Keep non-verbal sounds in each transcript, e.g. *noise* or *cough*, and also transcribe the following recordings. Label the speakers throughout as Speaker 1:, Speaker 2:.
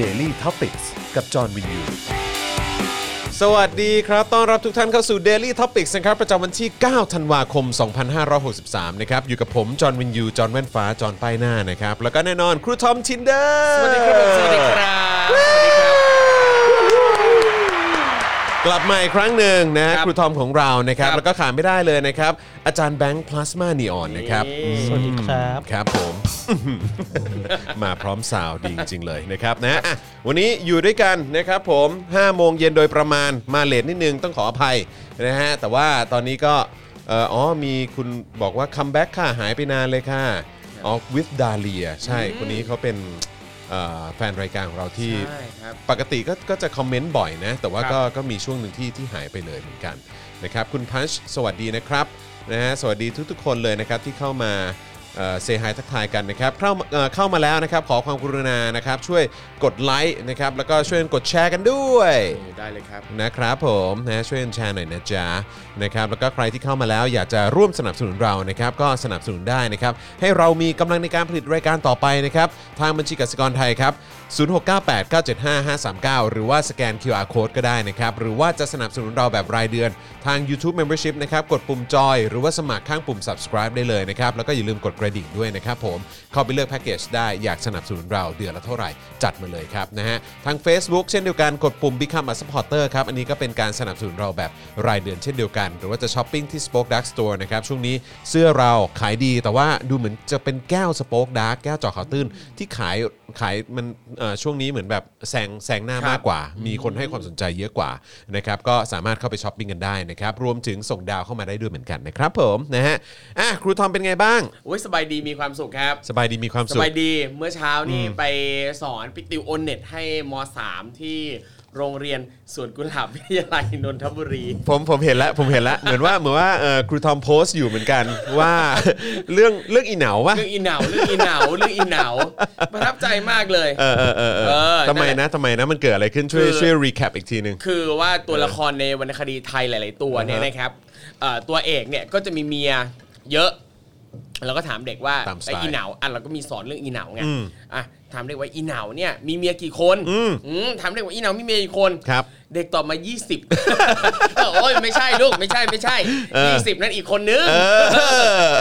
Speaker 1: Daily t o p i c กกับจอห์นวินยู
Speaker 2: สวัสดีครับ ต้อนรับทุกท่านเข้าสู่ Daily Topics นะครับ ประจำวันที่ 9 ธันวาคม 2563 นะครับ อยู่กับผม จอห์นวินยู จอห์นแว่นฟ้า จอห์นป้ายหน้านะครับ แล้วก็แน่นอนครูทอมชินเดอร์
Speaker 3: สวัสดีครับผมสวัสดีครับสวัสดีครับ
Speaker 2: กลับมาอีกครั้งหนึ่งนะ
Speaker 3: ครับ
Speaker 2: ครูทอมของเรานะครับ
Speaker 3: ครับ
Speaker 2: แล้วก็ขาดไม่ได้เลยนะครับ อาจารย์แบงค์พลาสมานีออนนะครับ
Speaker 4: สวัสดีครับ
Speaker 2: ครับผม *laughs* มาพร้อมสาวดีจริง ๆ เลยนะครับนะอ่ะวันนี้อยู่ด้วยกันนะครับผม5โมงเย็นโดยประมาณมาเลทนิดนึงต้องขออภัยนะฮะแต่ว่าตอนนี้ก็เอ่ออ๋อมีคุณบอกว่าคัมแบ็กค่ะหายไปนานเลยค่ะออกวิ d ดาเลียใช่คนนี้เขาเป็นเอ่อแฟนรายการของเราที่
Speaker 3: ใช่ครับ
Speaker 2: ปกติก็ก็จะคอมเมนต์บ่อยนะ แต่ว่า
Speaker 3: ครับ
Speaker 2: ก็ก็มีช่วงหนึ่งที่ที่หายไปเลยเหมือนกันนะครับคุณพัชสวัสดีนะครับนะฮะสวัสดีทุกๆ คนเลยนะครับที่เข้ามาเซฮายทักทายกันนะครับเข้าเอ่อเข้ามาแล้วนะครับ ขอความกรุณานะครับ ช่วยกดไลค์นะครับแล้วก็ช่วยกดแชร์กันด้วย
Speaker 3: ได้เลยครับ
Speaker 2: นะครับผมนะช่วยกันแชร์หน่อยนะจ๊ะนะครับแล้วก็ใครที่เข้ามาแล้วอยากจะร่วมสนับสนุนเรานะครับก็สนับสนุนได้นะครับให้เรามีกำลังในการผลิตรายการต่อไปนะครับทางบัญชีกสิกรไทยครับ 0698975539 หรือว่าสแกน QR Code ก็ได้นะครับ หรือว่าจะสนับสนุนเราแบบรายเดือนทาง YouTube Membership นะครับกดปุ่มจอย หรือว่าสมัครข้างปุ่ม subscribe ได้เลยนะครับ แล้วก็อย่าลืมกดกระดิ่งด้วยนะครับผมเข้าไปเลือกแพ็กเกจได้อยากสนับสนุนเราเดือนละเท่าไหร่ จัดมาเลยครับนะฮะทาง Facebook เช่นเดียวกันกดปุ่ม Become a supporter ครับ อันนี้ก็เป็นการสนับสนุนเราแบบรายเดือนเช่นเดียวกัน หรือว่าจะช้อปปิ้งที่ Spoke Dark Store นะครับ ช่วงนี้เสื้อเราขายดีแต่ว่าดูเหมือนจะเป็นแก้ว Spoke Dark แก้วเจอข่าวตื้นที่ขายขายมันเอ่อช่วงนี้เหมือนแบบแซงแซงหน้ามากกว่า มีคนให้ความสนใจเยอะกว่านะครับก็สามารถเข้าไปช้อปปิ้งกันได้นะครับรวมถึงส่งดาวเข้ามาได้ด้วยเหมือนกันนะครับผมนะฮะอ่ะครูทอมเป็นไงบ้าง
Speaker 3: โอ้ยสบายดีมีความสุขครับ
Speaker 2: สบายดีมีความ
Speaker 3: ส
Speaker 2: สุข
Speaker 3: บายดีเมื่อเช้านี่ไปสอนปิกติวโอนเน็ตให้ม .3 ที่โรงเรียนสวนกุหลาบวิทยาลัยนนทบุรี
Speaker 2: ผมผมเห็นแล้วผมเห็นแล้ว เหมือนว่าเหมือนว่าเอ่อครูทอมโพสต์อยู่เหมือนกัน ว่า เรื่องเรื่องอีเหนาวะ
Speaker 3: เรื่องอีเหนาเรื่องอีเหนาเรื่องอีเหนาประทับใจมากเลย
Speaker 2: เออเออเออเอ
Speaker 3: เอ
Speaker 2: อ
Speaker 3: อ
Speaker 2: ทำไม
Speaker 3: นั่นแห
Speaker 2: นะ
Speaker 3: ละ
Speaker 2: ทำไมนะมันเกิดอะไรขึ้นช่วย
Speaker 3: คือ
Speaker 2: ช่วยรีแคปอีกทีหนึ่ง
Speaker 3: คือว่าตัวละครในวรรณคดีไทยหลาย ๆ ตัวเนี่ย
Speaker 2: อ่าฮะ
Speaker 3: นะครับเอ่อตัวเอกเนี่ยก็จะมีเมียเยอะ แล้วก็ถามเด็กว่า
Speaker 2: ตามสไตล์
Speaker 3: ไอ้อีเหนาอ่ะเราก็มีสอนเรื่องอีเหนาไง
Speaker 2: อืม
Speaker 3: อ่ะถามเด็กว่าอีเหนาเนี่ยมีเมียกี่คน
Speaker 2: อืม
Speaker 3: อืมถามเด็กว่าอีเหนามีเมียกี่คน
Speaker 2: ครับ
Speaker 3: เด็กตอบมา *laughs* 20 โอ้ยไม่ใช่ลูกไม่ใช่ไม่ใช่
Speaker 2: เออ
Speaker 3: 20 นั่นอีกคนนึง
Speaker 2: เออเอ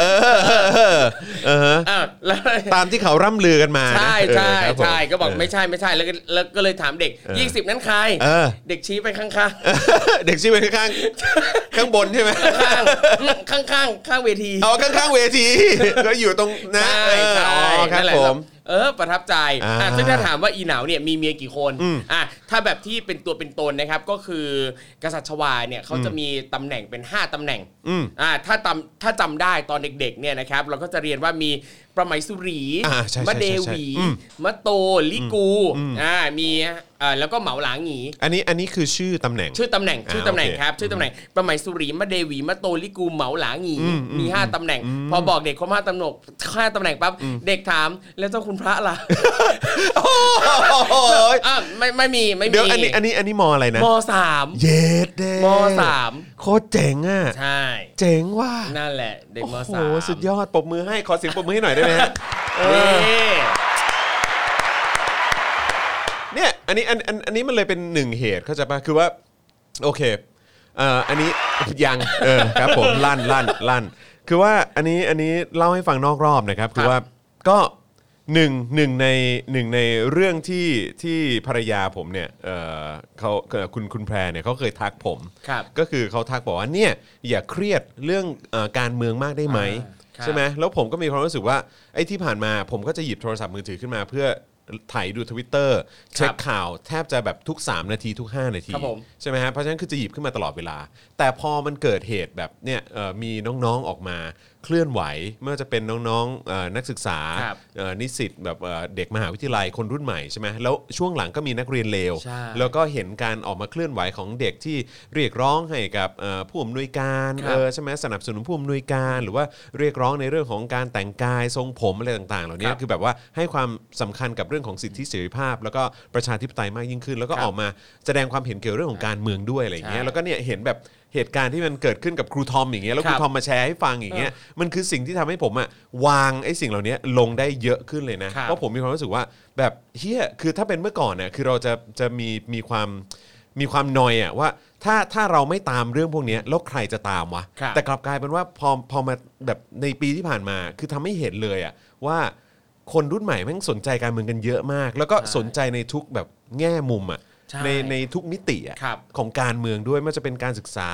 Speaker 2: อเออเออเออ
Speaker 3: เออแล้ว
Speaker 2: ตามที่เขาร่ำลือกันมานะ
Speaker 3: ใช่ใช่
Speaker 2: เอครับผม
Speaker 3: ใช่ก็บอกไม่ใช่ไม่ใช่แล้วก็แล้วก็เลยถามเด็ก
Speaker 2: เออ
Speaker 3: 20 นั้นใคร
Speaker 2: เออ
Speaker 3: เด็กชี้ไปข้างๆ
Speaker 2: เด็กชี้ไปข้างๆข้างบนใช่ไหม
Speaker 3: ข้างๆข้างข้างๆข้างเวที
Speaker 2: เอาข้างๆเว
Speaker 3: *laughs*
Speaker 2: ทีก็อยู่ตรงนะ
Speaker 3: ใช่
Speaker 2: เอออ๋อค
Speaker 3: ใช่
Speaker 2: รับ
Speaker 3: นั่นแหละ
Speaker 2: ผ
Speaker 3: ครั
Speaker 2: ม
Speaker 3: บเออ ประทับใจ
Speaker 2: อ่า
Speaker 3: อ่ะซึ่งถ้าถามว่าอีเหนาเนี่ยมีเมียกี่คน
Speaker 2: อืม
Speaker 3: อ่ะถ้าแบบที่เป็นตัวเป็นตนนะครับ ก็คือกษัตริย์ชวาเนี่ยเขาจะมีตำแหน่งเป็น 5ตำแหน่ง
Speaker 2: อืม
Speaker 3: อ่ะถ้าจำถ้าจำได้ตอนเด็กๆเนี่ยนะครับ เราก็จะเรียนว่ามีประไหมสุรี
Speaker 2: อ่าใช่ใช่
Speaker 3: มะเด
Speaker 2: ใช่
Speaker 3: วี
Speaker 2: อืม
Speaker 3: มะโต ลิกูอ่ามีอ่าแล้วก็เหมาหลางหงี
Speaker 2: อันนี้อันนี้คือชื่อตำแหน่ง
Speaker 3: ชื่อตำแหน่ง
Speaker 2: อ่า
Speaker 3: ชื่อตำแหน่ง
Speaker 2: โอเค
Speaker 3: ครับชื่อตำแหน่งประไหมสุรีมะเดวีมะโตลิกูเหมาหลาหงี
Speaker 2: อืมอืม
Speaker 3: มีห้าตำแหน่ง พอบอกเด็กครบห้าตำแหน่งห้าตำแหน่งปั๊บเด็กถามแล้วเจ้าคุณพระล่ะ
Speaker 2: *laughs* โอ้ย
Speaker 3: อ่ะไม่ไม่มีไม่มี
Speaker 2: เดี๋ยวอันนี้อันนี้อันนี้มออะไรนะ
Speaker 3: มสาม
Speaker 2: เย็ดเด้
Speaker 3: มสาม
Speaker 2: โคตรเจ๋งอ่ะ
Speaker 3: ใช่
Speaker 2: เจ๋งว่ะ
Speaker 3: นั่นแหละ เด็ก
Speaker 2: โอ้
Speaker 3: ม
Speaker 2: โห
Speaker 3: สาม
Speaker 2: สุดยอดปรบมือให้ขอเสียงปรบมือให้หน่อยได้ไหมฮะเอ
Speaker 3: นี่
Speaker 2: อเนี่ยอันนี้อันอันอันนี้มันเลยเป็นหนึ่งเหตุเข้าใจป่ะคือว่า โอเคเอ่ออันนี้ยังเออครับผม *laughs* ลั่นลั่นลั่น คือว่าอันนี้อันนี้เล่าให้ฟังนอกรอบนะครับ คือว่าก็หนึ่งหนึ่งในหนึ่งในเรื่องที่ที่ภรรยาผมเนี่ยเออเขาเอ่อคุณคุณแพรเนี่ยเขาเคยทักผม
Speaker 3: ครับ
Speaker 2: ก็คือเขาทักบอกว่าเนี่ยอย่าเครียดเรื่องเออการเมืองมากได้ไหม
Speaker 3: อ่าครับ
Speaker 2: ใช่ไหมแล้วผมก็มีความรู้สึกว่าไอ้ที่ผ่านมาผมก็จะหยิบโทรศัพท์มือถือขึ้นมา เพื่อไถ่ายดูทวิตเตอร์เช็คข่าวแทบจะแบบทุก 3 นาทีทุก 5 นาที
Speaker 3: ครับผม
Speaker 2: ใช่ไหมฮะเพราะฉะนั้นคือจะหยิบขึ้นมาตลอดเวลา แต่พอมันเกิดเหตุแบบเนี่ยเอ่อมีน้องๆออกมาเคลื่อนไหวไม่ว่าจะเป็นน้องๆเอ่อนักศึกษา
Speaker 3: ครับ
Speaker 2: เอ่อนิสิตแบบเอ่อเด็กมหาวิทยาลัยคนรุ่นใหม่ใช่ไหมแล้วช่วงหลังก็มีนักเรียนเลว
Speaker 3: ใช่
Speaker 2: แล้วก็เห็นการออกมาเคลื่อนไหวของเด็กที่เรียกร้องให้กับเอ่อผู้อำนวยการ
Speaker 3: ครับ
Speaker 2: เออใช่ไหมสนับสนุนผู้อำนวยการ หรือว่าเรียกร้องในเรื่องของการแต่งกายทรงผมอะไรต่างๆ เหล่านี้
Speaker 3: ครับ
Speaker 2: คือแบบว่าให้ความสำคัญกับเรื่องของสิทธิเสรีภาพ แล้วก็ประชาธิปไตยมากยิ่งขึ้น แล้วก็
Speaker 3: ครับ
Speaker 2: ออกมาแสดงความเห็นเกี่ยวเรื่องของการเมืองด้วยอะไรอย่างเงี้ย
Speaker 3: ใช่
Speaker 2: แล้วก็เนี่ยเห็นแบบ เหตุการณ์ที่มันเกิดขึ้นกับครูทอมอย่างเงี้ยแล้ว
Speaker 3: ค
Speaker 2: ค
Speaker 3: รั
Speaker 2: รู
Speaker 3: บ
Speaker 2: ทอมมาแชร์ให้ฟังอย่างเงี้ยมันคือสิ่งที่ทำให้ผมอะวางไอ้สิ่งเหล่านี้ลงได้เยอะขึ้นเลยนะครับเพราะผมมีความรู้สึกว่าแบบเฮียคือถ้าเป็นเมื่อก่อนเนี่ยคือเราจะจะมีมีความมีความนอยอะว่าถ้าถ้าเราไม่ตามเรื่องพวกเนี้ยแล้วใครจะตามวะ
Speaker 3: ครับ
Speaker 2: แต่กลับกลายเป็นว่าพอพอมาแบบในปีที่ผ่านมา คือทำให้เห็นเลยอะว่า คนรุ่นใหม่แม่งสนใจการเมืองกันเยอะมาก แล้วก็
Speaker 3: ใช่
Speaker 2: สนใจในทุกแบบแง่มุมอ่ะ
Speaker 3: ใช่
Speaker 2: ในในทุกมิติอ่ะ
Speaker 3: ครับ
Speaker 2: ของการเมืองด้วยไม่ว่าจะเป็นการศึกษา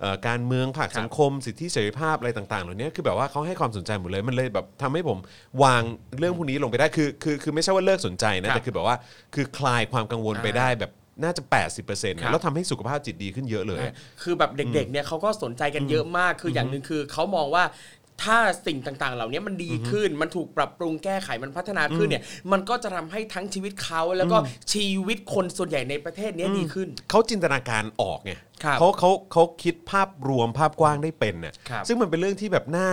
Speaker 2: เอ่อการเมืองภาค
Speaker 3: ครับ
Speaker 2: สังคม สิทธิเสรีภาพอะไรต่างๆเหล่านี้คือแบบว่าเขาให้ความสนใจหมดเลยมันเลยแบบทำให้ผมวางเรื่องพวกนี้ลงไปได้คือคือคือไม่ใช่ว่าเลิกสนใจนะครับ แต่คือแบบว่าคือคลายความกังวลไปได้แบบน่าจะ 80%นะครับ แล้วทำให้สุขภาพจิตดีขึ้นเยอะเลย
Speaker 3: คือแบบเด็กๆ เนี่ยเขาก็สนใจกันเยอะมาก คืออย่างหนึ่งคือเขามองว่าถ้าสิ่งต่างๆ เหล่านี้มันดีขึ้น มันถูกปรับปรุงแก้ไข มันพัฒนาขึ้นเนี่ย มันก็จะทำให้ทั้งชีวิตเขาแล้วก็ชีวิตคนส่วนใหญ่ในประเทศเนี้ยดีขึ้น
Speaker 2: เขาจินตนาการออกไง
Speaker 3: ครับ
Speaker 2: เขาเขาเขาคิดภาพรวมภาพกว้างได้เป็นน่ะ
Speaker 3: ครับ
Speaker 2: ซึ่งมันเป็นเรื่องที่แบบน่า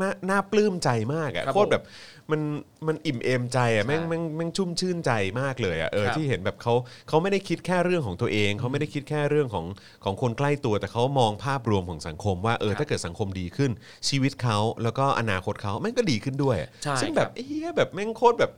Speaker 2: มาน่าปลื้มใจมาก
Speaker 3: ครั
Speaker 2: อะ่ะ
Speaker 3: บ
Speaker 2: โคตรแบบมันมันอิ่มเอมใจอะ่ะแม่ง
Speaker 3: ใช่
Speaker 2: แม่งแม่งชุ่มชื่นใจมากเลยอะ่ะเออ
Speaker 3: ครับ
Speaker 2: ที่เห็นแบบเขาเขาไม่ได้คิดแค่เรื่องของตัวเอง เขาไม่ได้คิดแค่เรื่องของของคนใกล้ตัวแต่เขามองภาพรวมของสังคมว่าเออ
Speaker 3: ครับ
Speaker 2: ถ้าเกิดสังคมดีขึ้น ชีวิตเขาแล้วก็อนาคตเขาแม่งก็ดีขึ้นด้วย
Speaker 3: ใช่
Speaker 2: ซึ่งแบบ
Speaker 3: ครับ
Speaker 2: เฮียแบบแม่งโคตรแบบ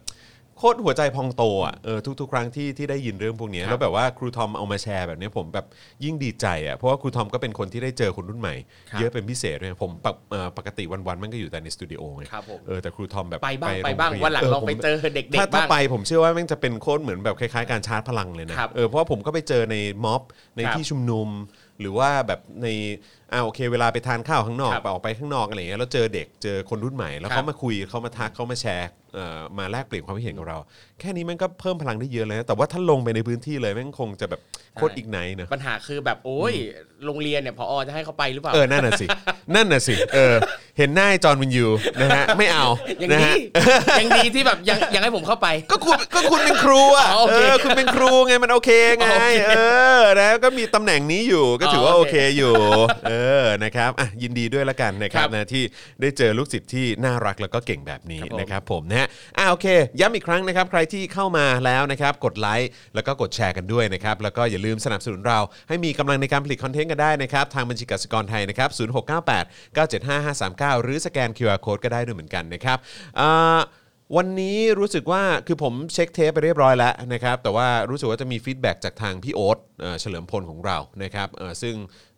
Speaker 2: โคตรหัวใจพองโตอ่ะเออทุกๆ ครั้งที่ที่ได้ยินเรื่องพวกเนี้ย
Speaker 3: ครับ
Speaker 2: แล้วแบบว่าครูทอมเอามาแชร์แบบเนี้ยผมแบบยิ่งดีใจอ่ะเพราะว่าครูทอมก็เป็นคนที่ได้เจอคนรุ่นใหม่
Speaker 3: ครับ
Speaker 2: เยอะเป็นพิเศษเลยผมปกเอ่อปกติวันๆมันก็อยู่แต่ในสตูดิโอไง
Speaker 3: ครับผม
Speaker 2: เออแต่ครูทอมแบบ
Speaker 3: ไปบ้างไป
Speaker 2: โรเรีย
Speaker 3: บ้างวันหลังลองไป
Speaker 2: ผม
Speaker 3: เจอเด็ก
Speaker 2: ถ้า
Speaker 3: ๆ
Speaker 2: ถ้า
Speaker 3: บ้าง
Speaker 2: ไปผมเชื่อว่าแม่งจะเป็นโคตรเหมือนแบบคล้ายๆการชาร์จพลังเลยนะครับ เออเพราะว่าผมก็ไปเจอในม็อบใน
Speaker 3: ครับ
Speaker 2: ที่ชุมนุม หรือว่าแบบในอ่าโอเค เวลาไปทานข้าวข้างนอก
Speaker 3: ครับ
Speaker 2: ไปออกไปข้างนอกอะไรอย่างเงี้ยแล้วเจอเด็กเจอคนรุ่นใหม่ แล้ว
Speaker 3: ครับ
Speaker 2: เขามาคุยเขามาทักเขามาแชร์เอ่อมาแลกเปลี่ยนความคิดเห็นกับเรา แค่นี้แม่งก็เพิ่มพลังได้เยอะเลยนะแต่ว่าถ้าลงไปในพื้นที่เลยแม่งคงจะแบบโคตร
Speaker 3: ใช่
Speaker 2: อีกไหนเนอะ
Speaker 3: ปัญหาคือแบบโอ้ยโรงเรียนเนี่ยพอจะให้เขาไปหรือเปล่า
Speaker 2: เออนั่นน่ะสินั่นน่ะสิเออเห็นหน้าไอ้จอห์นวินยูนะฮะไม่เอา
Speaker 3: ยัง
Speaker 2: นะ
Speaker 3: ดี
Speaker 2: ฮะ
Speaker 3: ยังดีที่แบบยังยังให้ผมเข้าไป
Speaker 2: ก็คุณก็คุณเป็นครูอ่ะ
Speaker 3: อ๋อโอ
Speaker 2: เอ
Speaker 3: เค
Speaker 2: อคุณเป็นครูไงมันโอเคไง
Speaker 3: โอเค
Speaker 2: เออนะก็มีตำแหน่งนี้อยู่ก็ถือว่า
Speaker 3: อ๋อ
Speaker 2: โอ
Speaker 3: โอ
Speaker 2: เค
Speaker 3: เค
Speaker 2: อยู่เออนะครับอ่ะยินดีด้วยละกันนะครับ
Speaker 3: ครับ
Speaker 2: นะที่ได้เจอลูกศิษย์ที่น่ารักแล้วก็เก่งแบบนี้
Speaker 3: ครับผม
Speaker 2: นะครับผมนะฮะอ่ะโอเคย้ำอีกครั้งนะครับใครที่เข้ามาแล้วนะครับกดไลค์แล้วก็กดแชร์กันด้วยนะครับแล้วก็อย่าลืมสนับสนุนเราให้มีกำลังในการผลิตคอนเทนต์กันได้นะครับทางบัญชีกสิกรไทยนะครับ0698 975 539 หรือสแกน QR Code ก็ได้ด้วยเหมือนกันนะครับอ่า วันนี้รู้สึกว่าคือผมเช็คเทปไปเรียบร้อยแล้วนะครับแต่ว่ารู้สึกว่าจะมีฟีดแบ็กจากทางพี่โอ๊ตเอ่อเฉลิมพลของเรานะครับเอ่อซึ่ง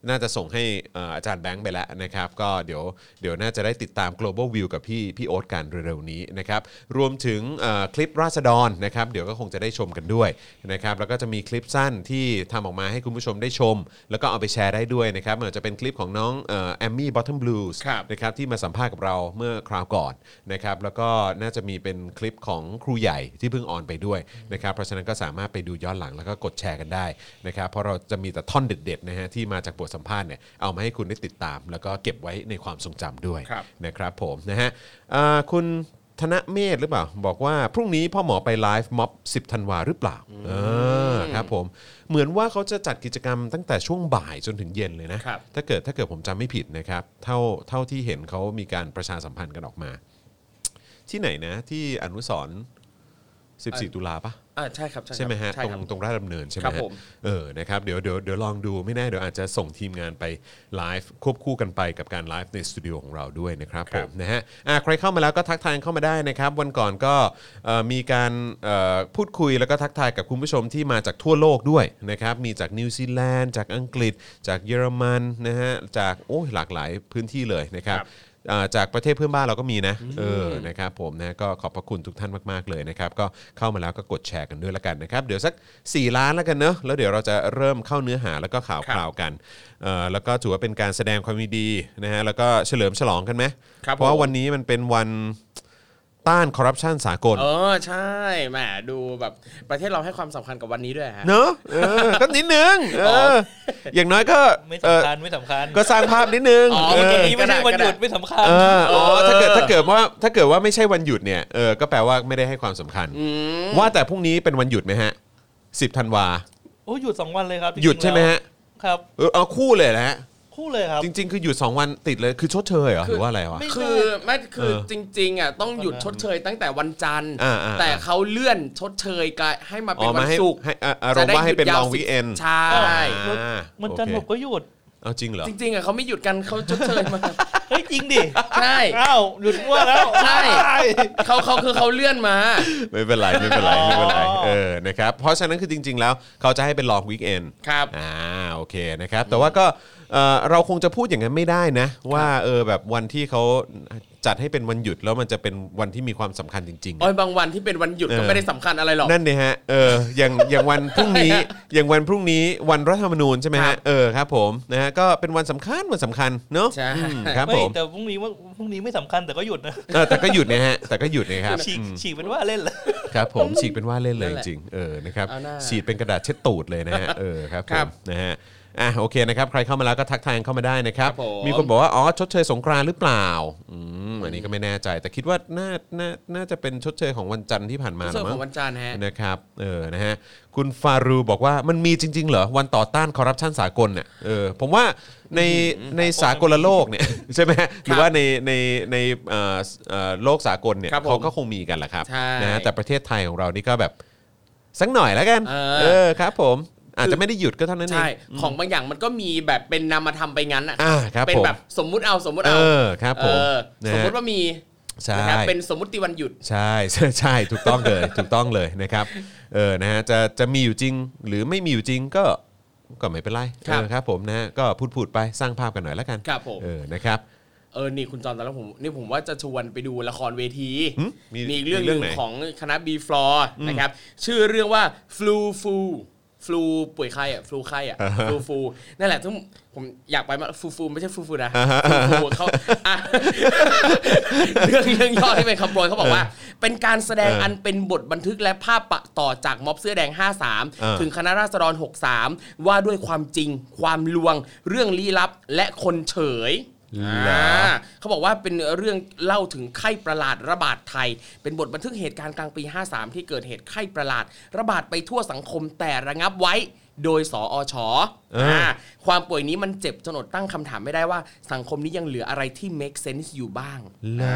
Speaker 2: น่าจะส่งให้เอ่ออาจารย์แบงค์ไปแล้วนะครับก็เดี๋ยวเดี๋ยวน่าจะได้ติดตาม global view กับพี่พี่โอ๊ตกันเร็วๆนี้นะครับรวมถึงเอ่อคลิปราษฎรนะครับเดี๋ยวก็คงจะได้ชมกันด้วยนะครับแล้วก็จะมีคลิปสั้นที่ทำออกมาให้คุณผู้ชมได้ชม แล้วก็เอาไปแชร์ได้ด้วยนะครับเหมือนจะเป็นคลิปของน้องแอมมี่บอทเทิลบลูส์
Speaker 3: ครับ
Speaker 2: นะครับที่มาสัมภาษณ์กับเราเมื่อคราวก่อนนะครับแล้วก็น่าจะมีเป็นคลิปของครูใหญ่ที่เพิ่งออนไปด้วยนะครับเพราะฉะนั้นก็สามารถไปดูย้อนหลังแล้วก็กดแชร์กันได้นะครับเพราะเราจะมีแต่ท่อนเด็ดๆนะฮะที่มาจากบทสัมภาษณ์เนี่ยเอามาให้คุณได้ติดตาม แล้วก็เก็บไว้ในความทรงจำด้วย
Speaker 3: ครับ
Speaker 2: นะครับผมนะฮะเอ่อคุณธนเมธหรือเปล่า บอกว่าพรุ่งนี้พ่อหมอไปไลฟ์ม็อบ 10ธันวาหรือเปล่าเออครับผมเหมือนว่าเขาจะจัดกิจกรรมตั้งแต่ช่วงบ่ายจนถึงเย็นเลยนะ
Speaker 3: ครับ
Speaker 2: ถ้าเกิดถ้าเกิดผมจำไม่ผิดนะครับ เท่าเท่าที่เห็นเขามีการประชาสัมพันธ์กันออกมา ที่ไหนนะ ที่อนุสรณ์14 ตุลาปะ
Speaker 3: อ่าใช่ครับครับ
Speaker 2: ใช่ไหมฮะ
Speaker 3: ใช่
Speaker 2: ตร
Speaker 3: ครั
Speaker 2: ง
Speaker 3: บ
Speaker 2: ตรงราชดำเนินใช่ไหม
Speaker 3: ครับ
Speaker 2: ฮะ
Speaker 3: ผม
Speaker 2: เออนะครับเดี๋ยวเดี๋ยวเดี๋ยวลองดูไม่แน่เดี๋ยวอาจจะส่งทีมงานไปไลฟ์ควบคู่กันไปกับการไลฟ์ในสตูดิโอของเราด้วยนะครับ
Speaker 3: ค
Speaker 2: ผ
Speaker 3: รับ
Speaker 2: มนะฮะอ่ะใครเข้ามาแล้วก็ทักทายเข้ามาได้นะครับ วันก่อนก็เอ่อมีการเอ่อพูดคุยแล้วก็ทักทายกับคุณผู้ชมที่มาจากทั่วโลกด้วยนะครับมีจากนิวซีแลนด์จากอังกฤษ จากเยอรมันนะฮะจากโอ้ยหลากหลายพื้นที่เลยนะครับ
Speaker 3: ครับ
Speaker 2: อ่าจากประเทศเพื่อนบ้านเราก็มีนะเออนะครับผมนะก็ขอบพระคุณทุกท่านมาก ๆ เลยนะครับ ก็เข้ามาแล้วก็กดแชร์กันด้วยละกันนะครับ เดี๋ยวสัก 4 ล้านแล้วกันเนอะแล้วเดี๋ยวเราจะเริ่มเข้าเนื้อหาแล้วก็ข่าวคราวกันเอ่อแล้วก็ถือว่าเป็นการแสดงความยินดีนะฮะแล้วก็เฉลิมฉลองกันไหม
Speaker 3: ครับ
Speaker 2: เพราะว่า
Speaker 3: ผม
Speaker 2: วันนี้มันเป็นวันต้านคอร์รัปชันสากล
Speaker 3: เออใช่แหมดูแบบประเทศเราให้ความสำคัญกับวันนี้ด้วยฮะ
Speaker 2: เนอะเออก็นิดนึงเอ
Speaker 3: อ๋
Speaker 2: อ
Speaker 3: อ
Speaker 2: อย่างน้อยก็
Speaker 4: ไม่
Speaker 2: เอ่อ
Speaker 4: สำคัญไม่สำคัญ
Speaker 2: ก็สร้างภาพนิดนึง
Speaker 3: อ๋อ
Speaker 4: วันนี้
Speaker 3: เออ
Speaker 4: ไม่ใช่วันหยุด
Speaker 3: ก็ได้
Speaker 4: ไม่สำคัญ
Speaker 2: เอออ๋อถ้าเกิดถ้าเกิดว่าถ้าเกิดว่าไม่ใช่วันหยุดเนี่ยเออก็แปลว่าไม่ได้ให้ความสำคัญ ว่าแต่พรุ่งนี้เป็นวันหยุดไหมฮะสิบธันวา
Speaker 4: โอ้หยุดสองวันเลยครับจริงๆ
Speaker 2: หยุดใช่ไหมฮะ
Speaker 4: แล้วครับ
Speaker 2: เออเอาคู่เลยนะฮะ
Speaker 4: คู่เลยครับ
Speaker 2: จริง ๆ คือหยุด 2 วันติดเลยคือชดเชยเหรอ
Speaker 3: คื
Speaker 2: ห
Speaker 3: อ
Speaker 2: รือว่าอะไรวะ
Speaker 4: ไม่
Speaker 3: คือไม่คือ
Speaker 2: เออ
Speaker 3: จริงๆอ่ะต้องหยุดชดเชยตั้งแต่วันจันทร์
Speaker 2: อ่าอ่าอ่า
Speaker 3: แต่เขาเลื่อนชดเชยกลายให้มา
Speaker 2: อ๋
Speaker 3: เป็น
Speaker 2: อ
Speaker 3: วั
Speaker 2: มาน ให้
Speaker 3: ศุกร์
Speaker 2: ให้อ่ะอารมณ์ว่าให้เป็นลองวีเอน
Speaker 3: ใช่
Speaker 2: อ่า
Speaker 4: วันจันทร์
Speaker 2: โอ
Speaker 4: ผม
Speaker 2: เค
Speaker 4: ก็หยุด
Speaker 2: เอาจริงเหรอ
Speaker 3: จริงๆอ่ะเขาไม่หยุดกันเขาชดเชยมา
Speaker 4: เฮ้ยจริงดิ
Speaker 2: *laughs*
Speaker 3: ใช่
Speaker 4: อ้าวหยุดมั่วแล้ว
Speaker 3: ใช่ เขาเขาคือเขาเลื่อนมา
Speaker 2: ไม่เป็นไรไม่เป็นไรไม่เป็นไรเออนะครับเพราะฉะนั้นคือจริง ๆ แล้วเขาจะให้เป็นลองวีคเอน
Speaker 3: ครับ
Speaker 2: อ่าโอเคนะครับแต่ว่าก็เอ่อเราคงจะพูดอย่างนั้นไม่ได้นะ ว่าเออแบบวันที่เขาจัดให้เป็นวันหยุดแล้วมันจะเป็นวันที่มีความสำคัญจริงๆ
Speaker 3: โอ้
Speaker 2: อะ
Speaker 3: ยบางวันที่เป็นวันหยุดก็
Speaker 2: เออ
Speaker 3: ไม่ได้สำคัญอะไรหรอก
Speaker 2: นั่นเนี่ยฮะเอออย่างอย่างวัน *laughs* พรุ่งนี้ อย่างวันพรุ่งนี้วันรัฐธรรมนูญใช่ไหม
Speaker 3: ครั
Speaker 2: ฮะ
Speaker 3: บ
Speaker 2: เออครับผมนะฮะก็เป็นวันสำคัญวันสำคัญเนาะ
Speaker 3: ใช่
Speaker 2: อืมครับ
Speaker 4: ไม่
Speaker 2: ผม
Speaker 4: แต่พรุ่งนี้ว่าพรุ่งนี้ไม่สำคัญแต่ก็หยุดนะ
Speaker 2: เออแต่ก็หยุดเนี่ยฮะแต่ก็หยุดเนยครับ
Speaker 4: ฉีก
Speaker 2: อืม
Speaker 4: ฉีกเป็นว่าเล่นเลย
Speaker 2: ครับผมฉีดเป็นว่าเล่นเลยจ
Speaker 3: นั่นแหละ
Speaker 2: ริงๆเออนะครับ
Speaker 3: เอาหน้า
Speaker 2: ฉีดเป็นกระดาษเช็ดตูดเลยนะฮะเออครับผ
Speaker 3: ครั
Speaker 2: ม
Speaker 3: บ
Speaker 2: นะฮะอ่ะโอเคนะครับใครเข้ามาแล้วก็ทักทายเข้ามาได้นะครับ
Speaker 3: ครับผม
Speaker 2: มีคนบอกว่าอ๋อชดเชยสงกรานต์หรือเปล่าอืมอันนี้ก็ไม่แน่ใจ แต่คิดว่าน่าน่าน่าจะเป็นชดเชยของวันจันทร์ที่ผ่านมา
Speaker 3: ส่วน
Speaker 2: มั้
Speaker 3: ของ งวันจันทร์ฮะ
Speaker 2: นะครับเออนะฮะคุณฟารูบอกว่ามันมีจริง ๆ เหรอวันต่อต้านคอร์รัปชันสากลเนี่ยเออผมว่าในในสากลโลกเนี่ย *laughs* ใช่ไหมฮะหรือว่าในในในเอ่อเอ่อโลกสากลเนี่ย
Speaker 3: ครับผม
Speaker 2: เขาก็คงมีกันแหละครับ
Speaker 3: ใช่
Speaker 2: นะฮะแต่ ประเทศไทยของเรานี่ก็แบบสักหน่อยแล้วกัน
Speaker 3: เออ
Speaker 2: เออครับผมอาจจะไม่ได้หยุดก็เท่านั้นเอ
Speaker 3: ใช่
Speaker 2: ง
Speaker 3: ของบางอย่างมันก็มีแบบเป็นนามธรรมไปงั้นอ่ะ
Speaker 2: อ่าครับ
Speaker 3: เป็น
Speaker 2: ผม
Speaker 3: แบบสมมุติเอาสมมุติ
Speaker 2: เอ
Speaker 3: เอา
Speaker 2: อครับ
Speaker 3: เอ
Speaker 2: ผม
Speaker 3: อ
Speaker 2: นะ
Speaker 3: สม
Speaker 2: ฮะ
Speaker 3: มุติว่ามี
Speaker 2: ใช่
Speaker 3: นะครับเป็นสมมติวันหยุด
Speaker 2: ใช่ *laughs* ใช่ใช่ถูกต้องเลย ถูกต้องเลยนะครับเออนะฮะจะจะมีอยู่จริงหรือไม่มีอยู่จริงก็ก็ไม่เป็นไร
Speaker 3: ครับ
Speaker 2: เออครับผมนะฮะก็พูดพูดๆไปสร้างภาพกันหน่อยแล้วกัน
Speaker 3: ครับผม
Speaker 2: เออนะครับ
Speaker 3: เออนี่คุณจอนตอนแล้วผมนี่ผมว่าจะชวนไปดูละครเวที
Speaker 2: หึมี
Speaker 3: มีอีกเรื่อง
Speaker 2: มี
Speaker 3: ห
Speaker 2: เรื่อ
Speaker 3: นึ่
Speaker 2: ง
Speaker 3: ง
Speaker 2: ไหน
Speaker 3: ของคณะ B Floor นะครับชื่อเรื่องว่า flu flu flu ป่วยไข้อะ flu ไข้
Speaker 2: *laughs*
Speaker 3: อะ flu flu นั่นแหละทั้งผมอยากไปมาก flu flu ไม่ใช่ flu flu
Speaker 2: *laughs*
Speaker 3: นะ flu flu เขาอ่ะ *laughs* เรื่องเรื่องย่อที่เป็นคำโปรยเขาบอกว่า เป็นการแสดง
Speaker 2: เอออั
Speaker 3: อันเป็นบทบันทึกและภาพปะต่อจากม็อบเสื้อแดง
Speaker 2: เออ
Speaker 3: 53 ถึงคณะราษฎร 63 ว่าด้วยความจริง ความลวง เรื่องลี้ลับและคนเฉยอ่าเขาบอกว่าเป็นเรื่องเล่าถึงไข้ประหลาดระบาดไทย เป็นบทบันทึกเหตุการณ์กลางปี 53 ที่เกิดเหตุไข้ประหลาด ระบาดไปทั่วสังคมแต่ระงับไว้โดยสออช
Speaker 2: เอออ่
Speaker 3: า ความป่วยนี้มันเจ็บจนอดตั้งคำถามไม่ได้ว่า สังคมนี้ยังเหลืออะไรที่ make sense อยู่บ้าง
Speaker 2: แล้ว
Speaker 3: อ่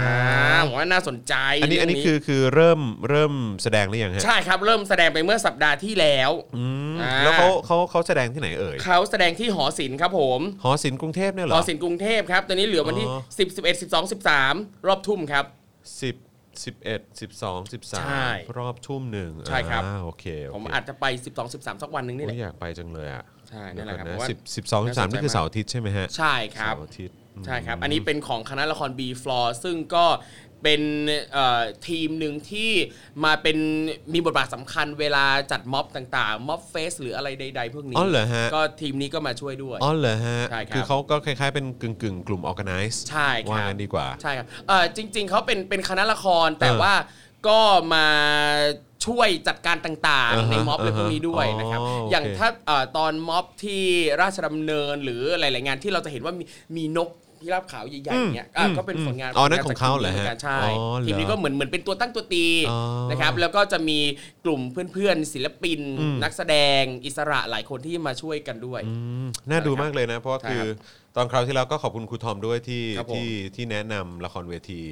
Speaker 3: าผมว่าน่าสนใจ
Speaker 2: อันนี้อัน
Speaker 3: เรื่
Speaker 2: นี้
Speaker 3: ง
Speaker 2: คือคือเริ่มเริ่มแสดงหรือยังฮะ
Speaker 3: ใช่ครับ เริ่มแสดงไปเมื่อสัปดาห์ที่แล้ว
Speaker 2: อืม
Speaker 3: อ่า
Speaker 2: แล้วเขาเขาเขาแสดงที่ไหนเอ่ย
Speaker 3: เขาแสดงที่หอศิลป์ครับผม
Speaker 2: หอศิลป์กรุงเทพเนี่ยเหร
Speaker 3: ห
Speaker 2: อ
Speaker 3: อศิลป์กรุงเทพครับ ตอนนี้เหลือวันที่
Speaker 2: อ๋อ
Speaker 3: 10 11 12 13 รอบทุ่มครับ
Speaker 2: สิบสิบเอ็ดสิบสองสิบสา
Speaker 3: ใช่
Speaker 2: มรอบทุ่มหนึ่ง
Speaker 3: ใช่ครับ
Speaker 2: อ่าโอเคโเค
Speaker 3: ผมอาจจะไป 12 13 สักวันหนึงนี่แห
Speaker 2: โอ้ย
Speaker 3: ละ
Speaker 2: อยากไปจังเลยอ่ะ
Speaker 3: ใช่นั่นแหละครับ
Speaker 2: เดี๋
Speaker 3: ผ
Speaker 2: ยว
Speaker 3: ม
Speaker 2: ก่อ
Speaker 3: ว่า
Speaker 2: สิบสิบสองสิบสาม
Speaker 3: น่าสนใจ
Speaker 2: นี่คือเสาร์อาทิตย์ใช่ไหมฮะ
Speaker 3: ใช่ครับ
Speaker 2: เสาร์อาทิตย์อืม
Speaker 3: ใช่ครับ อันนี้เป็นของคณะละคร B Floor ซึ่งก็เป็นเอ่อทีมหนึ่งที่มาเป็นมีบทบาทสำคัญเวลาจัดม็อบต่างๆ ม็อบเฟสหรืออะไรใด ๆ พวกนี้
Speaker 2: อ๋อเหรอฮะ
Speaker 3: ก็ทีมนี้ก็มาช่วยด้วย
Speaker 2: อ๋อเหรอฮะ
Speaker 3: ใช่ครับ
Speaker 2: คือเขาก็คล้ายๆเป็นกึ่งกึ่งๆกลุ่ม organize
Speaker 3: ใช่ครับ
Speaker 2: ว่างั้นดีกว่า
Speaker 3: ใช่ครับเอ่อจริง ๆเขาเป็นเป็นคณะละครแต่
Speaker 2: เออ
Speaker 3: ว่าก็มาช่วยจัดการต่าง
Speaker 2: อ่า
Speaker 3: ๆ
Speaker 2: ฮะ
Speaker 3: ในม็อบอะไรพวกนี้ด้วยนะครับ
Speaker 2: อ๋อโอเค
Speaker 3: อย่างถ้าเอ่อตอนม็อบที่ราชดำเนินหรือหลายๆงานที่เราจะเห็นว่ามีมีนกพิราบขาวใหญ่ๆเนี่ยอ่ะ
Speaker 2: อืม
Speaker 3: ก็เป็นผลงาน
Speaker 2: อ๋อนั่น
Speaker 3: ผล
Speaker 2: ของเขาเหรอฮะ
Speaker 3: จกทีมนี้มืนกันใช่
Speaker 2: อ๋อเหรอ
Speaker 3: ทีมนี้ก็เหมือนเหมือนเป็นตัวตั้งตัวตี
Speaker 2: อ๋อ
Speaker 3: นะครับแล้วก็จะมีกลุ่มเพื่อนๆ ศิลปิน นักแสดงอิสระหลายคนที่มาช่วยกันด้วย
Speaker 2: อืมน่าดูมากเลยนะ เพราะว่า
Speaker 3: ใช่
Speaker 2: คือ
Speaker 3: ครับ
Speaker 2: ตอนคราวที่แล้วก็ขอบคุณครูทอมด้วยที่
Speaker 3: ครับผม
Speaker 2: ที่ที่แนะนำละครเวที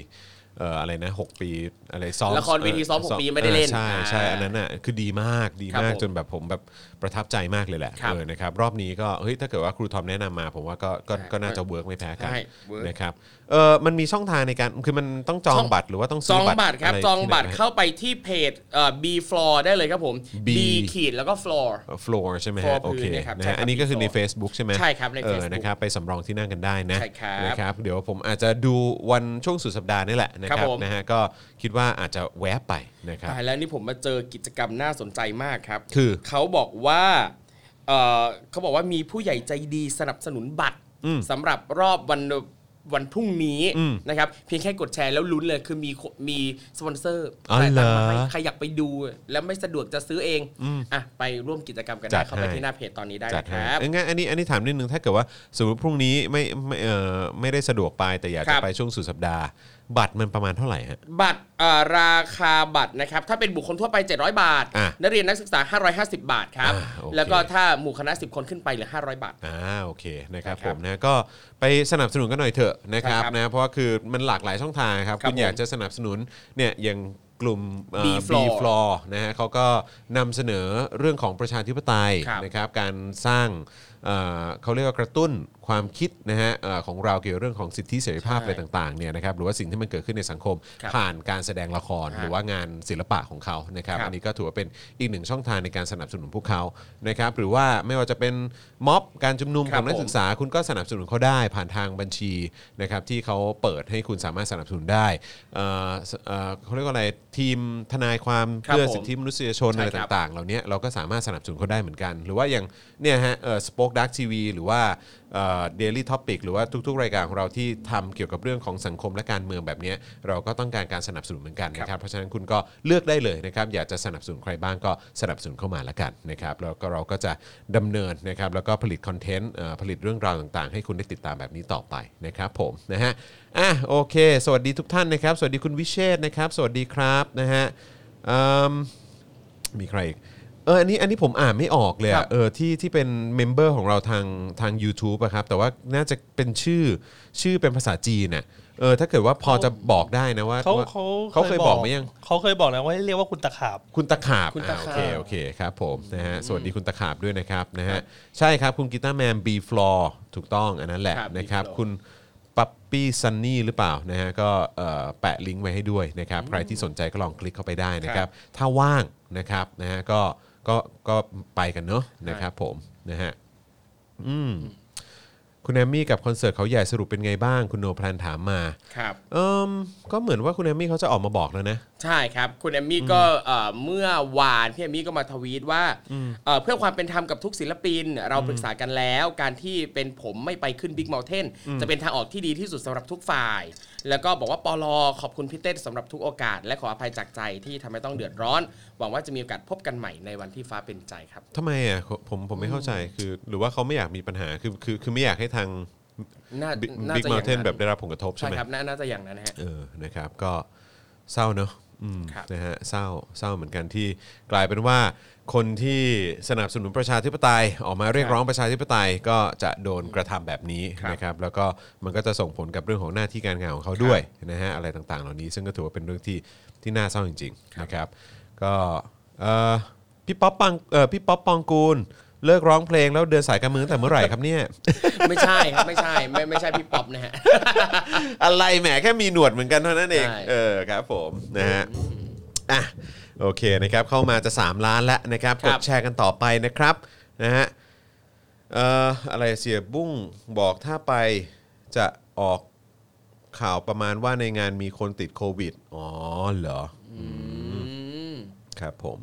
Speaker 2: เอ่ออะไรนะหกปีอะไรซ้อม
Speaker 3: ละครเวทีซ้อมหกปีไม่ได้เล่น
Speaker 2: ใช่ใช่
Speaker 3: อ่า
Speaker 2: อันนั้นน่ะคือดีมากดี
Speaker 3: ครับ
Speaker 2: มาก
Speaker 3: ผม
Speaker 2: จนแบบผมแบบประทับใจมากเลยแหละ
Speaker 3: ครับ
Speaker 2: เออนะครับรอบนี้ก็เฮ้ยถ้าเกิดว่าครูทอมแนะนำมา ผมว่าก็ก็
Speaker 3: ใช่
Speaker 2: ก็น่าจะเวิร์กไม่แพ้กัน
Speaker 3: ใช่เวิร์ก
Speaker 2: นะครับเออมันมีช่องทางในการคือมันต้องจองบัตรหรือว่าต้อง
Speaker 3: จ
Speaker 2: ซื้
Speaker 3: อ
Speaker 2: อง
Speaker 3: บัตรครับ
Speaker 2: ะไ
Speaker 3: จองบัตร
Speaker 2: ที่ไหน
Speaker 3: เข้าไปที่เพจเอ่อ B floor ได้เลยครับผม
Speaker 2: B
Speaker 3: B ขีดแล้วก็ floor
Speaker 2: ฟลอร์ใช่ไหมฮะ
Speaker 3: floor
Speaker 2: โอเค
Speaker 3: พื้นเนี่ยครับ
Speaker 2: นะ
Speaker 3: ใช่ครั
Speaker 2: ฮะ
Speaker 3: บ
Speaker 2: อันนี้ก็คือใน
Speaker 3: floor
Speaker 2: Facebook ใช่ไหม
Speaker 3: ใช่ครับใน
Speaker 2: เออ
Speaker 3: Facebook
Speaker 2: นะครับไปสำรองที่นั่งกันได้นะ
Speaker 3: ใช่ครับ
Speaker 2: นะครับเดี๋ยวผมอาจจะดูวันช่วงสุดสัปดาห์นี่แหละนะค
Speaker 3: ค
Speaker 2: รั
Speaker 3: รั
Speaker 2: บบ
Speaker 3: ผม
Speaker 2: นะฮะก็คิดว่าอาจจะแวะไปนะครับ
Speaker 3: ตายแล้วนี่ผมมาเจอกิจกรรมน่าสนใจมากครับ
Speaker 2: คือ
Speaker 3: เขาบอกว่าเอ่อเขาบอกว่ามีผู้ใหญ่ใจดีสนับสนุนบัตรสำหรับรอบวันวันพรุ่งนี้นะครับเพียงแค่กดแชร์แล้วลุ้นเลยคือมีมีสปอนเซอร์
Speaker 2: อ๋อเหรอ
Speaker 3: จ่ายตังค์มาให้ใครอยากไปดู แล้วไม่สะดวกจะซื้อเองอ่ะไปร่วมกิจกรรมกัน
Speaker 2: จั
Speaker 3: ได้
Speaker 2: ด
Speaker 3: เข้าไป
Speaker 2: ให้
Speaker 3: ที่หน้าเพจตอนนี้ได้
Speaker 2: จัด
Speaker 3: นะค
Speaker 2: ให้
Speaker 3: รับ
Speaker 2: เอ้ยงั้นอันนี้อันนี้ถามนิดนึงถ้าเกิดว่าสมมติพรุ่งนี้ไม่ไม่เออไม่ได้สะดวกไปแต่อยาก
Speaker 3: ค
Speaker 2: จะ
Speaker 3: รับ
Speaker 2: ไปช่วงสุดสัปดาห์ บัตรมันประมาณเท่าไหร่ฮะ
Speaker 3: บัตรเอ่อราคาบัตรนะครับ ถ้าเป็นบุคคลทั่วไป 700 บาท
Speaker 2: อ่ะ
Speaker 3: นักเรียนนักศึกษา 550 บาทครับ
Speaker 2: อ่ะโอเค
Speaker 3: แล้วก็ถ้าหมู่คณะ 10 คนขึ้นไปเหลือ 500 บาท
Speaker 2: อ่าโอเคนะครับ
Speaker 3: ใช่
Speaker 2: ผ
Speaker 3: ครับ
Speaker 2: มนะก็ไปสนับสนุนกันหน่อยเถอะนะครับ
Speaker 3: ใช่ครับ
Speaker 2: นะเพราะว่าคือมันหลากหลายช่องทางครับ
Speaker 3: ครับ
Speaker 2: คุณอยากจะสนับสนุนเนี่ยอย่างกลุ่ม
Speaker 3: B
Speaker 2: บีฟ
Speaker 3: Floor
Speaker 2: ลอร์นะฮะเขาก็นำเสนอเรื่องของประชาธิปไตย
Speaker 3: ครับ
Speaker 2: นะครับการสร้าง เอ่อเขาเรียกว่ากระตุ้นความคิดนะฮะเอ่อของเราเกี่ยวเรื่องของสิทธิเสรีภาพ
Speaker 3: ใช่
Speaker 2: อะไรต่างๆเนี่ยนะครับหรือว่าสิ่งที่มันเกิดขึ้นในสังคม
Speaker 3: ครับ
Speaker 2: ผ่านการแสดงละคร
Speaker 3: ฮะ
Speaker 2: หรือว่างานศิลปะของเขานะครับ
Speaker 3: ครับ
Speaker 2: อันนี้ก็ถือว่าเป็นอีกหนึ่งช่องทางในการสนับสนุนพวกเขานะครับหรือว่าไม่ว่าจะเป็นม็อบการชุมนุม
Speaker 3: ค
Speaker 2: ข
Speaker 3: รั
Speaker 2: อบ งนัก
Speaker 3: ผม
Speaker 2: ศึกษาคุณก็สนับสนุนเขาได้ผ่านทางบัญชีนะครับที่เขาเปิดให้คุณสามารถสนับสนุนได้เอ่อเอ่อเขาเรียกว่าอะไรทีมทนายความ
Speaker 3: ครับ
Speaker 2: เพื่อ
Speaker 3: ผม
Speaker 2: สิทธิมนุษยชน
Speaker 3: ใช่
Speaker 2: อะไร
Speaker 3: ครับ
Speaker 2: ต่างๆ เหล่านี้เราก็สามารถสนับสนุนเขาได้เหมือนกัน หรือว่าอย่างเนี่ยฮะสป็อคดักทีวีหรือว่าเดลี่ท็อปิกหรือว่าทุกๆ รายการของเราที่ทำเกี่ยวกับเรื่องของสังคมและการเมืองแบบเนี้ยเราก็ต้องการการสนับสนุนเหมือนกันนะครับเพราะฉะนั้นคุณก็เลือกได้เลยนะครับอยากจะสนับสนุนใครบ้างก็สนับสนุนเข้ามาละกันนะครับแล้วก็เราก็จะดำเนินนะครับแล้วก็ผลิตคอนเทนต์เอ่อผลิตเรื่องราวต่างๆ ให้คุณได้ติดตามแบบนี้ต่อไปนะครับผมนะฮะอ่ะโอเค สวัสดีทุกท่านนะครับ สวัสดีคุณวิเชษฐ์นะครับ สวัสดีครับนะฮะอืม มีใครอีกเอออันนี้อันนี้ผมอ่านไม่ออกเลย
Speaker 3: ครั
Speaker 2: อะ
Speaker 3: บ
Speaker 2: เออที่ที่เป็นเมมเบอร์ของเราทางทาง u t u b e อะครับ แต่ว่าน่าจะเป็นชื่อชื่อเป็นภาษาจีนน่ะเออถ้าเกิดว่าพอจะบอกได้นะว่า
Speaker 4: เขา
Speaker 2: ว่า
Speaker 4: เขา
Speaker 2: เขาเคยบอกไหมยัง
Speaker 4: เขาเคยบอกแล้วว่าให้เรียกว่าคุณตะขาบ
Speaker 2: คุณตะขาบ
Speaker 3: คุณ
Speaker 2: อ่า
Speaker 3: ตะ
Speaker 2: โอ
Speaker 3: ขาบ
Speaker 2: เคโอเคครับผมนะฮะสวัสดีคุณตะขาบด้วยนะครับนะฮะใช่ครับคุณกีตาร์แมน B floor ถูกต้องอันนั้นแหละ
Speaker 3: ครับ
Speaker 2: นะครับ
Speaker 3: B-Floor
Speaker 2: คุณปั๊ปปี้ซันนี่หรือเปล่านะฮะก็เอ่อแปะลิงก์ไว้ให้ด้วยนะครับใครที่สนใจก็ลองคลิกเข้าไปได้นะครับ ถ้าว่างนะครับนะฮะก็ก็ก็ไปกันเนอะนะครับผมนะฮะอืมคุณแอมมี่กับคอนเสิร์ตเขาใหญ่สรุปเป็นไงบ้างคุณโนแพลนถามมา
Speaker 3: ครับ
Speaker 2: เอิมก็เหมือนว่าคุณแอมมี่เขาจะออกมาบอกแล้วนะ
Speaker 3: ใช่ครับ คุณแอมมี่ก็เอ่อเมื่อวานพี่แอมมี่ก็มาทวีตว่าเอ่อเพื่อความเป็นธรรมกับทุกศิลปิน เราปรึกษากันแล้ว การที่เป็นผมไม่ไปขึ้นบิ๊ก u n ลเทนจะเป็นทางออกที่ดีที่สุดสำหรับทุกฝ่าย แล้วก็บอกว่าปลอขอบคุณพี่เต้สำหรับทุกโอกาส และขออภัยจากใจที่ทำให้ต้องเดือดร้อน หวังว่าจะมีโอกาสพบกันใหม่ในวันที่ฟ้าเป็นใจครับ
Speaker 2: ทำไมอ่ะผมผมผมไม่เข้าใจคือหรือว่าเขาไม่อยากมีปัญหาคือคือคือไม่อยากให้ทาง
Speaker 3: น่าน่า
Speaker 2: บิ๊ก
Speaker 3: จะ
Speaker 2: ม
Speaker 3: อ
Speaker 2: u n
Speaker 3: ย่าง
Speaker 2: t a i นแบบได้รับผลกระทบใช่
Speaker 3: ใช่
Speaker 2: ไหม
Speaker 3: ครับน่าน่าจะอย่างนั้นนะฮะ *laughs*
Speaker 2: เออนะครับก็เศร้าเนอะอืม
Speaker 3: ครับ
Speaker 2: นะฮะเศร้าเศร้าเหมือนกันที่กลายเป็นว่าคนที่สนับสนุนประชาธิปไตย ออกมาเรียก
Speaker 3: ครับ
Speaker 2: ร้องประชาธิปไตยก็จะโดนกระทำแบบนี้
Speaker 3: ครับ
Speaker 2: นะครับแล้วก็มันก็จะส่งผลกับเรื่องของหน้าที่การงานของเขาด้วยนะฮะอะไรต่างๆ เหล่านี้ ซึ่งก็ถือว่าเป็นเรื่องที่ที่น่าเศร้าจริงๆนะครับก็เอ่อพี่ป๊อปปังเอ่อพี่ป๊อปปองกูลเลิกร้องเพลงแล้วเดินสายการเมืองตั้งแต่เมื่อไหร่ครับเนี่ย
Speaker 3: ไม่ใช่ครับไม่ใช่ไม่ไม่ใช่พี่ป๊อปนะฮะ
Speaker 2: อะไรแหมแค่มีหนวดเหมือนกันเท่านั้นเอง
Speaker 3: ใช่
Speaker 2: เออครับผมนะฮะอ่ะโอเคนะครับเข้ามาจะ 3 ล้านแล้วนะครับกดแชร์กันต่อไปนะครับนะฮะเอ่ออะไรเสียบุ้งบอกถ้าไปจะออกข่าวประมาณว่าในงานมีคนติดโควิด อ๋อเหรอ
Speaker 3: อืม
Speaker 2: ครับผม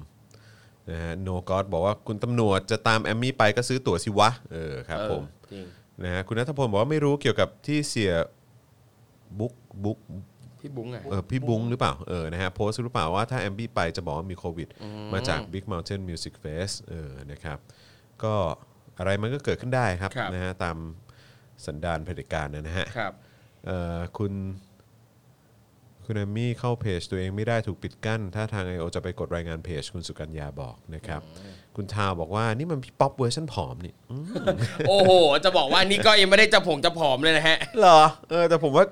Speaker 2: นะฮะโนกอบอกว่าคุณตำรวจจะตามแอมมี่ไปก็ซื้อตั๋วสิวะ เออครับผม
Speaker 3: เออจริง
Speaker 2: นะฮะคุณนัทพลบอกว่าไม่รู้เกี่ยวกับที่เสียบุ๊กบุ๊ก
Speaker 3: พี่บุ้งอ่ะ
Speaker 2: เออพี่บุ้งหรือเปล่าเออนะฮะโพสต์หรือเปล่าว่าถ้าแอมบี้ไปจะบอกว่ามีโควิด มาจาก Big Mountain Music Fest เออนะครับก็อะไรมันก็เกิดขึ้นได้ครับ
Speaker 3: ครับ
Speaker 2: นะฮะตามสันดานเผด็จการนะฮะ
Speaker 3: ครับ
Speaker 2: เอ่อคุณคุณแอมมี่เข้าเพจตัวเองไม่ได้ถูกปิดกั้น ถ้าทาง IO จะไปกดรายงานเพจ คุณสุกัญญาบอกนะครับ คุณทาวบอกว่านี่มันพี่ป๊อปเวอร์ชันผอมนี่อืม
Speaker 3: โอ้โห จะบอกว่านี่ก็ยังไม่ได้จะผงจะผอมเลยนะฮะ
Speaker 2: เหรอเออแต่ผมว่า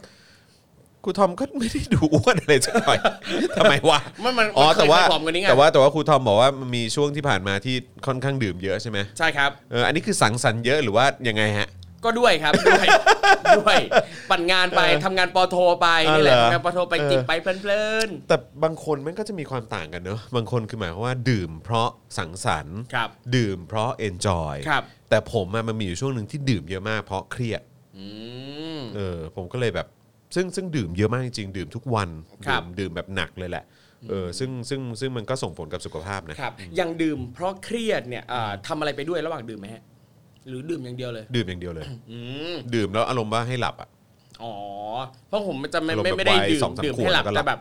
Speaker 2: ครูทอมก็ไม่ได้ดูอ้วนอะไรสักหน่อย *laughs* ทำไมวะ
Speaker 3: มันมัน
Speaker 2: อ๋อแต่ว่า
Speaker 3: เคยผอมกว่านี้ไง
Speaker 2: แต่ว่าแต่ว่าครูทอมบอกว่ามันมีช่วงที่ผ่านมาที่ค่อนข้างดื่มเยอะใช่ไหม
Speaker 3: ใช่ครับ
Speaker 2: เอออันนี้คือสังสรรค์เยอะหรือว่ายังไงฮะ
Speaker 3: ก็ด้วยครับ ด้วย *laughs* ด้วยปั่นงานไป
Speaker 2: เออ
Speaker 3: ทำงานปอโทไป
Speaker 2: อ๋อ
Speaker 3: นี่แหละ
Speaker 2: เหรอ
Speaker 3: ทำงานปอโทไป
Speaker 2: เออ
Speaker 3: จิบไปเพลิน
Speaker 2: แต่บางคนมันก็จะมีความต่างกันเนอะบางคนคือหมายความว่าดื่มเพราะสังสรรค์
Speaker 3: ๆครับ
Speaker 2: ดื่มเพราะเอนจอย
Speaker 3: ครับ
Speaker 2: แต่ผมอะมันมีอยู่ช่วงหนึ่งที่ดื่มเยอะมากเพราะเครียด
Speaker 3: อืม
Speaker 2: เออผมก็เลยแบบซึ่งซึ่งดื่มเยอะมากจริงๆดื่มทุกวัน
Speaker 3: ครั
Speaker 2: ดื่
Speaker 3: บ
Speaker 2: มดื่มแบบหนักเลยแหละเออซึ่งซึ่งซึ่งมันก็ส่งผลกับสุขภาพนะครับ
Speaker 3: อยังดื่มเพราะเครียดเนี่ยเอ่อทำอะไรไปด้วยระหว่างดื่มไหมฮะ หรือดื่มอย่างเดียวเลย
Speaker 2: ดื่มอย่างเดียวเลย
Speaker 3: อืม
Speaker 2: ดื่มแล้วอารมณ์ว่าให้หลับอะ
Speaker 3: อ๋อ เพราะผมมันจะไม่
Speaker 2: อารมณ์
Speaker 3: ไม่
Speaker 2: แบบ
Speaker 3: ไม่ได้
Speaker 2: วัย
Speaker 3: ดื่ม
Speaker 2: สองสาม
Speaker 3: ดื่ม
Speaker 2: ขวด
Speaker 3: ให้หลับ
Speaker 2: แล้วก็หลับ
Speaker 3: แต่แบบ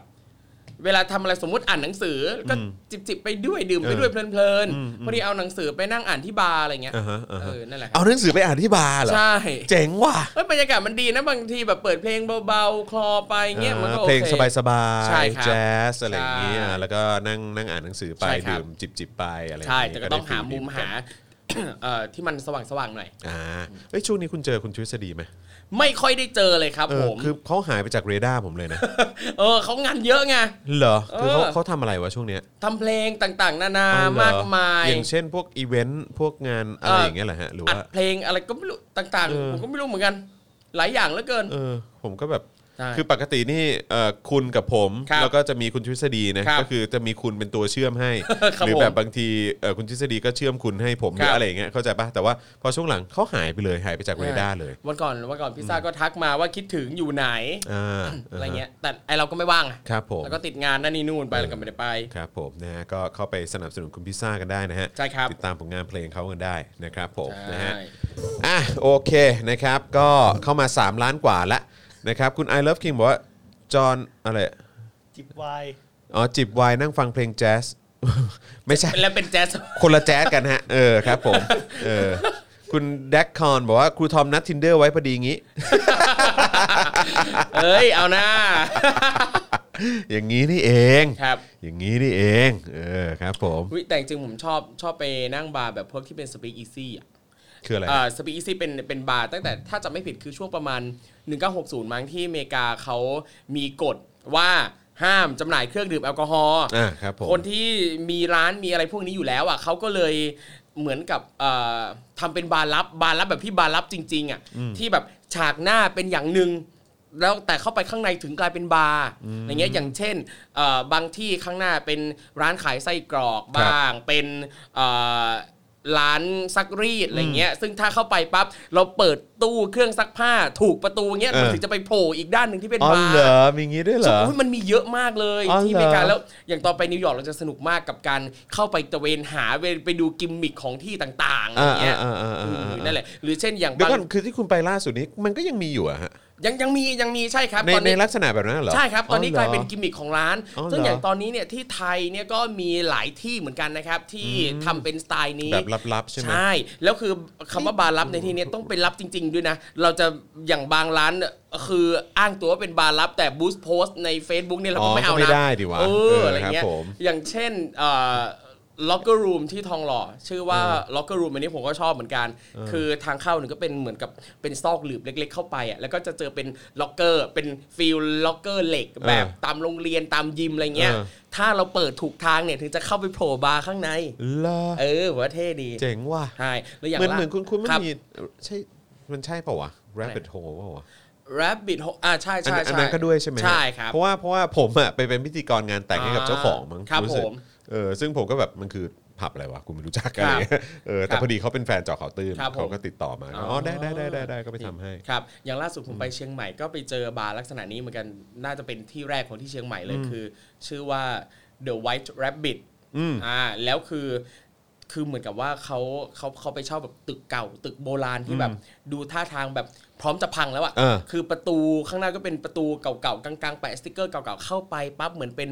Speaker 3: เวลาทำอะไรสมมติอ่านหนังสืออก็
Speaker 2: ม
Speaker 3: จิบจิบไปด้วยดื่ม
Speaker 2: เอ
Speaker 3: ไป
Speaker 2: อ
Speaker 3: ด้วยเพลิน
Speaker 2: อืมอืม
Speaker 3: ๆพอดีเอาหนังสือไปนั่งอ่านที่บาร์อะไรเงี้ย
Speaker 2: อ่าฮะอ่าฮะ
Speaker 3: เออนั่นแหละครับ
Speaker 2: เอาหนังสือไปอ่านที่บาร์เหรอ
Speaker 3: ใช่
Speaker 2: เจ๋งว่ะ
Speaker 3: เอ้ยบรรยากาศมันดีนะบางทีแบบเปิดเพลงเบาๆ คลอไปเงี้ยมันก็
Speaker 2: อ่า
Speaker 3: โอ
Speaker 2: เพ
Speaker 3: เค
Speaker 2: ลงสบาย
Speaker 3: ใช่ครั
Speaker 2: ๆ
Speaker 3: บ
Speaker 2: แจ๊สอะไรอย่างนี้
Speaker 3: ใช่
Speaker 2: อ่าแล้วก็นั่งนั่งอ่านหนังสือไป
Speaker 3: ใช่ครับ
Speaker 2: ดื่มจิบจิบๆไปอะไรย่า
Speaker 3: ใช่
Speaker 2: นี้
Speaker 3: แต่ก็ต้อง
Speaker 2: ได้
Speaker 3: หา
Speaker 2: ฟีล
Speaker 3: มุม
Speaker 2: ดี
Speaker 3: หา เอ่อที่มันสว่างๆหน่อย
Speaker 2: อ่าเอ้ยช่วงนี้คุณเจอคุณทฤษฎีไหม
Speaker 3: ไม่ค่อยได้เจอเลยครับ
Speaker 2: เอ
Speaker 3: ผ
Speaker 2: อ
Speaker 3: ม
Speaker 2: คือเขาหายไปจากเรดาร์ผมเลยนะ
Speaker 3: เออเขางานเยอะไง
Speaker 2: เหรอ คือเขา
Speaker 3: เออ
Speaker 2: เขาทำอะไรวะช่วงเนี้ย
Speaker 3: ทำเพลงต่างๆ นานา
Speaker 2: อ๋อเหรอ
Speaker 3: มากมาย
Speaker 2: อย่างเช่นพวกอีเวนต์พวกงานอะไร
Speaker 3: เออ
Speaker 2: อ
Speaker 3: อ
Speaker 2: ย่างเงี้ยเหรอฮะหรือ
Speaker 3: อัด
Speaker 2: ว่า
Speaker 3: เพลงอะไรก็ไม่รู้ต่าง
Speaker 2: เออ
Speaker 3: ๆ ผมก็ไม่รู้เหมือนกัน หลายอย่างเหลือเกิน
Speaker 2: เออผมก็แบบ
Speaker 3: ใช่
Speaker 2: คือปกตินี่เอ่อคุณกับผม
Speaker 3: ครับ
Speaker 2: แล้วก็จะมีคุณทฤษฎีนะครับ ก็คือจะมีคุณเป็นตัวเชื่อมให้
Speaker 3: ครับ
Speaker 2: หรือแบบ
Speaker 3: ผม
Speaker 2: บางทีเอ่อคุณทฤษฎีก็เชื่อมคุณให้ผมหรือ
Speaker 3: ครับ
Speaker 2: อะไรอย่างเงี้ยเข้าใจปะแต่ว่าพอช่วงหลังเขาหายไปเลยหายไปจากเรดาร์เลย
Speaker 3: วันก่อนวันก่อนพิซซ่าก็ทักมาว่าคิดถึงอยู่ไหน
Speaker 2: อ่าา
Speaker 3: อะไรเงี้ย แต่ไอเราก็ไม่ว่างอะ
Speaker 2: ครับผม
Speaker 3: แล้วก็ติดงานนั่นนี่นู่นไปแล้วก็ไม่ได้ไป
Speaker 2: ครับผมนะฮะก็เข้าไปสนับสนุนคุณพิซซ่ากันได้นะฮะ
Speaker 3: ใช่ครับ
Speaker 2: ติดตามผลงานเพลงเขากันได้นะครับผมนะ
Speaker 3: ใช่
Speaker 2: ฮะอ่ะโอเคนะครับก็เข้ามา 3 ล้านกว่าละนะครับคุณ I Love King บอกว่าจอห์นอะไร
Speaker 4: จิบไวน์
Speaker 2: อ๋อจิบไวน์นั่งฟังเพลงแจ๊ส *laughs* ไม่ใช่
Speaker 3: แล้วเป็นแจ๊ส *laughs*
Speaker 2: คนละแจ๊สกันฮะ เออครับผมเออคุณแดกคอนบอกว่าครูทอมนัดทินเดอร์ไว้พอดีงี้
Speaker 3: เอ้ย เอานะ
Speaker 2: อย่างนี้นี่เอง
Speaker 3: ครับ
Speaker 2: อย่างนี้นี่เอง เออครับผม
Speaker 3: อุ๊ยแต่จริงๆผมชอบชอบไปนั่งบาร์แบบพวกที่เป็นสปีกอีซี่อ่ะ
Speaker 2: คืออะไร
Speaker 3: เอ่อสปีกอีซี่เป็นเป็นบาร์ตั้งแต่ถ้าจะไม่ผิดคือช่วงประมาณ 1960 มั้งที่อเมริกาเขามีกฎว่าห้ามจำหน่ายเครื่องดื่มแอลกอฮอล์
Speaker 2: อ่าครับผม
Speaker 3: คนที่มีร้านมีอะไรพวกนี้อยู่แล้วอ่ะเขาก็เลยเหมือนกับเอ่อทำเป็นบาร์ลับบาร์ลับแบบที่บาร์ลับจริงๆอ่ะที่แบบฉากหน้าเป็นอย่างหนึ่งแล้วแต่เข้าไปข้างในถึงกลายเป็นบาร์อย่างเงี้ยอย่างเช่นเอ่อบางที่ข้างหน้าเป็นร้านขายไส้กรอก
Speaker 2: ครับ
Speaker 3: บ้าง เป็นเอ่อร้านซักรีดอะไรเงี้ยซึ่งถ้าเข้าไปปั๊บเราเปิดตู้เครื่องซักผ้าถูกประตูเงี้ย
Speaker 2: เออ
Speaker 3: มันถึงจะไปโผล่อีกด้านหนึ่งที่เป็
Speaker 2: อ๋อบ
Speaker 3: นาร์
Speaker 2: เหรอมีอย่างนี้ด้วยเหรอ
Speaker 3: โยมันมีเยอะมากเลย
Speaker 2: อ๋อ
Speaker 3: ที่อเมริกา
Speaker 2: เหรอ
Speaker 3: แล้วอย่างตอนไปนิวยอร์กเราจะสนุกมากกับการเข้าไปตระเวนหาไปไปดูกิมมิคของที่ต่างๆอะไร
Speaker 2: อ่า
Speaker 3: เงี้ย
Speaker 2: อ่าอ่า
Speaker 3: อื
Speaker 2: อ่าม อ่า
Speaker 3: นั่นแหละหรือเช่นอย่าง
Speaker 2: เดี๋ยว
Speaker 3: บาง
Speaker 2: ก่อนคือที่คุณไปล่าสุดนี้มันก็ยังมีอยู่อะฮะ
Speaker 3: ยังยังมียังมีใช่ครับ
Speaker 2: ใน
Speaker 3: ตอน
Speaker 2: ใน
Speaker 3: นี้
Speaker 2: ลักษณะแบบนั้นเหรอ
Speaker 3: ใช่ครับ ตอนนี้
Speaker 2: หร
Speaker 3: กลายเป็นกิมมิคของร้าน
Speaker 2: อ๋อเหรอ
Speaker 3: ซึ่งอย่างตอนนี้เนี่ยที่ไทยเนี่ยก็มีหลายที่เหมือนกันนะครับ ที่ทำเป็นสไตล์นี้
Speaker 2: แบบลับๆใช่ไหม
Speaker 3: ใช่ แล้วคือคำว่าบาร์ลับในที่นี้ต้องเป็นลับจริง ๆ ด้วยนะ เราจะอย่างบางร้านเนี่ยคืออ้างตัวว่าเป็นบาร์ลับแต่บูสต์โพสต์ใน Facebook เนี่ยเรา
Speaker 2: อ๋
Speaker 3: ก็
Speaker 2: อ
Speaker 3: ไม่เอา
Speaker 2: ก็ไม่
Speaker 3: นะ
Speaker 2: ได้ดิวะ
Speaker 3: เอ
Speaker 2: เอ
Speaker 3: อ
Speaker 2: ออ
Speaker 3: อะไรเงี้ย
Speaker 2: ครับผม
Speaker 3: อย่างเช่นล็อกเกอร์รูมที่ทองหล่อ ชื่อว่าล็อกเกอร์รูมอันนี้ผมก็ชอบเหมือนกัน คือทางเข้าหนึ่งก็เป็นเหมือนกับเป็นซอกหลืบเล็ก ๆ เข้าไปอ่ะแล้วก็จะเจอเป็นล็อกเกอร์เป็นฟิลล็อกเกอร์เหล็กแบบ
Speaker 2: เออ
Speaker 3: ตามโรงเรียนตามยิมอะไรเงี้ย
Speaker 2: เออ
Speaker 3: ถ้าเราเปิดถูกทางเนี่ยถึงจะเข้าไปโผล่บาร์ข้างใน
Speaker 2: เหรอ
Speaker 3: เออผมว่าเท่ดี
Speaker 2: เจ๋งว่ะ
Speaker 3: ใช่แล้วอย่าง
Speaker 2: เหมือน
Speaker 3: ล่า
Speaker 2: เหมือนคุณคุณไม่
Speaker 3: รับ
Speaker 2: มีใช่มันใช่เปล่าวะ rabbit hole เปล่าวะ
Speaker 3: rabbit hole อ่าใช่
Speaker 2: อัน
Speaker 3: ใช่
Speaker 2: อัน
Speaker 3: ใช่
Speaker 2: นั้นก็ด้วยใช่ไหม
Speaker 3: ใช่ครับ
Speaker 2: เพราะว่าเพราะว่าผมอะไปเป็นพิธีกรงานแต่งให้กับเจ้าของมั้ง
Speaker 3: ครับ
Speaker 2: สึก
Speaker 3: ผม
Speaker 2: เออซึ่งผมก็แบบมันคือผับอะไรวะกูไม่รู้จักกัน
Speaker 3: ครับ
Speaker 2: เลยเออแต่
Speaker 3: ครับ
Speaker 2: พอดีเขาเป็นแฟนเจอเขาวตื้น
Speaker 3: ครับผม
Speaker 2: เขาก็ติดต่อมา
Speaker 3: อ๋ออ๋
Speaker 2: อ๋อได้ได้ไดได้ได้ก็ไปทำให้
Speaker 3: ครับ อย่างล่าสุดผมไปเชียงใหม่ก็ไปเจอบาร์ลักษณะนี้เหมือนกันน่าจะเป็นที่แรกของที่เชียงใหม่เลยคือ ชื่อว่า the white rabbit
Speaker 2: อืม
Speaker 3: อ่าแล้วคือคือเหมือนกับว่าเขาเขาเขาไปเช่าแบบตึกเก่า ตึกโบราณที่แบบดูท่าทางแบบพร้อมจะพังแล้ว
Speaker 2: เออ
Speaker 3: อะ่ะคือประตูข้างหน้าก็เป็นประตูเก่าๆกลางๆแปะสติกเกอร์เก่าๆเข้าไปปั๊บเหมือนเป็น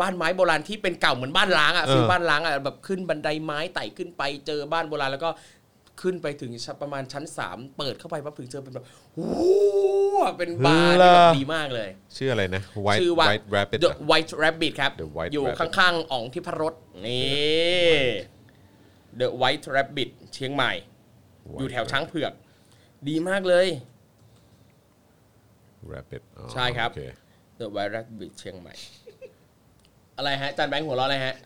Speaker 3: บ้านไม้โบราณที่เป็นเก่าเหมือนบ้านร้างอะ่ะ
Speaker 2: เออ
Speaker 3: ฟีลบ้านร้างอะ่ะแบบขึ้นบันไดไม้ไต่ขึ้นไปเจอบ้านโบราณแล้วก็ขึ้นไปถึงชั้นประมาณชั้นสามเปิดเข้าไปปั๊บถึงเจอเป็นแบบวู้เป็นบาร์ที่แบบดีมากเลย
Speaker 2: ชื่ออะไรนะ white
Speaker 3: ชื่อว่า
Speaker 2: white rabbit
Speaker 3: The
Speaker 2: อะ
Speaker 3: White Rabbit ครับ
Speaker 2: The White
Speaker 3: อยู่
Speaker 2: Rabbit
Speaker 3: ข้างๆ อ่องที่พรสนี่ The White Rabbit เชียงใหม่ อยู่แถวช้างเผือก ดีมากเลย
Speaker 2: rabbit อ๋อ
Speaker 3: ใช่ครับ
Speaker 2: โอเ
Speaker 3: The White Rabbit เชียงใหม่ อะไรฮะอาจานแบงค์หัวเราะอะไรฮะ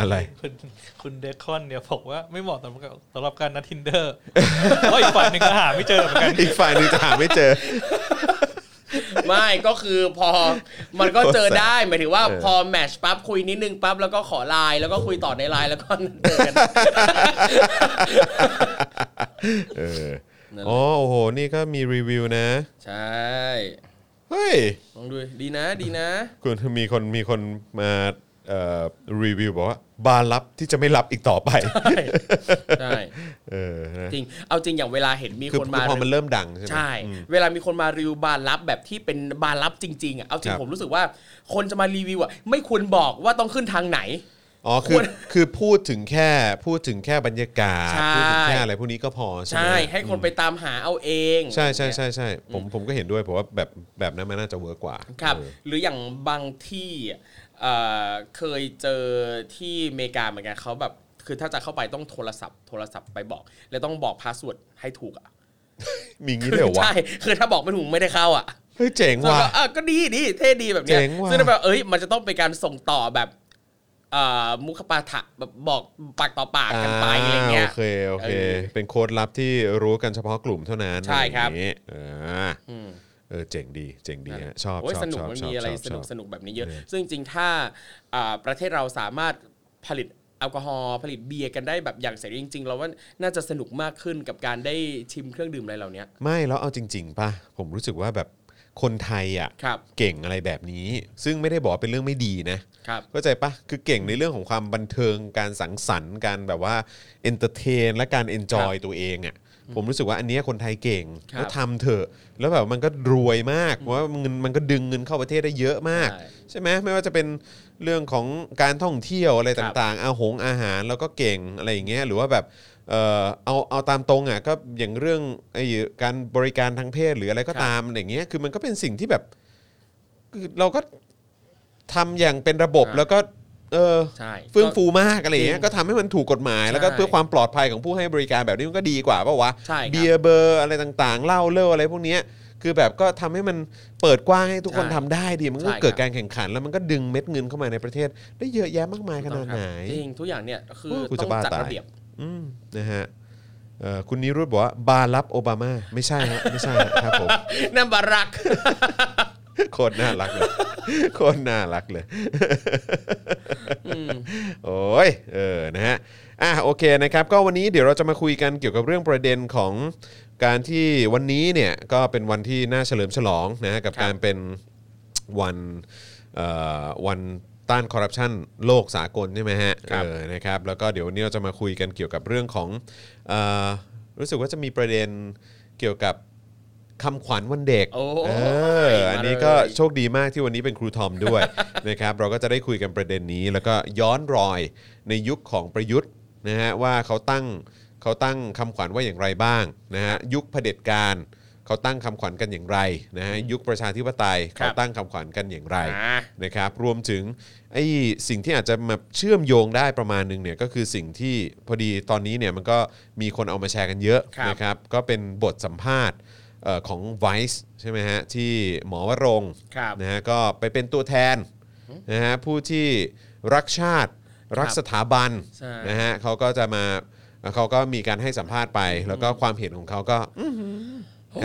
Speaker 2: อะไร *laughs*
Speaker 4: คุณคุณเดคอนเนี่ยบอกว่าไม่เหมาะสำหรับสำหรับการนัดทินเดอร์ *laughs* เพราะอีกฝ่ายหนึ่งก็หาไม่เจอเหมือนกัน
Speaker 2: อีกฝ่ายหนึงจะหาไม่เจอ
Speaker 3: ไม่ก็คือพอมันก็เจอได้หมายถึงว่า
Speaker 2: เออ
Speaker 3: พอแมทชปั๊บคุยนิดนึงปั๊บแล้วก็ขอไลน์แล้วก็คุยต่อในไลน์แล้ว
Speaker 2: *laughs*
Speaker 3: ก็นัดเจอกัน
Speaker 2: เออ
Speaker 3: นั่นแหละ
Speaker 2: อ๋อโอ้โห นี่ก็มีรีวิวนะ
Speaker 3: ใช่
Speaker 2: เฮ้ย
Speaker 3: ลองดูดีนะ ดีนะ
Speaker 2: *laughs* คุณมีคนมีคนมาเอ่อรีวิวบอกว่า บาร์ลับที่จะไม่รับอีกต่อไป
Speaker 3: ใช่
Speaker 2: เออนะ
Speaker 3: จริง เอาจริงอย่างเวลาเห็นมี
Speaker 2: คือ
Speaker 3: คน
Speaker 2: คือ
Speaker 3: มา
Speaker 2: พอมันเริ่มดังใช่ไหม
Speaker 3: ใช่ เวลามีคนมารีวิวบาร์ลับแบบที่เป็นบาร์ลับจริงๆอ่ะ เอาจริ
Speaker 2: ค
Speaker 3: ง
Speaker 2: รับ
Speaker 3: ผมรู้สึกว่าคนจะมารีวิวอ่ะไม่ควรบอกว่าต้องขึ้นทางไหน
Speaker 2: อ๋อคือ
Speaker 3: ควร
Speaker 2: คือพูดถึงแค่พูดถึงแค่บรรยากาศ
Speaker 3: ใช่
Speaker 2: พูดถึงแค่อะไรพวกนี้ก็พอใช่ไหม
Speaker 3: ใช่ ให้คนไปตามหาเอาเอง
Speaker 2: ใช่ใช่ใช่ใช่ผมผมก็เห็นด้วยผมว่าแบบแบบนั้นมันน่าจะเวิร์กกว่า
Speaker 3: ครับ
Speaker 2: เออ
Speaker 3: หรืออย่างบางที่เอ่อเคยเจอที่อเมริกาเหมือนกันเขาแบบ คือถ้าจะเข้าไปต้องโทรศัพท์ โทรศัพท์ไปบอก แล้วต้องบอกพาสเวิร์ดให้ถูกอ่ะ
Speaker 2: มีงี้ด้วยเหรอวะ
Speaker 3: ใช่คือถ้าบอกไม่ถูกไม่ได้เข้าอ่ะ
Speaker 2: เฮ้ยเจ๋ง
Speaker 3: แล้ว
Speaker 2: ว่ะ
Speaker 3: ก็อ่ะก็ดีดีเท่ดีแบบเนี้ย
Speaker 2: เจ๋งว่ะ
Speaker 3: ซึ่งแบบเอ้ยมันจะต้องเป็นการส่งต่อแบบเอ่อมุขปาฐะแบบบอกปากต่อปากกันไปอะไรเงี้ย
Speaker 2: โอเคโอเค
Speaker 3: เออ
Speaker 2: เป็นโค้ดลับที่รู้กันเฉพาะกลุ่มเท่านั้น
Speaker 3: ใช่ครับ
Speaker 2: อะไอย่างงี้เออ
Speaker 3: อืม
Speaker 2: เออเจ๋งดีเจ๋งดีฮะชอบ
Speaker 3: โอ้ย
Speaker 2: ชอบ
Speaker 3: สนุก
Speaker 2: ชอบ
Speaker 3: มัน
Speaker 2: ชอบ
Speaker 3: มีอะไร
Speaker 2: ชอบ
Speaker 3: สนุก
Speaker 2: ช
Speaker 3: ส
Speaker 2: อบ
Speaker 3: นุกแบบนี้เยอะ
Speaker 2: เออ
Speaker 3: ซึ่งจริงๆถ้าอ่าประเทศเราสามารถผลิตแอลกอฮอล์ผลิตเบียร์กันได้แบบอย่างเสรีจริงๆเราว่าน่าจะสนุกมากขึ้นกับการได้ชิมเครื่องดื่มอะไรเหล่านี้
Speaker 2: ไม่แล้วเอาจริง ๆป่ะผมรู้สึกว่าแบบคนไทยอ่ะ
Speaker 3: ครับ
Speaker 2: เก่งอะไรแบบนี้ ซึ่งไม่ได้บอกว่าเป็นเรื่องไม่ดีนะ
Speaker 3: ครับ
Speaker 2: เข้าใจปะคือเก่งในเรื่องของความบันเทิงการสังสรรค์การแบบว่าเอนเตอร์เทนและการเอนจอยตัวเองอะ่ะผมรู้สึกว่าอันเนี้ยคนไทยเก่ง
Speaker 3: ครับ
Speaker 2: แล้วทำเถอะ แล้วแบบมันก็รวยมากเพราะว่าเงินมันก็ดึงเงินเข้าประเทศได้เยอะมาก
Speaker 3: ใช่
Speaker 2: ใช่ไหมไม่ว่าจะเป็นเรื่องของการท่องเที่ยวอะไร
Speaker 3: ครับ
Speaker 2: ต่างๆ อาหงอาหารแล้วก็เก่งอะไรอย่างเงี้ยหรือว่าแบบเออเอาเอาตามตรงอ่ะก็อย่างเรื่องไอ้การบริการทางเพศหรืออะไรก็
Speaker 3: ครับ
Speaker 2: ตามอย่างเงี้ยคือมันก็เป็นสิ่งที่แบบคือเราก็ ทำอย่างเป็นระบบ
Speaker 3: อ่า
Speaker 2: แล้วก็เออ
Speaker 3: ใช่
Speaker 2: เฟื่องฟูมากอะไรอย่างเงี้ย
Speaker 3: จริง
Speaker 2: ก็ทำให้มันถูกกฎหมาย แล้วก็
Speaker 3: ใช่
Speaker 2: เพื่อความปลอดภัยของผู้ให้บริการแบบนี้มันก็ดีกว่าป่าวะ
Speaker 3: ใช่ครับ
Speaker 2: เบียร์เบอร์อะไรต่างๆเหล้าเล่าอะไรพวกเนี้ยคือแบบก็ทำให้มันเปิดกว้างให้ทุกคน
Speaker 3: ใช่
Speaker 2: ทำได้ดีมันก็
Speaker 3: ใช่ครับ
Speaker 2: เกิดการแข่งขัน แล้วมันก็ดึงเม็ดเงินเข้ามาในประเทศ ได้เยอะแยะมากมายข
Speaker 3: ถูกต้
Speaker 2: นา
Speaker 3: อ
Speaker 2: ด
Speaker 3: งครับ
Speaker 2: ไหน
Speaker 3: จริงทุกอย่างเนี่ยคือ
Speaker 2: โอ้ยกู
Speaker 3: ต้
Speaker 2: จะ
Speaker 3: อง
Speaker 2: บ้า
Speaker 3: จัด
Speaker 2: ตาย
Speaker 3: ระเบียบ *laughs*
Speaker 2: อืมนะฮะเอ่อคุณนิรุธบอกว่าบาร์รับโอบามาไม่ใช่ฮะไม่ใช่ฮะครับผม
Speaker 3: นั่นบารัก
Speaker 2: โคตรน่ารักเลย *laughs* โคตรน่ารักเลย โอ้ย เออ นะฮะ อ่ะ โอเคนะครับ ก็วันนี้เดี๋ยวเราจะมาคุยกันเกี่ยวกับเรื่องประเด็นของการที่วันนี้เนี่ย ก็เป็นวันที่น่าเฉลิมฉลองนะฮะกับ
Speaker 3: ครับ
Speaker 2: การเป็นวันเอ่อวันต้านคอร์รัปชันโลกสากลใช่ไหมฮะ
Speaker 3: ครับ
Speaker 2: เออ นะครับ แล้วก็เดี๋ยววันนี้เราจะมาคุยกันเกี่ยวกับเรื่องของเออรู้สึกว่าจะมีประเด็นเกี่ยวกับคำขวัญวันเด็ก
Speaker 3: โอ้ย
Speaker 2: เอออันนี้ก็
Speaker 3: มาเลย
Speaker 2: โชคดีมากที่วันนี้เป็นครูทอมด้วย *laughs* นะครับ เราก็จะได้คุยกันประเด็นนี้ แล้วก็ย้อนรอยในยุคของประยุทธ์นะฮะว่าเขาตั้งเขาตั้งคำขวัญว่าอย่างไรบ้างนะฮะยุคเผด็จการเขาตั้งคำขวัญกันอย่างไรนะฮะยุคประชาธิปไตย
Speaker 3: ครับ
Speaker 2: เขาตั้งคำขวัญกันอย่างไร
Speaker 3: อ่า
Speaker 2: นะครับรวมถึงไอ้สิ่งที่อาจจะมาเชื่อมโยงได้ประมาณหนึงเนี่ยก็คือสิ่งที่พอดีตอนนี้เนี่ยมันก็มีคนเอามาแชร์กันเยอะ
Speaker 3: ครับ
Speaker 2: นะครับก็เป็นบทสัมภาษณ์เอ่อของ Vice ใช่ไหมฮะที่หมอวรงค์
Speaker 3: ครับ
Speaker 2: นะฮะก็ไปเป็นตัวแทนนะฮะผู้ที่รักชาติรักสถาบัน
Speaker 3: ใช่
Speaker 2: นะฮะเขาก็จะมาเขาก็มีการให้สัมภาษณ์ไป แล้วก็ความเห็นของเขาก็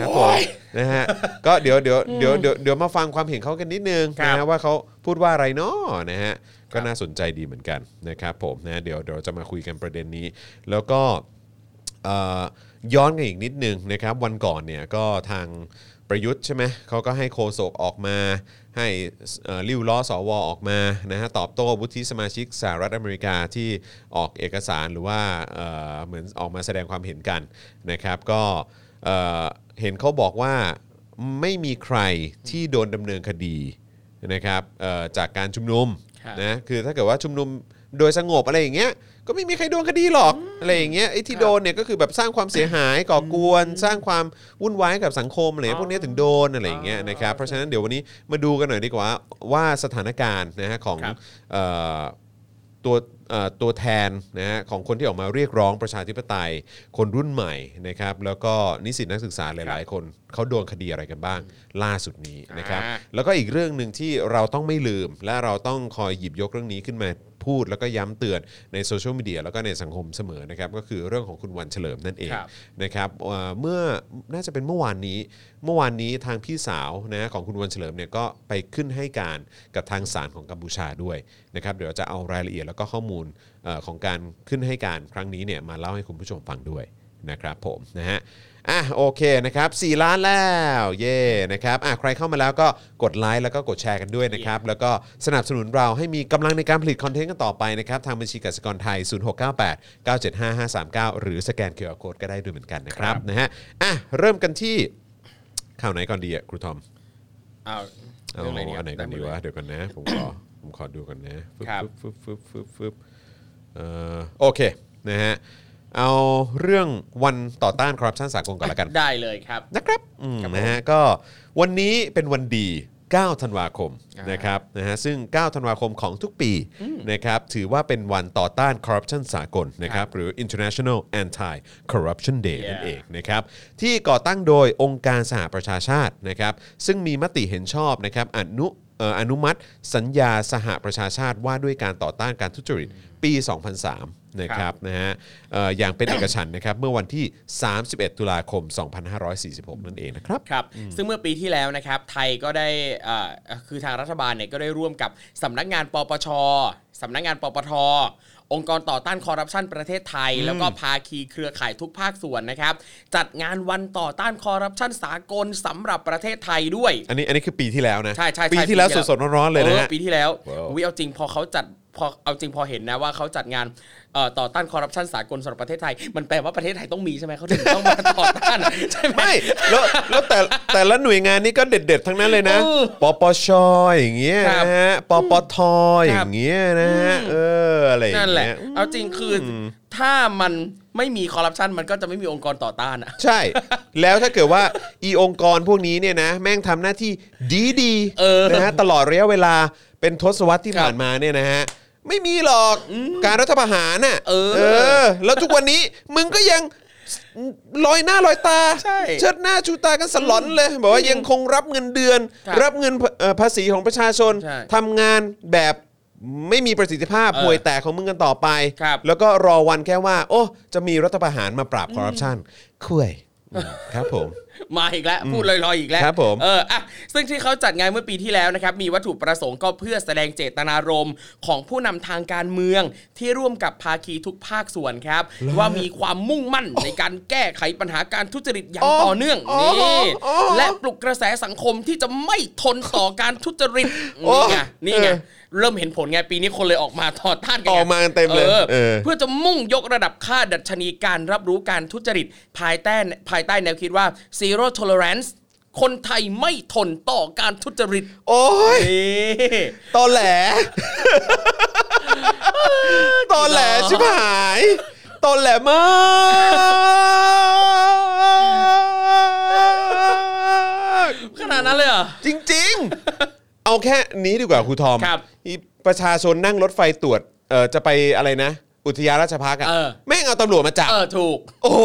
Speaker 2: ครับผมนะฮะ ก็เดี๋ยวเดี๋ยวเดี๋ยวเดี๋ยวเดี๋ยวมาฟังความเห็นเขากันนิดนึง
Speaker 3: ครับ
Speaker 2: นะฮะว่าเขาพูดว่าอะไรเนาะนะฮะก็น่าสนใจดีเหมือนกันนะครับผมนะเดี๋ยวเดี๋ยวจะมาคุยกันประเด็นนี้ แล้วก็เอ่อย้อนกันอีกนิดนึงนะครับ วันก่อนเนี่ยก็ทางประยุทธ์ใช่ไหมเขาก็ให้โคศกออกมา ให้เอ่อริ้วล้อสวออกมานะฮะตอบโต้วุฒิสมาชิกสหรัฐอเมริกาที่ออกเอกสารหรือว่าเอ่อเหมือนออกมาแสดงความเห็นกันนะครับก็ เอ่อเห็นเขาบอกว่าไม่มีใครที่โดนดำเนินคดีนะครับเอ่อจากการชุมนุม
Speaker 3: ครับ
Speaker 2: นะคือถ้าเกิดว่าชุมนุมโดยสงบอะไรอย่างเงี้ยก็ไม่มีใครโดนคดีหรอกอะไรอย่างเงี้ยไอ้ที่โดนเนี่ยก็คือแบบสร้างความเสียหายก่อกวน สร้างความวุ่นวายให้กับสังคมอะไรพวกเนี้ยถึงโดนอะไรอย่างเงี้ยนะครับเพราะฉะนั้นเดี๋ยววันนี้มาดูกันหน่อยดีกว่าว่าสถานการณ์นะฮะของ
Speaker 3: ครับ
Speaker 2: เอ่อ ตัวเอ่อตัวแทนนะฮะของคนที่ออกมาเรียกร้องประชาธิปไตย คนรุ่นใหม่นะครับแล้วก็นิสิตนักศึกษาหลาย ๆ คนเขาโดนคดีอะไรกันบ้างล่าสุดนี้นะครับ
Speaker 3: อ่า
Speaker 2: แล้วก็อีกเรื่องหนึ่งที่เราต้องไม่ลืม และเราต้องคอยหยิบยกเรื่องนี้ขึ้นมาพูด แล้วก็ย้ำเตือนในโซเชียลมีเดียแล้วก็ในสังคมเสมอนะครับก็คือเรื่องของคุณวันเฉลิมนั่นเอง
Speaker 3: ครับ
Speaker 2: นะครับเอ่อเมื่อน่าจะเป็นเมื่อวานนี้ เมื่อวานนี้ทางพี่สาวนะของคุณวันเฉลิมเนี่ยก็ไปขึ้นให้การกับทางศาลของกัมพูชาด้วยนะครับเดี๋ยวจะเอารายละเอียดแล้วก็ข้อมูลเอ่อของการขึ้นให้การครั้งนี้เนี่ยมาเล่าให้คุณผู้ชมฟังด้วยนะครับผมนะฮะอ่ะโอเคนะครับ4ล้านแล้วเย่นะครับอ่ะใครเข้ามาแล้วก็กดไลค์แล้วก็กดแชร์กันด้วยนะครับแล้วก็สนับสนุนเราให้มีกำลังในการผลิตคอนเทนต์กันต่อไปนะครับทางบัญชีกสิกรไทย 0698 975539 หรือสแกนเคอร์โคดก็ได้ด้วยเหมือนกันนะครับนะฮะอ่ะเริ่มกันที่ข่าวไหนก่อนดีอ่ะครูทอม
Speaker 3: เอา
Speaker 2: เอา
Speaker 3: เรื่องอะไรเนี่ย
Speaker 2: อันไหนก่อนดีวะ
Speaker 3: ไหมดเลย
Speaker 2: เดี๋ยวก่อนนะ ผมขอ ผมขอดูก่อนนะฟึบ
Speaker 3: ครับ
Speaker 2: ฟึบฟึบฟึบฟึบเอ่อโอเคนะฮะเอาเรื่องวันต่อต้านคอร์รัปชันสากลก่อนละกัน
Speaker 3: ได้เลยครับ
Speaker 2: นะครับอืม
Speaker 3: ครับผม
Speaker 2: นะฮะก็วันนี้เป็นวันดี 9 ธันวาคมนะครับนะฮะซึ่ง 9 ธันวาคมของทุกปีนะครับถือว่าเป็นวันต่อต้านคอร์รัปชันสากลนะครับหรือ International Anti Corruption Day นั่นเองนะครับที่ก่อตั้งโดยองค์การสหประชาชาตินะครับซึ่งมีมติเห็นชอบนะครับอนุเอ่ออนุมัติสัญญาสหประชาชาติว่าด้วยการต่อต้านการทุจริตปี 2003นะครับนะฮะเอ่ออย่างเป็นเอกฉันท์นะครับเมื่อวันที่ 31 ตุลาคม 2546 นั่นเองนะครับ
Speaker 3: ครับ ซึ่งเมื่อปีที่แล้วนะครับ ไทยก็ได้เอ่อคือทางรัฐบาลเนี่ยก็ได้ร่วมกับสำนักงานปปชสำนักงานปปท องค์กรต่อต้านคอร์รัปชันประเทศไทย แล้วก็ภาคีเครือข่ายทุกภาคส่วนนะครับ จัดงานวันต่อต้านคอร์รัปชันสากลสำหรับประเทศไทยด้วย
Speaker 2: อันนี้อันนี้คือปีที่แล้วนะ
Speaker 3: ใช่ใช่ใช่
Speaker 2: ปีที่แล้ว
Speaker 3: ปีที่
Speaker 2: ส
Speaker 3: แล้ว
Speaker 2: ดๆร้อนๆเลยนะฮะ
Speaker 3: ออปีที่แล้ว
Speaker 2: ว้าว
Speaker 3: วิเอาจริงพอเขาจัดพอเอาจริงพอเห็นนะว่าเขาจัดงานเอ่อต่อต้านคอร์รัปชันสากลสำหรับประเทศไทย มันแปลว่าประเทศไทยต้องมีใช่ไหมเขาถึงต้องมาต่อต้าน *laughs* ใช่ไหม
Speaker 2: ไม่แล้วแล้วแต่แต่ละหน่วยงานนี่ก็เด็ด ๆ ทั้งนั้นเลยนะ
Speaker 3: เออ
Speaker 2: ปปชอย่างเงี้ย
Speaker 3: ครับ
Speaker 2: นะฮะปปทอ
Speaker 3: ครับ
Speaker 2: ย่างเงี้ยนะฮะเอออะไรอย่าง
Speaker 3: นั่นแหละ
Speaker 2: เงี้ย
Speaker 3: เอาจริงคืออถ้ามันไม่มีคอร์รัปชันมันก็จะไม่มีองค์กรต่อต้านอ่ะ *laughs*
Speaker 2: ใช่ แล้วถ้าเกิดว่าอีองค์กรพวกนี้เนี่ยนะ แม่งทำหน้าที่ดีดีๆ
Speaker 3: เออ
Speaker 2: นะฮะตลอดระยะเวลาเป็นทศวรรษที่
Speaker 3: ครับ
Speaker 2: ผ่านมาเนี่ยนะฮะไม่มีหรอกการรัฐประหารน่ะ
Speaker 3: เออ
Speaker 2: อแล้วทุกวันนี้มึงก็ยังลอยหน้าลอยตา
Speaker 3: ใช่
Speaker 2: เชิดหน้าชูตากันสลอนเลยบอกว่ายังคงรับเงินเดือน
Speaker 3: ครับ
Speaker 2: รับเงินเอ่อภาษีของประชาชน
Speaker 3: ใช่
Speaker 2: ทำงานแบบไม่มีประสิทธิภาพ
Speaker 3: เออ
Speaker 2: ห่วยแตกของมึงกันต่อไป
Speaker 3: ครับ
Speaker 2: แล้วก็รอวันแค่ว่า โอ้ จะมีรัฐประหารมาปราบคอร์รัปชันคุ
Speaker 3: *laughs*
Speaker 2: ยอืมครับผม
Speaker 3: มาอีกแล้ว พูดลอยๆอีกแล้ว
Speaker 2: ครับผม
Speaker 3: เอออ่ะซึ่งที่เขาจัดงานเมื่อปีที่แล้วนะครับ มีวัตถุประสงค์ก็เพื่อแสดงเจตนารมณ์ของผู้นำทางการเมืองที่ร่วมกับภาคีทุกภาคส่วนครับ ว่ามีความมุ่งมั่นในการแก้ไขปัญหาการทุจริตอย่าง
Speaker 2: อ๋อ
Speaker 3: ต่อเนื่อง
Speaker 2: อ๋อ
Speaker 3: นี่
Speaker 2: อ๋อ
Speaker 3: และปลุกกระแสสังคมที่จะไม่ทนต่อการทุจริต
Speaker 2: โอ้
Speaker 3: นี่ไงนี่ไง
Speaker 2: เออ
Speaker 3: เริ่มเห็นผลไงปีนี้คนเลยออกมาต่อต้านกันไง
Speaker 2: ออกมากันเต็มเลย
Speaker 3: ออ
Speaker 2: เออ
Speaker 3: เพื่อจะมุ่งยกระดับค่าดัชนีการรับรู้การทุจริตภายใต้ภายใต้แนวคิดว่า zero tolerance คนไทยไม่ทนต่อการทุจริต
Speaker 2: โอ้ย
Speaker 3: นี่
Speaker 2: ตอแหล *laughs* ตอแหลชิบหายตอแหลมาก
Speaker 3: ขนาดนั้นเลยเหรอ
Speaker 2: จริงๆ เอาแค่นี้ดีกว่าครูทอม
Speaker 3: ครับ
Speaker 2: อีประชาชนนั่งรถไฟตรวจเออจะไปอะไรนะ อุทยานราชพักษ์อ่ะ
Speaker 3: เออ
Speaker 2: แม่งเอาตำรวจมาจับ
Speaker 3: เออ ถูก
Speaker 2: โอ้โห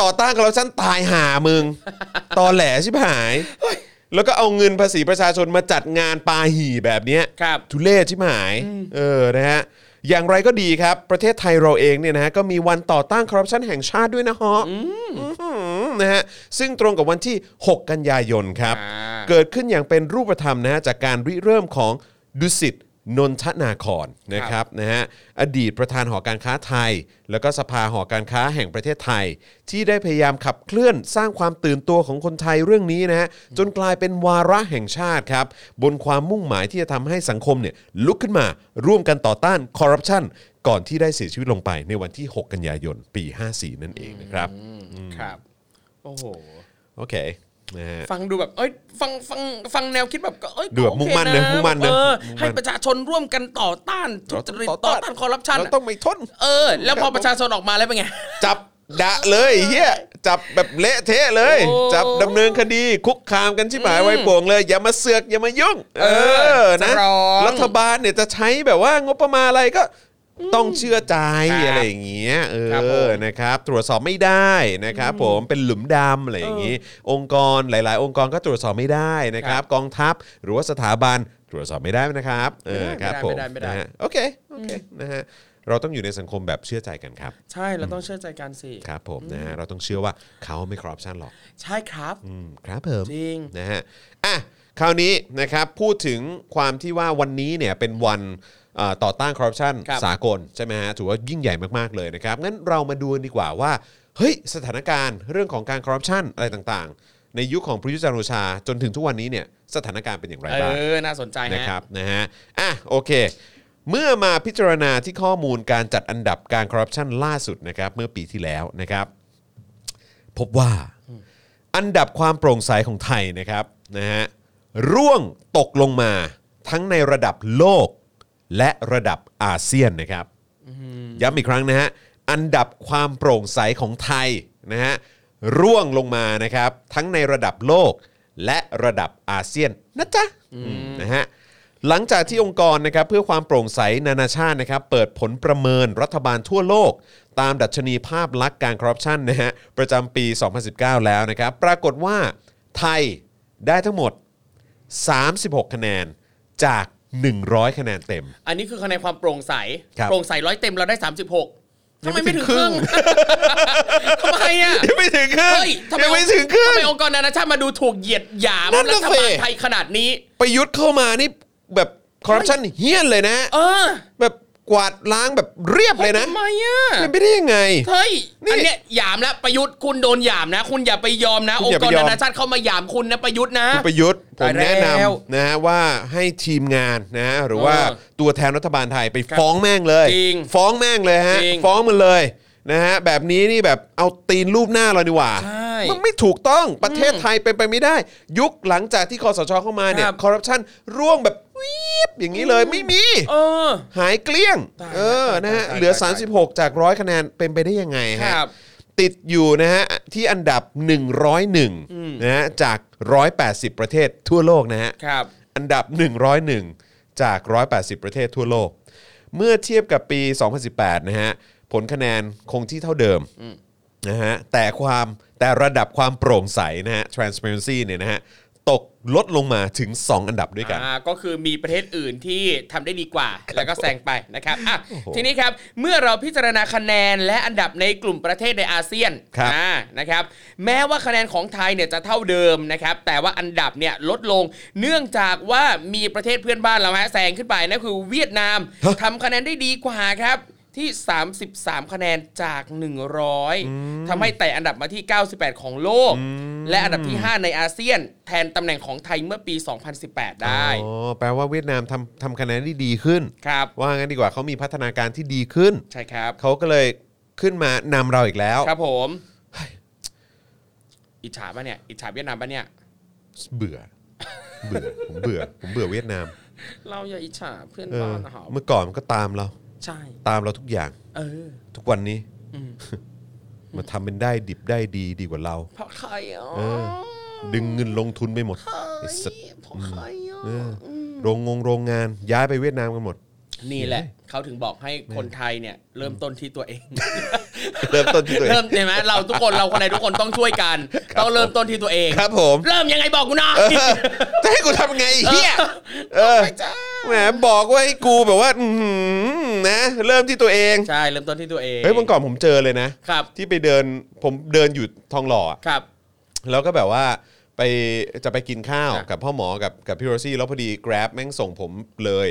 Speaker 2: ต่อต้านคอร์รัปชันตายหามึง ตอแหลชิบหาย แล้วก็เอาเงินภาษีประชาชนมาจัดงานปาหี่แบบเนี้ย
Speaker 3: ครับ
Speaker 2: ทุเลศชิบหาย เออ นะฮะ อย่างไรก็ดีครับ ประเทศไทยเราเองเนี่ยนะฮะ ก็มีวันต่อต้านคอร์รัปชันแห่งชาติด้วยนะฮะอื้อหือนะฮะ ซึ่งตรงกับวันที่ 6 กันยายนครับ
Speaker 3: อ่า
Speaker 2: เกิดขึ้นอย่างเป็นรูปธรรมนะฮะจากการริเริ่มของดุสิตนนทนาครนะครับนะฮะอดีตประธานหอการค้าไทย แล้วก็สภาหอการค้าแห่งประเทศไทย ที่ได้พยายามขับเคลื่อนสร้างความตื่นตัวของคนไทยเรื่องนี้นะฮะจนกลายเป็นวาระแห่งชาติครับ บนความมุ่งหมายที่จะทำให้สังคมเนี่ยลุกขึ้นมาร่วมกันต่อต้านคอร์รัปชันก่อนที่ได้เสียชีวิตลงไปในวันที่ 6 กันยายนปี 54 นั่นเองนะครับ
Speaker 3: ครับ โอ้โห
Speaker 2: โอเคนะฮะ
Speaker 3: ฟังดูแบบ เอ้ย ฟัง ฟัง ฟังแนวคิดแบบก็เอ้ย
Speaker 2: ดูแบบ
Speaker 3: ก็โอ
Speaker 2: มุ่ง
Speaker 3: เค
Speaker 2: มั่นเนอะมุ่งมั่นเนอะ
Speaker 3: เออ
Speaker 2: มุ่งมั่น
Speaker 3: ให้ประชาชนร่วมกันต่อต้านทุจริตต่อต้านคอร์รัปชัน
Speaker 2: เราต้องไม่ทน
Speaker 3: เออ แล้วพอประชาชนออกมาแล้วเป็นไง
Speaker 2: จับดะเลยเฮียจับแบบเละเทะเลย
Speaker 3: โอ้
Speaker 2: จับดำเนินคดีคุกคามกันชิบหายไว้โป่งเลย อย่ามาเสือกอย่ามายุ่ง เออนะ
Speaker 3: จะร้อง
Speaker 2: รัฐบาลเนี่ยจะใช้แบบว่างบประมาณอะไรก็ต้องเชื่อใจ
Speaker 3: ครับ
Speaker 2: อะไรอย่างเงี้ยเอ
Speaker 3: ครับผ
Speaker 2: อ
Speaker 3: ม
Speaker 2: นะครับ ตรวจสอบไม่ได้นะครับผมเป็นหลุมดำอะไรอย่างงี้ องค์กรหลาย ๆ องค์กรก็ตรวจสอบไม่ได้นะค
Speaker 3: ครั
Speaker 2: รับ
Speaker 3: บ
Speaker 2: กองทัพหรือว่าสถาบันตรวจสอบไม่ได้นะครับเออ
Speaker 3: ไม่ได้
Speaker 2: ครับผม
Speaker 3: ไม่ได้ไม่ได้
Speaker 2: นะฮะโอเคโอเคนะฮะเราต้องอยู่ในสังคมแบบเชื่อใจกันครับ
Speaker 3: ใช่ เราต้องเชื่อใจกันสิ
Speaker 2: ครับผมนะฮะเราต้องเชื่อว่าเขาไม่คอร์รัปชันหรอก
Speaker 3: ใช่ครับ
Speaker 2: อืมครับผม
Speaker 3: จริง
Speaker 2: นะฮะอ่ะคราวนี้นะครับพูดถึงความที่ว่าวันนี้เนี่ยเป็นวันเอ่อต่อต้านคอร์รัปชัน
Speaker 3: ครับ
Speaker 2: สากลใช่ไหมฮะถือว่ายิ่งใหญ่มากๆเลยนะครับงั้นเรามาดูกันดีกว่าว่าเฮ้ยสถานการณ์เรื่องของการคอร์รัปชันอะไรต่างๆ ในยุคของประยุทธ์จันทร์โอชาจนถึงทุกวันนี้เนี่ยสถานการณ์เป็นอย่างไรบ้าง
Speaker 3: เออ น่าสนใจฮะ
Speaker 2: นะครับนะฮะอ่ะโอเค เมื่อมาพิจารณาที่ข้อมูลการจัดอันดับการคอร์รัปชันล่าสุดนะครับเมื่อปีที่แล้วนะครับ พบว่าอันดับความโปร่งใสของไทยนะครับนะฮะร่วงตกลงมาทั้งในระดับโลกและระดับอาเซียนนะครับ ย้ำอีกครั้งนะฮะ อันดับความโปร่งใสของไทยนะฮะร่วงลงมานะครับ ทั้งในระดับโลก และระดับอาเซียนนะจ๊ะนะฮะหลังจากที่องค์กรนะครับเพื่อความโปร่งใสนานาชาตินะครับเปิดผลประเมินรัฐบาลทั่วโลก ตามดัชนีภาพลักษณ์การคอร์รัปชันนะฮะประจำปี 2019 แล้วนะครับปรากฏว่าไทยได้ทั้งหมด 36 คะแนนจาก 100 คะแนนเต็ม
Speaker 3: อันนี้คือคะแนนความโปร่งใส
Speaker 2: ครับ
Speaker 3: โปร่งใสร้อยเต็มเราได้ 36
Speaker 2: ยั
Speaker 3: ทำ
Speaker 2: ง
Speaker 3: ไม
Speaker 2: ไม่
Speaker 3: ไม่
Speaker 2: ถึ
Speaker 3: ถึ
Speaker 2: ง
Speaker 3: ง
Speaker 2: ค
Speaker 3: ค
Speaker 2: รึ่
Speaker 3: รึ่
Speaker 2: ง
Speaker 3: ง
Speaker 2: *laughs*
Speaker 3: ทำไมอ่ะ
Speaker 2: ยังไม่ถึงครึ่ง
Speaker 3: เฮ้ยทำไม
Speaker 2: ยังไม่ถึงครึ่ง
Speaker 3: ทำไมองค์กรนานาชาติมาดูถูกเหยียดหยาม
Speaker 2: นั่น
Speaker 3: รั
Speaker 2: น่ะ
Speaker 3: ฐ
Speaker 2: สิ
Speaker 3: บาลไทยขนาดนี้
Speaker 2: ประยุทธ์เข้ามานี่แบบคอร์รัปชันเฮี้ยนเลยนะ
Speaker 3: เออ
Speaker 2: แบบกวาดล้างแบบเรียบเลยนะ
Speaker 3: ทำไมอ่ะ
Speaker 2: เป็นไปได้ยังไง
Speaker 3: เฮ้ย
Speaker 2: นี่
Speaker 3: อันเนี้ยหยามแล้วประยุทธ์คุณโดนหยามนะ คุณอย่าไปยอมนะ
Speaker 2: คุณ
Speaker 3: อง
Speaker 2: อย่า
Speaker 3: ค์
Speaker 2: ไป
Speaker 3: กร
Speaker 2: ยอม
Speaker 3: นานาชาติเขามาหยามคุณนะประยุทธ์นะ
Speaker 2: คุณประยุทธ์ผ
Speaker 3: ตาม ยแล้ว
Speaker 2: แนะนำนะฮะว่าให้ทีมงานนะฮะหรือว่า
Speaker 3: เออ
Speaker 2: ตัวแทนรัฐบาลไทยไปฟ้องแม่งเลย
Speaker 3: จริง
Speaker 2: ฟ้องแม่งเลยฮะ
Speaker 3: จริง
Speaker 2: ฟ้องมันเลยนะฮะแบบนี้นี่แบบเอาตีนรูปหน้าเราดีกว่า
Speaker 3: ใช่
Speaker 2: มันไม่ถูกต้องประเทศไทยเป็นไปไม่ได้ ยุคหลังจากที่คอสชเข้ามาเนี่ย
Speaker 3: ครับ
Speaker 2: คอร์รัปชันร่วงแบบวีบอย่างนี้เลยไม่มี
Speaker 3: เออ
Speaker 2: หายเกลี้ยง
Speaker 3: ตาย
Speaker 2: เออ
Speaker 3: ตาย
Speaker 2: นะฮะ
Speaker 3: ตาย
Speaker 2: เหลือ
Speaker 3: ตาย
Speaker 2: 36 จากร้อยคะแนน เป็นไปได้ยังไงฮะ
Speaker 3: ครับ
Speaker 2: ติดอยู่นะฮะ ที่อันดับ 101นะฮะ จาก 180 ประเทศทั่วโลกนะฮะ
Speaker 3: ครับ
Speaker 2: อันดับ 101 จาก 180 ประเทศทั่วโลก เมื่อเทียบกับปี 2018 นะฮะ ผลคะแนนคงที่เท่าเดิมนะฮะ แต่ความแต่ระดับความโปร่งใสนะฮะ transparency เนี่ยนะฮะ ตกลดลงมาถึง 2 อันดับด้วยกัน
Speaker 3: อ่าก็คือมีประเทศอื่นที่ทำได้ดีกว่า แล้วก็แซงไปนะครับอ่ะทีนี้ครับเมื่อเราพิจารณาคะแนนและอันดับในกลุ่มประเทศในอาเซียน
Speaker 2: ครับ
Speaker 3: อ่านะครับแม้ว่าคะแนนของไทยเนี่ยจะเท่าเดิมนะครับแต่ว่าอันดับเนี่ยลดลง เนื่องจากว่ามีประเทศเพื่อนบ้านเราฮะแซงขึ้นไปนั่นคือเวียดนาม
Speaker 2: ฮะ
Speaker 3: ทำคะแนนได้ดีกว่าครับที่ 33 คะแนนจาก 100ทำให้ไต่อันดับมาที่ 98 ของโลก และอันดับที่ 5 ในอาเซียน แทนตำแหน่งของไทยเมื่อปี 2018 ได้
Speaker 2: อ๋อ แปลว่าเวียดนามทำทำคะแนนได้ดีขึ้น
Speaker 3: ครับ
Speaker 2: ว่างั้นดีกว่าเขามีพัฒนาการที่ดีขึ้น
Speaker 3: ใช่ครับ
Speaker 2: เขาก็เลยขึ้นมานำเราอีกแล้ว
Speaker 3: ครับผม อิจฉาปะเนี่ย อิจฉาเวียดนามปะเนี่ย
Speaker 2: เบื่อ เบื่อ ผมเบื่อ ผมเบื่อเวียดนาม
Speaker 3: เราอย่าอิจฉาเพื่อน
Speaker 2: เอ
Speaker 3: บ้า
Speaker 2: อน
Speaker 3: นะครับ
Speaker 2: เมื่อก่อนมันก็ตามเรา
Speaker 3: ใช่
Speaker 2: ตามเราทุกอย่าง
Speaker 3: เออ
Speaker 2: ทุกวันนี้
Speaker 3: อืม
Speaker 2: *laughs* มาทำเป็นได้ดิบได้ดีดีกว่าเรา
Speaker 3: เพราะใครอ่ะ
Speaker 2: เออ ดึงเงินลงทุนไปหมดไอ้สัตว์
Speaker 3: เพราะใครอ่ะ
Speaker 2: เออโรงงงโรงงานย้ายไปเวียดนามกันหมด
Speaker 3: นี่แหละ เขาถึงบอกให้คนไทยเนี่ย เริ่มต้นที่ตัวเอง
Speaker 2: เริ่มต้นที่ตัวเอ
Speaker 3: เริ่
Speaker 2: ง
Speaker 3: มเห็นไหมเราทุกคนเราคนใดทุกคนต้องช่วยกัน ต้องเริ่มต้นที่ตัวเอง
Speaker 2: ครับผม
Speaker 3: เริ่มยังไงบอกกูหน่อย
Speaker 2: เออจะให้กูทำไงไอ้เฮีย เออ
Speaker 3: ไปจ้า
Speaker 2: แหมบอกว่าให้กูแบบว่า อื้อหือนะ เริ่มที่ตัวเอง
Speaker 3: ใช่ เริ่มต้นที่ตัวเอง
Speaker 2: เฮ้ยวันก่อนผมเจอเลยนะ
Speaker 3: ครับ
Speaker 2: ที่ไปเดินผมเดินอยู่ทองหล่ออะ
Speaker 3: ครับ
Speaker 2: แล้วก็แบบว่าไปจะไปกินข้าว
Speaker 3: อ่ะ
Speaker 2: กับพ่อหมอกับกับพี่โรซี่แล้วพอดี Grab แม่งส่งผมเลย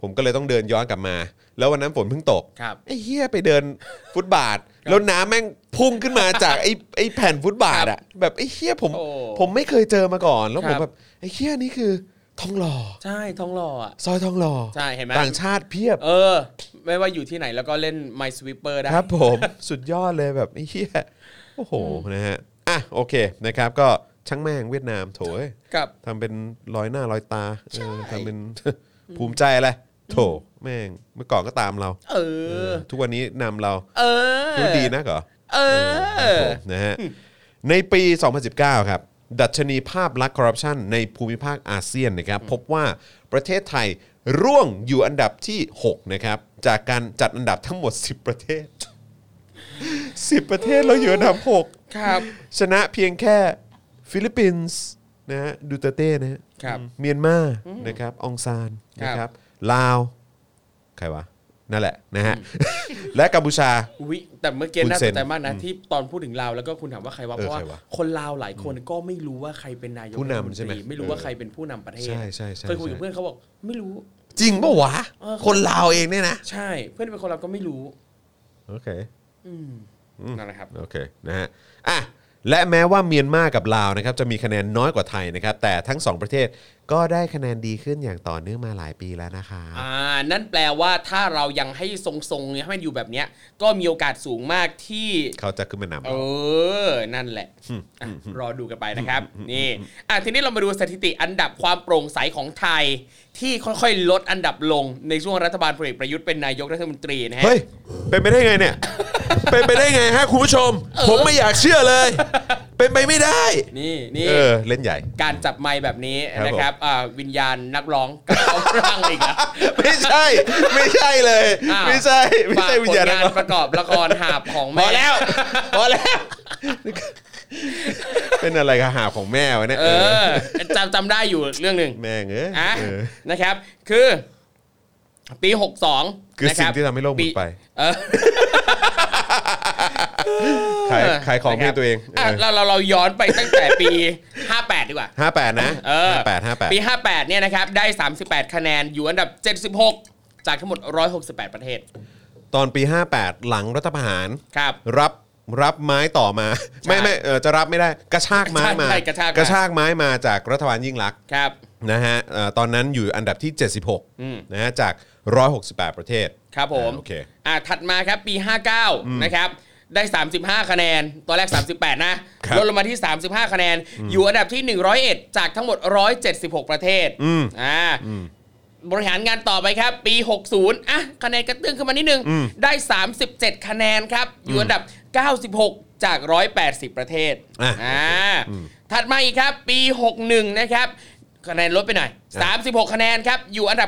Speaker 2: ผมก็เลยต้องเดินย้อนกลับมา แล้ววันนั้นฝนเพิ่งตก
Speaker 3: ครับ
Speaker 2: ไอ้เหี้ยไปเดิน *laughs* ฟุตบาท แล้วน้ำแม่งพุ่งขึ้นมาจาก ไอ้ไอ้แผ่นฟุตบาทอะแบบไอ้เหี้ยผม
Speaker 3: โอ้
Speaker 2: ผมไม่เคยเจอมาก่อน แล้วผม
Speaker 3: ครับ
Speaker 2: แบบไอ้เหี้ยนี่คือทองหล่อ
Speaker 3: ใช่ทองหล่ออ่ะ
Speaker 2: ซอยทองหล่อ
Speaker 3: ใช่เห็นไหม
Speaker 2: ต่างชาติเพียบ
Speaker 3: เออ ไม่ว่าอยู่ที่ไหนแล้วก็เล่น My Sweeper ได้
Speaker 2: ครับผม *laughs* สุดยอดเลยแบบไอ้เหี้ยโอ้โหนะฮะอ่ะโอเคนะครับก็ช่างแม่งเวียดนามโถย
Speaker 3: กับ
Speaker 2: ทำเป็นรอยหน้ารอยตาเออ
Speaker 3: ใช่
Speaker 2: ทำเป็น ภูมิใจอะไรโถแม่งเมื่อก่อนก็ตามเรา
Speaker 3: เออ
Speaker 2: ทุกวันนี้นำเรา
Speaker 3: เออ
Speaker 2: ดูดีนะเหรอ
Speaker 3: เออ
Speaker 2: นะฮะในปี 2019 ครับ ดัชนีภาพลักษณ์คอร์รัปชันในภูมิภาคอาเซียนนะครับ พบว่าประเทศไทยร่วงอยู่อันดับที่ 6 นะครับ จากการจัดอันดับทั้งหมด 10 ประเทศ 10 ประเทศเราอยู่อันดับ
Speaker 3: ครับ
Speaker 2: 6 ชนะเพียงแค่ฟิลิปปินส์นะฮะดูเตอร์เต้นะฮะ
Speaker 3: ครับ
Speaker 2: เมียนมานะครับองซานนะค
Speaker 3: ครั
Speaker 2: รับบ ลาว ใครวะ นั่นแหละนะฮะ และกัมพูชา
Speaker 3: วิแต่เมื่อกี้
Speaker 2: คุณ
Speaker 3: น่า
Speaker 2: เซ็
Speaker 3: ส
Speaker 2: น
Speaker 3: นใจมากนะ ที่ตอนพูดถึงลาวแล้วก็คุณถามว่าใครวะ
Speaker 2: เออ
Speaker 3: เพราะว่า
Speaker 2: ใครวะ
Speaker 3: คนลาวหลายคนก็ไม่รู้ว่าใครเป็นนายก
Speaker 2: ผู้นำ
Speaker 3: รัฐตรี
Speaker 2: ใช่ไหม
Speaker 3: ไม่รู้
Speaker 2: เอ
Speaker 3: ว่า
Speaker 2: อ
Speaker 3: ใครเป็นผู้นำประเทศ
Speaker 2: ใช่ใช่ใช่
Speaker 3: เคยคุย
Speaker 2: ใช่
Speaker 3: กับเพื่อนเขาบอก ไม่รู้
Speaker 2: จริงปะวะ
Speaker 3: เออ
Speaker 2: คนลาวเองเนี่ยนะ
Speaker 3: ใช่ เพื่อนเป็นคนลาวก็ไม่รู้
Speaker 2: โอเค
Speaker 3: อืมนั่นแหละครับ
Speaker 2: โอเคนะฮะอ่ะและแม้ว่าเมียนมากับลาวนะครับจะมีคะแนนน้อยกว่าไทยนะครับ แต่ทั้งสองประเทศก็ได้คะแนนดีขึ้นอย่างต่อเนื่องมาหลายปีแล้วนะคะ
Speaker 3: อ่า นั่นแปลว่าถ้าเรายังให้ทรงๆเนี่ยให้มันอยู่แบบเนี้ย ก็มีโอกาสสูงมากที่
Speaker 2: เขาจะขึ้นมานำ
Speaker 3: เออ นั่นแหละอ่ะรอดูกันไปนะครับ นี่อ่ะทีนี้เรามาดูสถิติอันดับความโปร่งใสของไทย ที่ค่อยๆ ลดอันดับลงในช่วงรัฐบาลพลเอกประยุทธ์เป็นนายกรัฐมนตรีนะฮะ
Speaker 2: เฮ้ย เป็นไปได้ไงเนี่ย เป็นไปได้ไงฮะคุณผู้ชม ผมไม่อยากเชื่อเลย เป็นไปไม่ได้
Speaker 3: นี่นี่
Speaker 2: เออเล่นใหญ่
Speaker 3: *laughs* การจับไม้แบบนี้
Speaker 2: ครับผม
Speaker 3: นะครับอ่าวิญญาณนักร้องกับเขาร่างอีกอะ
Speaker 2: ไม่ใช่ ไม่ใช่เลย
Speaker 3: อ้าว
Speaker 2: ไม่ใช่ไม่
Speaker 3: ฝาก
Speaker 2: ใช่วิ
Speaker 3: ผ
Speaker 2: ญ
Speaker 3: ล
Speaker 2: ญาณ
Speaker 3: งาน
Speaker 2: นัก
Speaker 3: ป
Speaker 2: ร้อง
Speaker 3: ระกอบละครหาบของ
Speaker 2: พ
Speaker 3: แม่
Speaker 2: อแล้วพอแล้ว เป็นอะไรกับหาของแม่วะเนี่ย
Speaker 3: เอ
Speaker 2: เออ
Speaker 3: อจำจำได้อยู่เรื่องหนึ่ง
Speaker 2: แม่งเอ้ย
Speaker 3: อ่ะ
Speaker 2: เออ
Speaker 3: นะครับ คือ ปีหกสอง
Speaker 2: คือสิ่งที่ทำให้โลกหมุนไป
Speaker 3: เออ
Speaker 2: ขายขายของ
Speaker 3: นะ
Speaker 2: เพล
Speaker 3: ครั
Speaker 2: ง
Speaker 3: บ
Speaker 2: ตัวเอง
Speaker 3: อ่ะเราเราเราย้อนไปตั้งแต่ปี *laughs* 58 ดีกว่า
Speaker 2: ห้าแปดนะ
Speaker 3: เออ
Speaker 2: ห้าแปดห้าแปด
Speaker 3: ปี 58 เนี่ยนะครับ ได้ 38 คะแนน อยู่อันดับ 76 จากทั้งหมด 168 ประเทศ
Speaker 2: ตอนปี 58 หลังรัฐประหาร
Speaker 3: ครับ
Speaker 2: รับรับไม้ต่อมา ไม่ไม่เออจะรับไม่ได้กระชากไม้
Speaker 3: ใช่
Speaker 2: มา
Speaker 3: ใช่กระชากมา
Speaker 2: กระชากไม้มาจากรัฐบาลยิ่งลักษณ์
Speaker 3: ครับ
Speaker 2: นะฮะเอ่อตอนนั้นอยู่อันดับที่ 76นะฮะจาก 168 ประเทศ
Speaker 3: ครับผม
Speaker 2: อ่าโอเค
Speaker 3: อ่ะถัดมาครับปี 59 นะครับ ได้ 35 คะแนน ตอนแรก 38 นะ
Speaker 2: ครับ
Speaker 3: ลดลงมาที่ 35 คะแนน อยู่อันดับที่ 101 จากทั้งหมด 176 ประเทศ
Speaker 2: อืม
Speaker 3: อ่า บริหารงานต่อไปครับ ปี 60 อ่ะ คะแนนกระเตื้องขึ้นมานิดนึง
Speaker 2: อืม
Speaker 3: ได้ 37 คะแนนครับ อยู่อันดับ 96 จาก 180 ประเทศ
Speaker 2: อ่ะ
Speaker 3: อ่า ถัดมาอีกครับ ปี 61 นะครับ คะแนนลดไปหน่อย 36 คะแนนครับ อยู่อันดั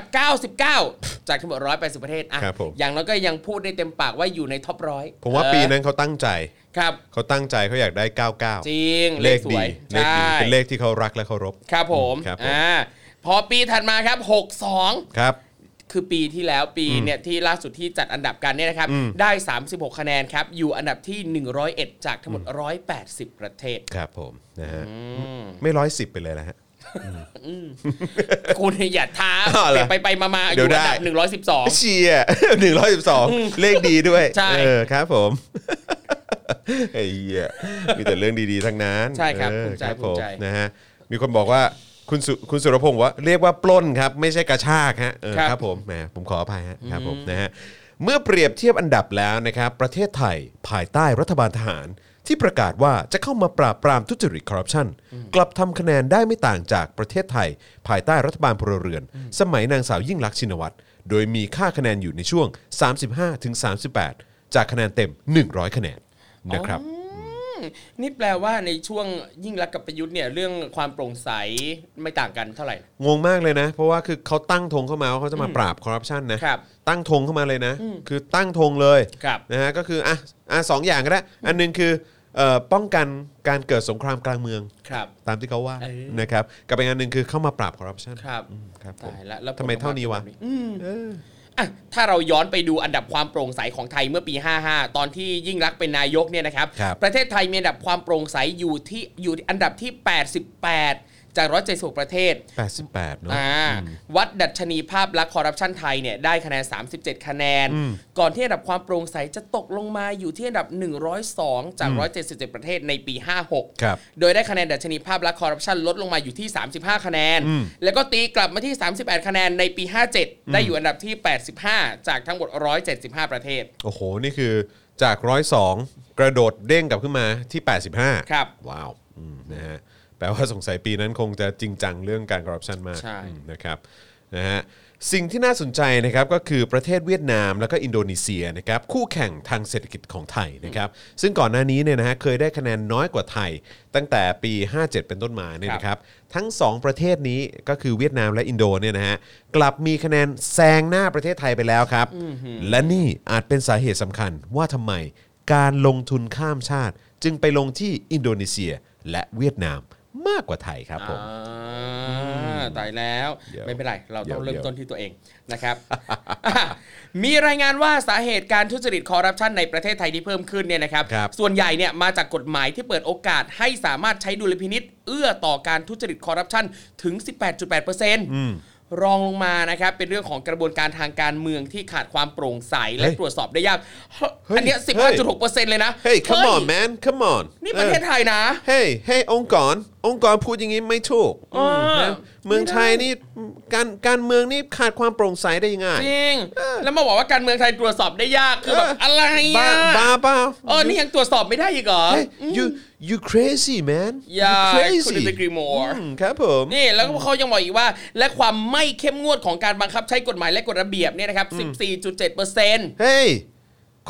Speaker 3: บ 99 จากทั้งหมด180 ประเทศ อ่ะ
Speaker 2: ครับผม
Speaker 3: อย่างน้อยก็ยังพูดได้เต็มปากว่าอยู่ในท็อปร้อย
Speaker 2: ผมว่าปีนั้นเขาตั้งใจ
Speaker 3: ครับ
Speaker 2: เขาตั้งใจเขาอยากได้
Speaker 3: จ
Speaker 2: 99
Speaker 3: ริง เล
Speaker 2: เล
Speaker 3: ข
Speaker 2: ข
Speaker 3: ส
Speaker 2: ดี
Speaker 3: วย
Speaker 2: เลขดี
Speaker 3: ใช่
Speaker 2: เป็นเลขที่เขารักและเคารพ
Speaker 3: ครับผม
Speaker 2: ครับผม
Speaker 3: อ่า พอปีถัดมาครับ 62
Speaker 2: ครับ
Speaker 3: คือปีที่แล้วปีเนี่ยที่ล่าสุดที่จัดอันดับกันเนี่ยนะครับ
Speaker 2: อืม
Speaker 3: ได้ 36 คะแนนครับ อยู่อันดับที่ 101 จากทั้งหมด 180 ประเทศ
Speaker 2: ครับผมนะฮะไม่ร้อยสิบไปเลยนะฮะ
Speaker 3: คุณอย่าท้า
Speaker 2: อ้าวเหรอ
Speaker 3: ไปไปๆมาๆอ
Speaker 2: เดี๋ยว
Speaker 3: ยู่
Speaker 2: ได้
Speaker 3: อันดับ 112
Speaker 2: เชีย *laughs* หนึ่งร้อยสิบสองเลขดีด้วย
Speaker 3: ใช่
Speaker 2: เออครับผม *laughs* ไอ้เหี้ยมีแต่เรื่องดีๆทั้งนั้น
Speaker 3: ใช่ครับ
Speaker 2: เออ
Speaker 3: ภูมิใจ
Speaker 2: ครับ
Speaker 3: ภูมิใจ
Speaker 2: ผมนะฮะมีคนบอกว่าคุณสุคุณสุรพงศ์บอกว่าเรียกว่าปล้นครับไม่ใช่กระชากฮะเออครับผมแหมผมขออภัยฮะครับผมนะฮะเมื่อเปรียบเทียบอันดับแล้วนะครับประเทศไทยภายใต้รัฐบาลทหาร ที่ประกาศว่าจะเข้ามาปราบปรามทุจริตคอร์รัปชันกลับทำคะแนนได้ไม่ต่างจากประเทศไทย ภายใต้รัฐบาลพลเรือน สมัยนางสาวยิ่งลักษณ์ชินวัตรโดยมีค่าคะแนนอยู่ในช่วง 35-38 จากคะแนนเต็ม 100 คะแนนนะครับ
Speaker 3: นี่แปลว่าในช่วงยิ่งรักษณ์กับประยุทธ์เนี่ยเรื่องความโปร่งใสไม่ต่างกันเท่าไหร่
Speaker 2: งงมากเลยนะ เพราะว่าคือเขาตั้งธงเข้ามาว่าเขาจะมาปราบคอร์รัปชันนะครับ ตั้งธงเข้ามาเลยนะ คือตั้งธงเลย
Speaker 3: ครับ
Speaker 2: นะฮะก็คืออ่ะอ่ะสองอย่างก็ได้อันหนึงคือเอ่อป้องกันการเกิดสงครามกลางเมือง
Speaker 3: ครับ
Speaker 2: ตามที่เขาว่า
Speaker 3: เออ
Speaker 2: นะครับกับอีกอันหนึ่งคือเข้ามาปราบคอร์รัปชัน
Speaker 3: ครับ
Speaker 2: ครับผม
Speaker 3: ตายละแล้ว
Speaker 2: ทำไมเท่านี้วะ
Speaker 3: อืมอ่ะถ้าเราย้อนไปดูอันดับความโปร่งใสของไทยเมื่อปี 55 ตอนที่ยิ่งรักษณ์เป็นนายกเนี่ยนะครับ
Speaker 2: ครับ
Speaker 3: ประเทศไทยมีอันดับความโปร่งใสอยู่ที่อยู่อันดับที่ 88 จาก 176 ประเทศ
Speaker 2: 88เนาะ
Speaker 3: อ่าวัดดัชนีภาพลักษณ์คอร์รัปชันไทยเนี่ยได้คะแนน 37 คะแนน ก่อนที่อันดับความโปร่งใสจะตกลงมาอยู่ที่อันดับ 102 จาก 177 ประเทศในปี 56
Speaker 2: ครับ
Speaker 3: โดยได้คะแนนดัชนีภาพลักษณ์คอร์รัปชันลดลงมาอยู่ที่ 35 คะแนน แล้วก็ตีกลับมาที่ 38 คะแนนในปี 57 ได้อยู่อันดับที่ 85 จากทั้งหมด 175 ประเทศ
Speaker 2: โอ้โห นี่คือจาก 102 กระโดดเด้งกลับขึ้นมาที่ 85
Speaker 3: ครับ
Speaker 2: ว้าวอืมนะฮะแปลว่าสงสัยปีนั้นคงจะจริงจังเรื่องการคอร์รัปชันมาก
Speaker 3: ใช่
Speaker 2: อืมนะครับนะฮะสิ่งที่น่าสนใจนะครับก็คือประเทศเวียดนามแล้วก็อินโดนีเซียนะครับคู่แข่งทางเศรษฐกิจของไทยนะครับซึ่งก่อนหน้านี้เนี่ยนะฮะเคยได้คะแนนน้อยกว่าไทย ตั้งแต่ปี 57 เป็นต้นมาเนี่ยนะครับทั้งสองประเทศนี้ก็คือเวียดนามและอินโดเนี่ยนะฮะกลับมีคะแนนแซงหน้าประเทศไทยไปแล้วครับ และนี่อาจเป็นสาเหตุสำคัญว่าทำไม การลงทุนข้ามชาติ จึงไปลงที่อินโดนีเซียและเวียดนามมากกว่าไทยครับผม
Speaker 3: อ่าตายแล้ว
Speaker 2: เดี๋ยว
Speaker 3: ไม่เป็นไร เราต้อง
Speaker 2: เดี๋ยว
Speaker 3: เริ่มต้นที่ตัวเองนะครับ *laughs* มีรายงานว่าสาเหตุการทุจริตคอร์รัปชันในประเทศไทยที่เพิ่มขึ้นเนี่ยนะครับ
Speaker 2: ครับ
Speaker 3: ส่วนใหญ่เนี่ยมาจากกฎหมายที่เปิดโอกาสให้สามารถใช้ดุลพินิษเอื้อต่อการทุจริตคอร์รัปชันถึง 18.8%รองลงมานะครับ เป็นเรื่องของกระบวนการทางการเมืองที่ขาดความโปร่งใสและ
Speaker 2: เฮ้ย
Speaker 3: ตรวจสอบได้ยาก
Speaker 2: เฮ้ย
Speaker 3: อันเนี้ย
Speaker 2: เฮ้ย
Speaker 3: 15.6%เลยนะ
Speaker 2: เฮ้ย come
Speaker 3: เฮ้ย
Speaker 2: on man come on
Speaker 3: นี่ประเทศไทยนะ
Speaker 2: เฮ้ยเฮ้ยองค์กร องค์กรพูดอย่างนี้ไม่ถูก
Speaker 3: อ่า
Speaker 2: นะเมืองไทยนี่การการเมืองนี่ขาดความโปร่งใสได้ยังไง
Speaker 3: จริง แล้วมาบอกว่าการเมืองไทยตรวจสอบได้ยาก คือแบบอะไร
Speaker 2: บ้า
Speaker 3: อ่ะ
Speaker 2: บ้าเปล่า
Speaker 3: เออ นี่ยังตรวจสอบไม่ได้อีกเหรอ
Speaker 2: เฮ้ย you you crazy man You
Speaker 3: อย่า
Speaker 2: crazy
Speaker 3: คุณ disagree more
Speaker 2: อืมครับผม
Speaker 3: นี่แล้วก็เขายังบอกอีกว่า และความไม่เข้มงวดของการบังคับใช้กฎหมายและกฎระเบียบเนี่ยนะครับ 14.7%
Speaker 2: เฮ้ย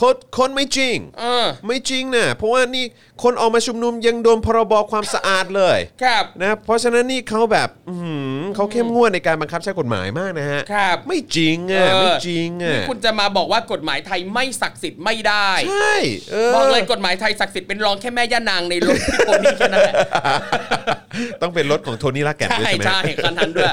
Speaker 2: โคตรโคตรไม่จริง
Speaker 3: เออ
Speaker 2: ไม่จริงนะเพราะว่านี่คนออกมาชุมนุมยังโดนพรบความสะอาดเลย
Speaker 3: ครับ
Speaker 2: นะเพราะฉะนั้นนี่เขาแบบอื้อหือเขาเข้มงวดในการบังคับใช้กฎหมายมากนะฮะ
Speaker 3: ครับ
Speaker 2: ไม่จริงอ่ะ
Speaker 3: เออ
Speaker 2: ไม่จริงอ่ะ
Speaker 3: นี่คุณจะมาบอกว่ากฎหมายไทยไม่ศักดิ์สิทธิ์ไม่ได้
Speaker 2: ใช่เออ
Speaker 3: บอกเลยกฎหมายไทยศักดิ์สิทธิ์เป็นรองแค่แม่ย่านางในโลกที่คนนี้แค่นั้นแหละ
Speaker 2: *laughs* ต้องเป็นรถของโทนี่ลากแก่นด้วย
Speaker 3: ใช่
Speaker 2: ใช่ไหม
Speaker 3: ใช่คันทันด้วย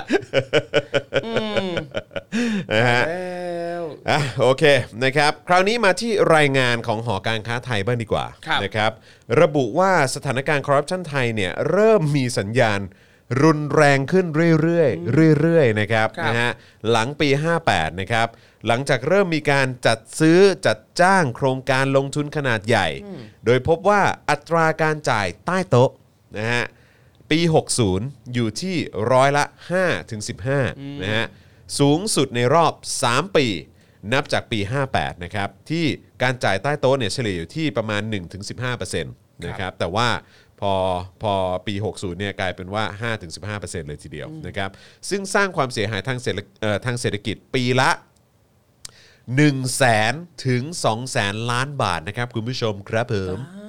Speaker 2: นะฮะ
Speaker 3: แล้ว
Speaker 2: อ่ะโอเคนะครับคราวนี้มาที่รายงานของหอการค้าไทยบ้างดีกว่า
Speaker 3: ครับ
Speaker 2: นะครับระบุว่าสถานการณ์คอร์รัปชันไทยเนี่ยเริ่มมีสัญญาณรุนแรงขึ้นเรื่อยๆเรื่อยๆนะครับนะฮะหลังปี 58นะครับหลังจากเริ่มมีการจัดซื้อจัดจ้างโครงการลงทุนขนาดใหญ่ โดยพบว่าอัตราการจ่ายใต้โต๊ะนะฮะ ปี 60 อยู่ที่ร้อยละ 5 ถึง 15 นะฮะ สูงสุดในรอบ 3 ปี นับจากปี 58 นะครับ ที่การจ่ายใต้โต๊ะเนี่ยเฉลี่ยอยู่ที่ประมาณ 1-15%ถึงนะครับ แต่ว่าพอพอปี 60 เนี่ยกลายเป็นว่า 5-15%ถึงเลยทีเดียวนะครับ ซึ่งสร้างความเสียหายทางเศรษฐเอ่อทางเศรษฐกิจปีละ 1 0 0 0 0แสนถึง2 0 0แสนล้านบาทนะครับคุณผู้ชมครับผมอื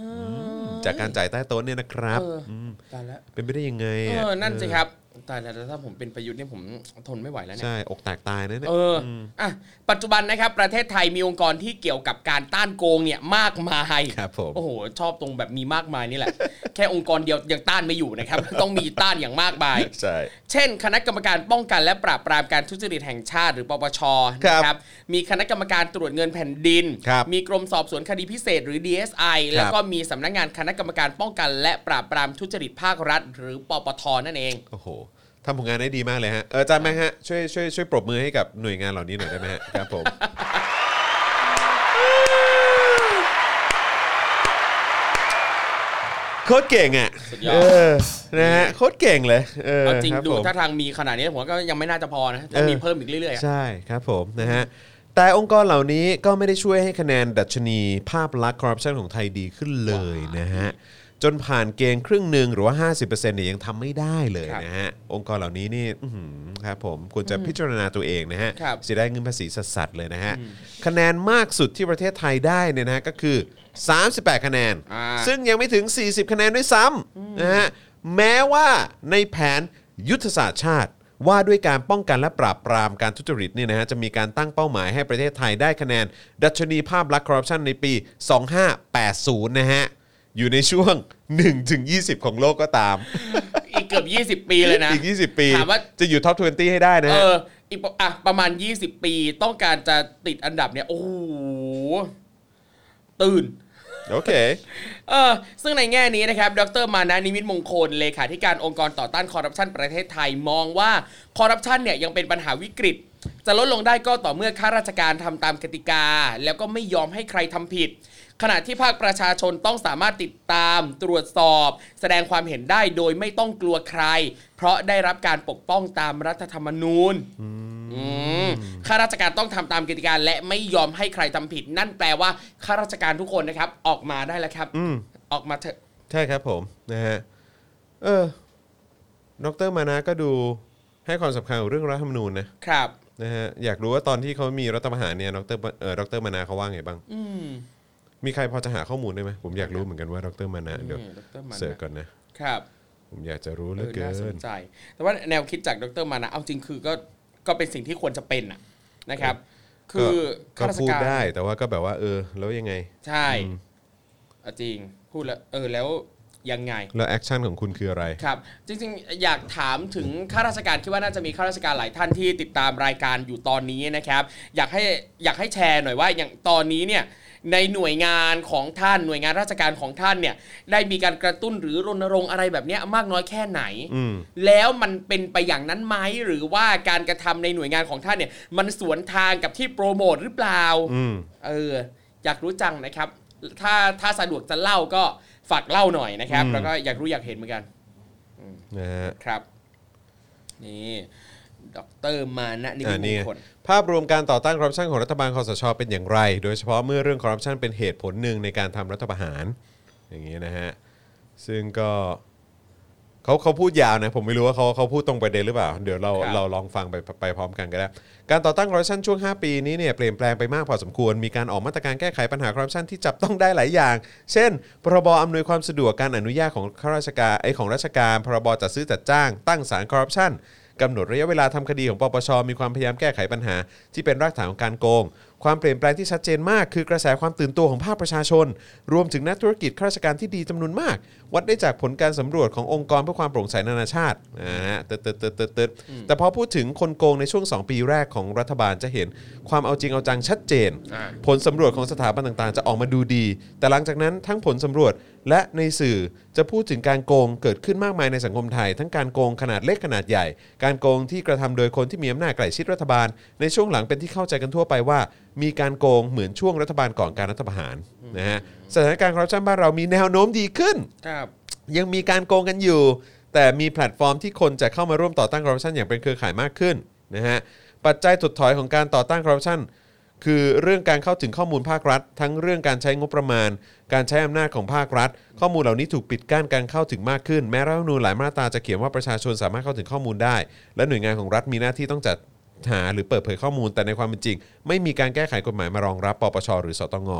Speaker 2: มจากการจ่ายใต้โต๊ะเนี่ยนะครับม
Speaker 3: ตายแล้ว
Speaker 2: เป็นไปได้ยังไง
Speaker 3: เอ
Speaker 2: อะ
Speaker 3: อนั่นสิครับตายแล้วแล้วถ้าผมเป็นประยุทธ์เนี่ยผมทนไม่ไหวแล้วเนี่ย
Speaker 2: ใช่ อกแตกตายนะเนี่ย
Speaker 3: เออออ่ะปัจจุบันนะครับ ประเทศไทยมีองค์กรที่เกี่ยวกับการต้านโกงเนี่ยมากมาย
Speaker 2: ครับผม
Speaker 3: โอ้โห ชอบตรงแบบมีมากมายนี่แหละ *laughs* แค่องค์กรเดียวยังต้านไม่อยู่นะครับ *laughs* ต้องมีต้านอย่างมากมาย
Speaker 2: ใช่
Speaker 3: เช่น คณะกรรมการป้องกันและปราบปรามการทุจริตแห่งชาติหรือปปชนะ
Speaker 2: ค
Speaker 3: ค
Speaker 2: รั
Speaker 3: รั
Speaker 2: บบ
Speaker 3: มีคณะกรรมการตรวจเงินแผ่นดิน
Speaker 2: ครับ
Speaker 3: มีกรมสอบสวนคดีพิเศษหรือ DSI
Speaker 2: ครับ
Speaker 3: แล้วก็มีสำนักงานคณะกรรมการป้องกันและปราบปรามทุจริตภาครัฐ หรือปปทนั่นเอง
Speaker 2: โอ้โหทำผลงานได้ดีมากเลยฮะ เอออาจารย์แม่ฮะ ช่วยช่วยช่วยปรบมือให้กับหน่วยงานเหล่านี้หน่อยได้ไหมฮะ ครับผม โคตรเก่งอ่ะ
Speaker 3: สุดยอด
Speaker 2: เออนะฮะโคตรเก่งเลยเออ
Speaker 3: เอาจริง
Speaker 2: คบ
Speaker 3: ดู
Speaker 2: ผม
Speaker 3: ถ้าทางมีขนาดนี้ผมว่าก็ยังไม่น่าจะพอนะต้องมีเพิ่มอีกเรื่อยๆอะ
Speaker 2: ใช่ครับผมนะฮะแต่องค์กรเหล่านี้ก็ไม่ได้ช่วยให้คะแนนดัชนีภาพลักษณ์คอร์รัปชันของไทยดีขึ้นเลยนะฮะ จนผ่านเกณฑ์ครึ่งหนึ่งหรือว่า 50%เนี่ยยังทำไม่ได้เลย
Speaker 3: ครับ
Speaker 2: นะฮะ องค์กรเหล่านี้นี่อื้อหือครับผมควรจะพิจารณาตัวเองนะฮะ
Speaker 3: ครับ
Speaker 2: จะได้เงินภาษีสัสๆเลยนะฮะ คะแนนมากสุดที่ประเทศไทยได้เนี่ยนะฮะก็คือ 38 คะแนน
Speaker 3: อ่า
Speaker 2: ซึ่งยังไม่ถึง 40 คะแนนด้วยซ้ำนะฮะ แม้ว่าในแผนยุทธศาสตร์ชาติ ว่าด้วยการป้องกันและปราบปรามการทุจริตเนี่ยนะฮะจะมีการตั้งเป้าหมายให้ประเทศไทยได้คะแนน ดัชนีภาพลักษณ์คอร์รัปชันในปี 2580 นะฮะ อยู่ในช่วง 1-20 ของโลกก็ตาม
Speaker 3: อีกเกือบ 20 ปีเลยนะ
Speaker 2: อีก 20 ปี
Speaker 3: ถามว่า
Speaker 2: จะอยู่ท็อป 20 ให้ได้นะ
Speaker 3: เอ
Speaker 2: ฮะ
Speaker 3: อ อีกประอ่ะประมาณ 20 ปีต้องการจะติดอันดับเนี่ย โอ้โห ตื่น
Speaker 2: โอเค
Speaker 3: เออ ซึ่งในแง่นี้นะครับ ดร มานานิมิตมงคล เลขาธิการองค์กรต่อต้านคอร์รัปชันประเทศไทยมองว่าคอร์รัปชันเนี่ยยังเป็นปัญหาวิกฤต จะลดลงได้ก็ต่อเมื่อข้าราชการทำตามกติกา แล้วก็ไม่ยอมให้ใครทำผิด ขณะที่ภาคประชาชนต้องสามารถติดตาม ตรวจสอบ แสดงความเห็นได้โดยไม่ต้องกลัวใคร เพราะได้รับการปกป้องตามรัฐธรรมนูญ อืมข้าราชการต้องทำตามกติกาและไม่ยอมให้ใครทำผิด นั่นแปลว่าข้าราชการทุกคนนะครับ ออกมาได้แล้วครับ
Speaker 2: อืม
Speaker 3: ออกมาเถอะ
Speaker 2: ใช่ครับผมนะฮะเออดรมานะก็ดูให้ความสำคัญกับเรื่องรัฐธรรมนูญนะ
Speaker 3: ครับ
Speaker 2: นะฮะอยากรู้ว่าตอนที่เขามีรัฐประหารเนี่ยดรเอ่อดรมานาเขาว่าไงบ้าง
Speaker 3: อืม
Speaker 2: มีใครพอจะหาข้อมูลได้ไหมผมอยากรู้เหมือนกันว่าดรมานาเดี๋ยว
Speaker 3: นี่ดรมา
Speaker 2: เสิร์ช
Speaker 3: นะ
Speaker 2: ก่อนนะ
Speaker 3: ครับ
Speaker 2: ผมอยากจะรู้เห
Speaker 3: เอ
Speaker 2: ลือ
Speaker 3: อ
Speaker 2: เกิ
Speaker 3: น่าส
Speaker 2: น
Speaker 3: นใจ แต่ว่าแนวคิดจากดรมานะเอาจริงคือก็ก็เป็นสิ่งที่ควรจะเป็นน่ะนะครับ คือ
Speaker 2: ก็
Speaker 3: ข้าราช
Speaker 2: พูด
Speaker 3: การ
Speaker 2: ได้แต่ว่าก็แบบว่า เออ แล้วยังไง
Speaker 3: ใช่เอาจริงพูดแล้วเออแล้วยังไง
Speaker 2: แล้วแอคชั่นของคุณคืออะไร
Speaker 3: ครับจริงๆ อยากถามถึงข้าราชการคิดว่าน่าจะมีข้าราชการหลายท่านที่ติดตามรายการอยู่ตอนนี้นะครับ อยากให้อยากให้แชร์หน่อยว่าอย่างตอนนี้เนี่ยในหน่วยงานของท่านหน่วยงานราชการของท่านเนี่ยได้มีการกระตุ้นหรือรณรงค์อะไรแบบเนี้ยมากน้อยแค่ไหน
Speaker 2: อืม
Speaker 3: แล้วมันเป็นไปอย่างนั้นไหมหรือว่าการกระทำในหน่วยงานของท่านเนี่ยมันสวนทางกับที่โปรโมทหรือเปล่า
Speaker 2: อืม
Speaker 3: เอออยากรู้จังนะครับ ถ้าถ้าสะดวกจะเล่าก็ฝากเล่าหน่อยนะครับ
Speaker 2: อืม
Speaker 3: แล้วก็อยากรู้อยากเห็นเหมือนกัน
Speaker 2: นะฮะ
Speaker 3: ครับ นี่ดอกเตอรมานะนิมิต
Speaker 2: อ่าม นี่
Speaker 3: ง
Speaker 2: ไง
Speaker 3: คล
Speaker 2: ภาพรวมการต่อต้านคอร์รัปชันของรัฐบาลคอสชเป็นอย่างไร โดยเฉพาะเมื่อเรื่องคอร์รัปชันเป็นเหตุผลหนึ่งในการทำรัฐประหาร อย่างนี้นะฮะ ซึ่งก็ เขาเขาพูดยาวนะ ผมไม่รู้ว่าเขาเขาพูดตรงประเด็นหรือเปล่า เดี๋ยวเรา
Speaker 3: ครับ
Speaker 2: เราลองฟังไปไปพร้อมกันก็ได้ การต่อต้านคอร์รัปชันช่วง 5 ปีนี้เนี่ยเปลี่ยนแปลงไปมากพอสมควร มีการออกมาตรการแก้ไขปัญหาคอร์รัปชันที่จับต้องได้หลายอย่าง เช่น พรบอำนวยความสะดวกการอนุญาตของข้าราชการไอยของราชการ พรบจัดซื้อจัดจ้าง ตั้งศาลคอร์รัปชัน กำหนดระยะเวลาทำคดีของปปช มีความพยายามแก้ไขปัญหา ที่เป็นรากฐานของการโกง ความเปลี่ยนแปลงที่ชัดเจนมาก คือกระแสความตื่นตัวของภาคประชาชน รวมถึงนักธุรกิจข้าราชการที่ดีจำนวนมาก วัดได้จากผลการสำรวจขององค์กรเพื่อความโปร่งใสนานาชาตินะฮะเติร์ดเติร์ดเติร์ดเติร์ดแต่พอพูดถึงคนโกงในช่วง 2 ปีแรกของรัฐบาลจะเห็นความเอาจริงเอาจังชัดเจน
Speaker 3: อ่า
Speaker 2: ผลสำรวจของสถาบันต่างๆ จะออกมาดูดี แต่หลังจากนั้นทั้งผลสำรวจและในสื่อจะพูดถึงการโกงเกิดขึ้นมากมายในสังคมไทย ทั้งการโกงขนาดเล็กขนาดใหญ่ การโกงที่กระทำโดยคนที่มีอำนาจใกล้ชิดรัฐบาล ในช่วงหลังเป็นที่เข้าใจกันทั่วไปว่า มีการโกงเหมือนช่วงรัฐบาลก่อนการรัฐประหารนะฮะสถานการณ์คอร์รัปชันบ้านเรามีแนวโน้มดีขึ้น
Speaker 3: ครับ
Speaker 2: ยังมีการโกงกันอยู่ แต่มีแพลตฟอร์มที่คนจะเข้ามาร่วมต่อต้านคอร์รัปชันอย่างเป็นเครือข่ายมากขึ้นนะฮะปัจจัยถดถอยของการต่อต้านคอร์รัปชันคือเรื่องการเข้าถึงข้อมูลภาครัฐ ทั้งเรื่องการใช้งบประมาณ การใช้อำนาจของภาครัฐ ข้อมูลเหล่านี้ถูกปิดกั้นการเข้าถึงมากขึ้น แม้รัฐธรรมนูญหลายมาตราจะเขียนว่าประชาชนสามารถเข้าถึงข้อมูลได้ และหน่วยงานของรัฐมีหน้าที่ต้องจัดหาหรือเปิดเผยข้อมูล แต่ในความเป็นจริง ไม่มีการแก้ไขกฎหมายมารองรับปปชหรือสตง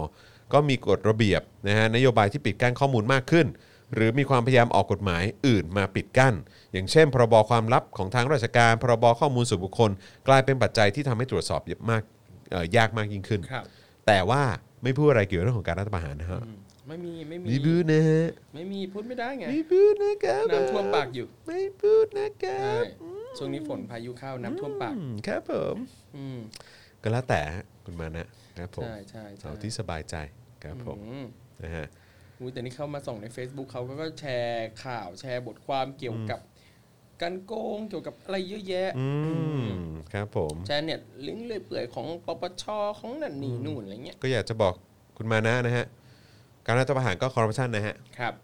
Speaker 2: ก็มีกฎระเบียบนะฮะนโยบายที่ปิดกั้นข้อมูลมากขึ้น หรือมีความพยายามออกกฎหมายอื่นมาปิดกั้น อย่างเช่น พรบความลับของทางราชการ พรบข้อมูลส่วนบุคคล กลายเป็นปัจจัยที่ทำให้ตรวจสอบเยอะมากเอ่อยากมากยิ่งขึ้น
Speaker 3: ครับ
Speaker 2: แต่ว่าไม่พูดอะไรเกี่ยวกับเรื่องของการรัฐประหารนะฮะ
Speaker 3: ไม่มีไม่มี
Speaker 2: ไม่พูดนะฮะ
Speaker 3: ไม่มีพูดไม่ได้ไง
Speaker 2: ไม่พูดนะครับ
Speaker 3: น้ำท่วมปากอยู่
Speaker 2: ไม่พูดนะครั
Speaker 3: ใช่
Speaker 2: บ
Speaker 3: ช่วงนี้ฝนพายุเข้าน้ำท่วมปาก
Speaker 2: อืมครับผม
Speaker 3: อืม
Speaker 2: ก็แล้วแต่ฮะคุณมานะครับผม
Speaker 3: ใช่ใช่ใช่
Speaker 2: เสาร์ที่สบายใจครับผม
Speaker 3: อืม
Speaker 2: นะฮะ
Speaker 3: อุ้ยแต่นี่เข้ามาส่องใน Facebook เขาก็แชร์ข่าวแชร์บทความเกี่ยวกับการโกงเกี่ยวกับอะไรเยอะแยะ
Speaker 2: อืมครับผม
Speaker 3: แชร์เนี่ยลิงก์เลื่อยเปื่อยของปปชของนั่นนี่นู่นอะไรเงี้ย
Speaker 2: ก็อยากจะบอกคุณมานะนะฮะ การรัฐประหารก็คอร์รัปชันนะฮะ
Speaker 3: ครับ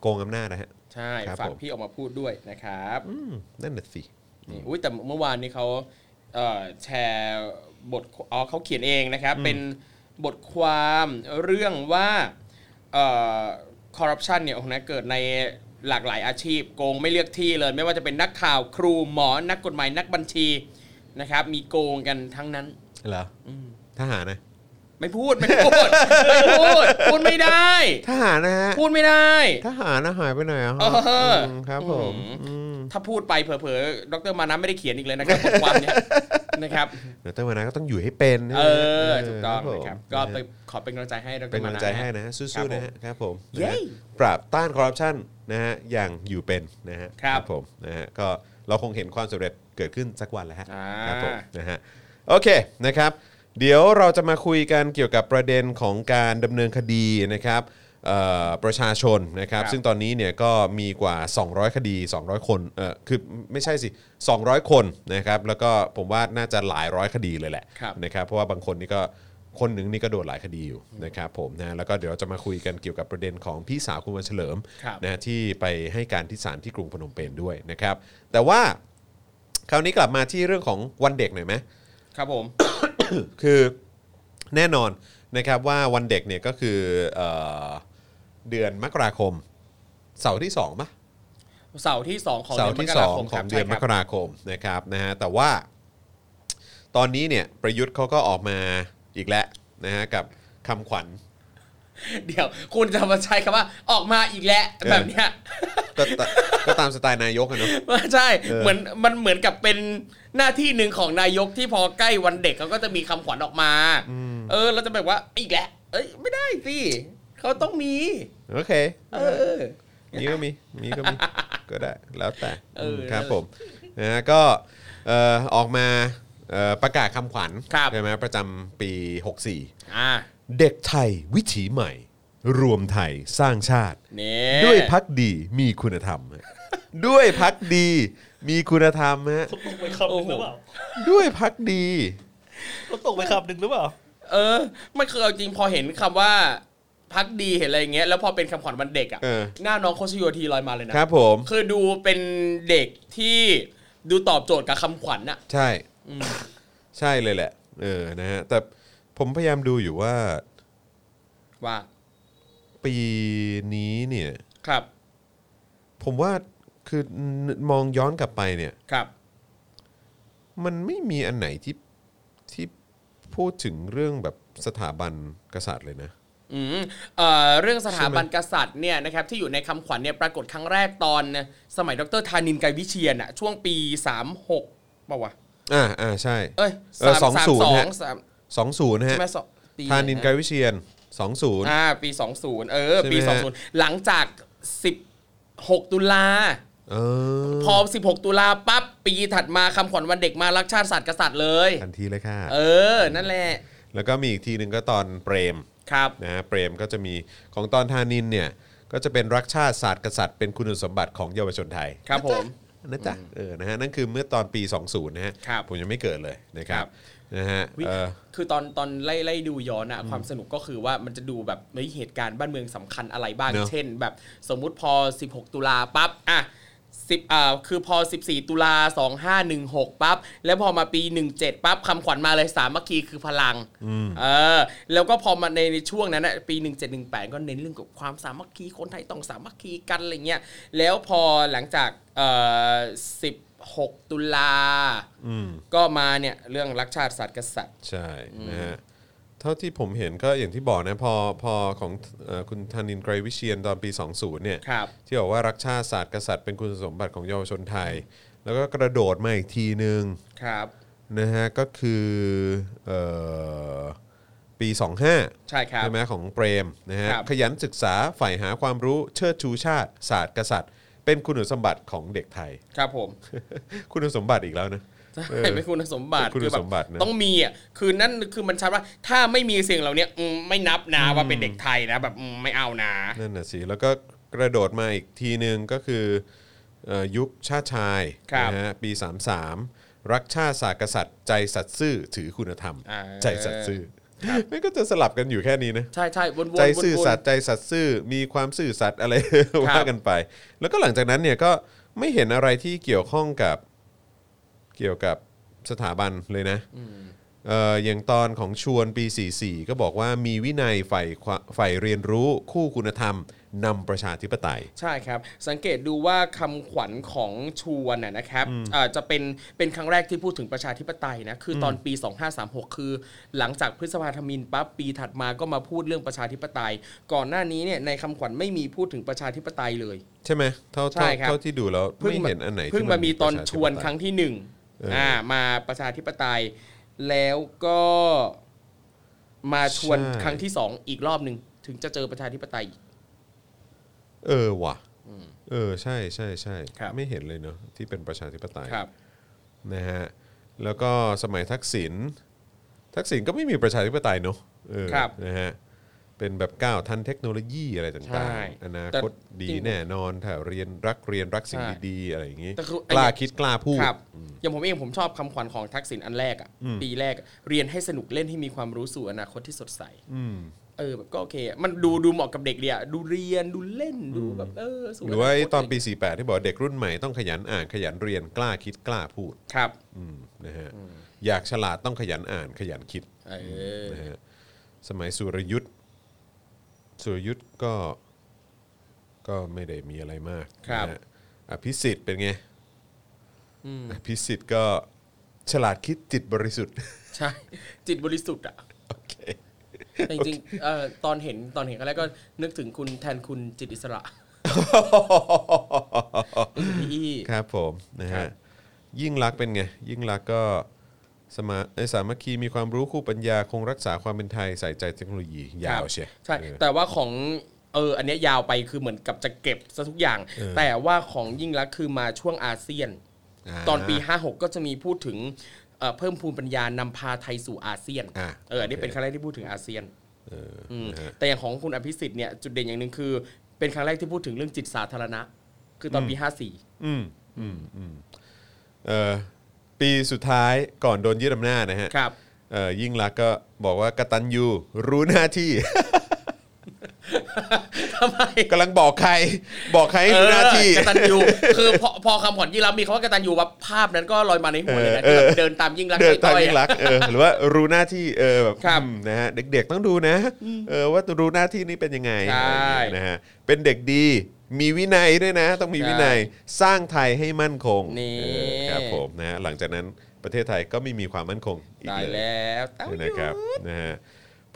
Speaker 2: โกงอำนาจนะฮะ
Speaker 3: ใช่
Speaker 2: ครับ
Speaker 3: ฝาก
Speaker 2: ผม
Speaker 3: พี่ออกมาพูดด้วยนะครับ
Speaker 2: อืมนั่นน่ะสิ
Speaker 3: นี่อุ้ยแต่เมื่อวานนี้เขาเอ่อแชร์บทอ๋อเขาเขียนเองนะครับ เป็นบทความเรื่องว่าคอร์รัปชันเนี่ยโอ้โหนะเกิดในหลากหลายอาชีพ โกงไม่เลือกที่เลย ไม่ว่าจะเป็นนักข่าวครูหมอนักกฎหมายนักบัญชีนะครับ มีโกงกันทั้งนั้น
Speaker 2: เหรออทหารนะ
Speaker 3: ไม่พูดไม่ *laughs* พูดไม่พูดพูดไม่ได้
Speaker 2: ทหารนะฮะ
Speaker 3: พูดไม่ได้
Speaker 2: ทหารนะหายไปไหนอ่ะ
Speaker 3: เอออื
Speaker 2: มครับผม
Speaker 3: อืม
Speaker 2: อืม
Speaker 3: ถ้าพูดไปเผลอๆ ดรมานะไม่ได้เขียนอีกเลยนะครับบทความเนี่ยนะครับ
Speaker 2: เดี๋ยวต้องมานะก็ต้องอยู่ให้เป็น
Speaker 3: เออ ถูกต้องนะครับ ก็ไปขอเป็นกำลังใจให้ด
Speaker 2: เป็
Speaker 3: ร
Speaker 2: นำ
Speaker 3: มาก
Speaker 2: ลั
Speaker 3: นะ
Speaker 2: งใจให้นะ สู้ๆนะฮะครับผม
Speaker 3: เย้
Speaker 2: นะฮะปราบต้านคอร์รัปชันนะฮะ อย่างอยู่เป็นนะฮะ
Speaker 3: ครับ
Speaker 2: ผมนะฮะ ก็เราคงเห็นความสำเร็จเกิดขึ้นสักวันแหล้วฮะ
Speaker 3: อ่า
Speaker 2: ครับผม นะฮะโอเคนะครับ เดี๋ยวเราจะมาคุยกันเกี่ยวกับประเด็นของการดำเนินคดีนะครับเอ่อประชาชนนะครับ
Speaker 3: ครับ
Speaker 2: ซึ่งตอนนี้เนี่ยก็มีกว่า 200 คดี 200 คนเออคือไม่ใช่สิ 200 คนนะครับแล้วก็ผมว่าน่าจะหลายร้อยคดีเลยแหละ
Speaker 3: ครับ
Speaker 2: นะครับเพราะว่าบางคนนี่ก็คนหนึ่งนี่ก็โดนหลายคดีอยู่นะครับผมนะแล้วก็เดี๋ยวเราจะมาคุยกันเกี่ยวกับประเด็นของพี่สาวคุณวันเฉลิม
Speaker 3: ครับ
Speaker 2: นะที่ไปให้การที่ศาลที่กรุงพนมเปญด้วยนะครับแต่ว่าคราวนี้กลับมาที่เรื่องของวันเด็กหน่อยไหม
Speaker 3: ครับผม
Speaker 2: คือแน่นอนนะครับว่าวันเด็กเนี่ยก็คือเออเดือนมกราคม เสาร์ที่2ปะ
Speaker 3: เสาร์ที่ 2 ของ
Speaker 2: เสาร์ที่
Speaker 3: มกรคม
Speaker 2: 2 ของ
Speaker 3: ครับ
Speaker 2: เดือนมก
Speaker 3: ใช่ครับ
Speaker 2: ราคมนะครับนะฮะแต่ว่าตอนนี้เนี่ยประยุทธ์เขาก็ออกมาอีกแล้วนะฮะกับคำขวัญ
Speaker 3: เดี๋ยว คุณจะมาใช้คำว่าออกมาอีกแล้ว
Speaker 2: เออ
Speaker 3: แบบเนี้ย
Speaker 2: ก็ *laughs* ตะ ก็ตามสไตล์นายกอะเนาะ
Speaker 3: ไม่ใช่
Speaker 2: เออ
Speaker 3: เหมือนมันเหมือนกับเป็นหน้าที่หนึ่งของนายกที่พอใกล้วันเด็กเขาก็จะมีคำขวัญออกมา เออเราจะแบบว่าอีกแล้วเอ้ยไม่ได้สิเขาต้องมี
Speaker 2: โอเค
Speaker 3: เออ
Speaker 2: มีก็มี มีก็มี ก็ได้ แล้วแต่
Speaker 3: เออ
Speaker 2: ครับผมนะฮะก็เอ่อออกมาเอ่อประกาศคำขวัญ
Speaker 3: ครับ
Speaker 2: ใช่ไหมประจำปี 64
Speaker 3: อ่า
Speaker 2: เด็กไทยวิถีใหม่ รวมไทยสร้างชาติ
Speaker 3: เนี่
Speaker 2: ด้วยพักดีมีคุณธรรมฮะด้วยพักดีมีคุณธรรมฮะ
Speaker 4: ตกไปคำหนึ่งหรือเปล่า
Speaker 2: ด้วยพักดี
Speaker 4: เราตกไปคำหนึ่งหรือเปล่า
Speaker 3: เออ มันคือเอาจริงพอเห็นคำว่าพักดีเห็นอะไรอย่างเงี้ยแล้วพอเป็นคำขวัญวันเด็ก
Speaker 2: เออ
Speaker 3: อะ่ะหน้าน้องโคชโยทีลอยมาเลยนะครับ
Speaker 2: ผม
Speaker 3: คือดูเป็นเด็กที่ดูตอบโจทย์กับคำขวัญน่ะ
Speaker 2: ใช่ ใช่เลยแหละ เออ นะฮะ แต่ผมพยายามดูอยู่ว่า
Speaker 3: ว่า
Speaker 2: ปีนี้เนี่ย
Speaker 3: ครับ
Speaker 2: ผมว่า คือมองย้อนกลับไปเนี่ย
Speaker 3: ครับ
Speaker 2: มันไม่มีอันไหนที่ที่พูดถึงเรื่องแบบสถาบันกษัตริย์เลยนะ
Speaker 3: อืมเอ่อเรื่องสถาบันกษัตริย์เนี่ยนะครับที่อยู่ในคำขวัญเนี่ยปรากฏครั้งแรกตอนสมัยดรธานินทร์ไกรวิเชียนอะช่วงปี 36ป่าวะ
Speaker 2: อ่าอ่าใช่
Speaker 3: เอ้ย
Speaker 2: เออ
Speaker 3: สาม
Speaker 2: 20
Speaker 3: สามสอง
Speaker 2: ฮะ
Speaker 3: สาม
Speaker 2: สองศูนย์ฮะ
Speaker 3: ใช่ไหมสองปี
Speaker 2: ธานินทร์ไกรวิเชียนสองศูนย์
Speaker 3: อ่าปี 20 เออ ปี
Speaker 2: ใช่ไหมฮะ
Speaker 3: 20 หลังจาก 16 ตุลา
Speaker 2: เออ
Speaker 3: พอ 16 ตุลาปั๊บปีถัดมาคำขวัญวันเด็กมารักชาติศาสตร์กษัตริย์เลย
Speaker 2: ทันทีเลยค่ะ
Speaker 3: เออ นั่นแหละ
Speaker 2: แล้วก็มีอีกทีหนึ่งก็ตอนเปรม
Speaker 3: ครับ
Speaker 2: นะฮะเปรมก็จะมีของตอนธานินเนี่ย ก็จะเป็นรักชาติศาสตร์กษัตริย์เป็นคุณสมบัติของเยาวชนไทย
Speaker 3: ครับผม
Speaker 2: นะจ๊ะเออนะฮะนั่นคือเมื่อตอนปี 20 นะฮะ
Speaker 3: ครับ
Speaker 2: ผมยังไม่เกิดเลยนะค
Speaker 3: ค
Speaker 2: รั
Speaker 3: รั
Speaker 2: บบ นะฮะ
Speaker 3: วิ
Speaker 2: เออ
Speaker 3: คือตอนตอนไล่ไล่ดูย้อนอะความสนุกก็คือว่ามันจะดูแบบเฮ้ยเหตุการณ์บ้านเมืองสำคัญอะไรบ้าง
Speaker 2: เนอะ
Speaker 3: เช่น แบบสมมุติพอ 16 ตุลาปั๊บอ่ะสิบอ่าคือพอ 14 ตุลา 2516 ปั๊บ แล้วพอมาปี 17 ปั๊บคำขวัญมาเลยสามัคคีคือพลังเออแล้วก็พอมาในในช่วงนั้นนะปี 1718 ก็เน้นเรื่องกับความสามัคคีคนไทยต้องสามัคคีกันอะไรเงี้ยแล้วพอหลังจากเอ่อ16 ตุลาก็มาเนี่ยเรื่องรักชาติศาสตร์กษัตริย์
Speaker 2: ใช่นะฮะเท่าที่ผมเห็นก็อย่างที่บอกนะพอพอของเอ่อคุณธานินทร์ไกรวิเชียนตอนปี 20 เนี่ย
Speaker 3: ครับ
Speaker 2: ที่บอกว่ารักชาติศาสตร์กษัตริย์เป็นคุณสมบัติของเยาวชนไทย แล้วก็กระโดดมาอีกทีหนึ่ง
Speaker 3: ครับ
Speaker 2: นะฮะก็คือเออปี 25
Speaker 3: ใช่ครับ
Speaker 2: ใช่ไหมของเปรมนะฮะ
Speaker 3: ครับ
Speaker 2: ขยันศึกษาใฝ่หาความรู้เชิดชูชาติ ศาสตร์กษัตริย์ เป็นคุณสมบัติของเด็กไทย
Speaker 3: ครับผม
Speaker 2: คุณสมบัติอีกแล้วนะ เออ
Speaker 3: *laughs* ใช่เป็นคุณสมบัติ
Speaker 2: เป็นคุณ
Speaker 3: อแ
Speaker 2: สมบัตินะ
Speaker 3: ต้องมีอ่ะคือนั่นคือมันชัดว่าถ้าไม่มีสิ่งเหล่านี้อืมไม่นับนะว่าเป็นเด็กไทยนะแบบอืมไม่เอานะ
Speaker 2: นั่นน่ะสิแล้วก็กระโดดมาอีกทีหนึ่งก็คือเอ่อยุคชาติชาย
Speaker 3: ครับ
Speaker 2: นะฮะปี 33 รักชาติศาสตร์กษัตริย์ใจสัตย์ซื่อถือคุณธรรม
Speaker 3: อ่า
Speaker 2: ใจสัตย์ซื่อไม่ก็จะสลับกันอยู่แค่นี้นะ
Speaker 3: ใช่ใช่วนๆวนๆ
Speaker 2: ใจซื่อสัตย์ใจสัตย์ซื่อมีความซื่อสัตย์อะไร ว่ากันไป แล้วก็หลังจากนั้นเนี่ยก็ไม่เห็นอะไรที่เกี่ยวข้องกับเกี่ยวกับสถาบันเลยนะเอ่ออย่างตอนของชวนปี 44 ก็บอกว่ามีวินัยใฝ่ความใฝ่เรียนรู้คู่คุณธรรมนำประชาธิปไตย
Speaker 3: ใช่ครับ สังเกตดูว่าคำขวัญของชวนนะนะครับอ่าจะเป็นเป็นครั้งแรกที่พูดถึงประชาธิปไตยนะคือตอนปี 2536 คือ หลังจากพฤษภาธมินปั๊บปีถัดมาก็มาพูดเรื่องประชาธิปไตย ก่อนหน้านี้เนี่ยในคำขวัญไม่มีพูดถึงประชาธิปไตยเลย
Speaker 2: ใช่ไหมเท่า
Speaker 3: ใช่
Speaker 2: เท่า
Speaker 3: ครับ
Speaker 2: เท่าที่ดูแล้วไม่
Speaker 3: มา
Speaker 2: เห็นอันไหนที่
Speaker 3: เพิ่งมามีตอนชวน
Speaker 2: ประาธิปไตย
Speaker 3: ครั้งที่หนึ่งอ่ามาประชาธิปไตย แล้วก็มาชวน
Speaker 2: ใช่
Speaker 3: ครั้งที่สองอีกรอบหนึ่งถึงจะเจอประชาธิปไตยอีก
Speaker 2: เออว่ะเออใช่ใช่ใช่
Speaker 3: ครับ
Speaker 2: ไม่เห็นเลยเนาะที่เป็นประชาธิปไตย
Speaker 3: ครับ
Speaker 2: นะฮะแล้วก็สมัยทักษิณทักษิณก็ไม่มีประชาธิปไตยเนอะเออ
Speaker 3: ครับ
Speaker 2: นะฮะเป็นแบบก้าวทันเทคโนโลยีอะไร
Speaker 3: ใช่
Speaker 2: ต่างๆอนาคต
Speaker 3: แต่
Speaker 2: ดี
Speaker 3: จริง
Speaker 2: แน่นอนถ้าเรียนรักเรียนรักสิ่ง
Speaker 3: ใช่
Speaker 2: ดีๆอะไรอย่างนี้
Speaker 3: แต่คือก
Speaker 2: ล้า
Speaker 3: ไอ้เนี่ย
Speaker 2: คิดกล้าพูด
Speaker 3: ครับอย่างผมเองผมชอบคำขวัญของทักษิณอันแรกอ่ะปีแรกอะเรียนให้สนุกเล่นให้มีความรู้สู่อนาคตที่สดใสเออแบบก็โอเคอะมันดูดูเหมาะกับเด็กเลยอ่ะดูเรียนดูเล่นดูแบบเออสู่
Speaker 2: หรือว่าไอ้
Speaker 3: ค
Speaker 2: ตอนปี 48 ที่บอกเด็กรุ่นใหม่ต้องขยันอ่านขยันเรียนกล้าคิดกล้าพูด
Speaker 3: ครับ
Speaker 2: อืมนะฮะอยากฉลาดต้องขยันอ่านขยันคิด
Speaker 3: เออ
Speaker 2: นะฮะสมัยสุรยุทธ์สุรยุทธ์ก็ก็ไม่ได้มีอะไรมากนะฮะอภิสิทธิ์เป็นไง
Speaker 3: อืม
Speaker 2: อภิสิทธิ์ก็ฉลาดคิดจิตบริสุทธิ์ *laughs*
Speaker 3: ใช่จิตบริสุทธิ์อ่ะ
Speaker 2: โอเค
Speaker 3: แต่จริงๆเอ่อตอนเห็นตอนเห็นครั้งแรกก็นึกถึงคุณแทนคุณจิตอิสระนึกถึงพี่อี้
Speaker 2: ครับผมนะ
Speaker 3: ครั
Speaker 2: ฮะ
Speaker 3: บ
Speaker 2: ยิ่งรักษณ์เป็นไง ยิ่งรักษณ์ก็สมาเอ้ยสามัคคีมีความรู้คู่ปัญญาคงรักษาความเป็นไทยใส่ใจเทคโนโลยียาวเชีย
Speaker 3: ใช่
Speaker 2: เออ
Speaker 3: แต่ว่าของเอออันเนี้ยยาวไปคือเหมือนกับจะเก็บซะทุกอย่าง
Speaker 2: เออ
Speaker 3: แต่ว่าของยิ่งลักษณ์คือมาช่วงอาเซียน ตอนปี 56 ก็จะมีพูดถึงเอ่อเพิ่มพูนปัญญานำพาไทยสู่อาเซียน
Speaker 2: อ่ะ
Speaker 3: เอออันนี้
Speaker 2: โอเค
Speaker 3: เป็นครั้งแรกที่พูดถึงอาเซียน
Speaker 2: เออ
Speaker 3: อืม
Speaker 2: นะฮะ
Speaker 3: แต่อย่างของคุณอภิสิทธิ์เนี่ยจุดเด่นอย่างหนึ่งคือ เป็นครั้งแรกที่พูดถึงเรื่องจิตสาธารณะ คือตอนปี
Speaker 2: อืมอืมอืมเออปีสุดท้ายก่อนโดนยึดอำนาจนะฮะ
Speaker 3: 54 ครับ
Speaker 2: เออยิ่งรักษณ์ก็บอกว่ากตัญญูรู้หน้าที่ *laughs*
Speaker 3: ทำไม
Speaker 2: กำลังบอกใคร บอกใครให้รู้หน้าที่
Speaker 3: กตันยูคือพอพอคำขวัญยิ่งรักษณ์มีคำว่ากตันยูว่าภาพนั้นก็ลอยมาในหัวเลยนะที่แบบเดินตามยิ่งรักษณ์
Speaker 2: เดิน
Speaker 3: ไป
Speaker 2: ตาม
Speaker 3: ต่อย
Speaker 2: ยิ่ง
Speaker 3: อะ
Speaker 2: รักษณ์เออหรือว่ารู้หน้าที่เออแบบ
Speaker 3: ครับ
Speaker 2: อืมนะฮะเด็กๆต้องดูนะเออว่ารู้หน้าที่นี่เป็นยังไง
Speaker 3: ใช่
Speaker 2: อะไรอย่างเงี้ยนะฮะเป็นเด็กดี มีวินัยด้วยนะ ต้องมีวินัยสร้างไทยให้มั่นคง
Speaker 3: นี่
Speaker 2: เออครับผมนะฮะหลังจากนั้นประเทศไทยก็ไม่มีความมั่นคงอีก
Speaker 3: ตาย
Speaker 2: เลย
Speaker 3: แล้วเต้า
Speaker 2: นะครับนะฮะ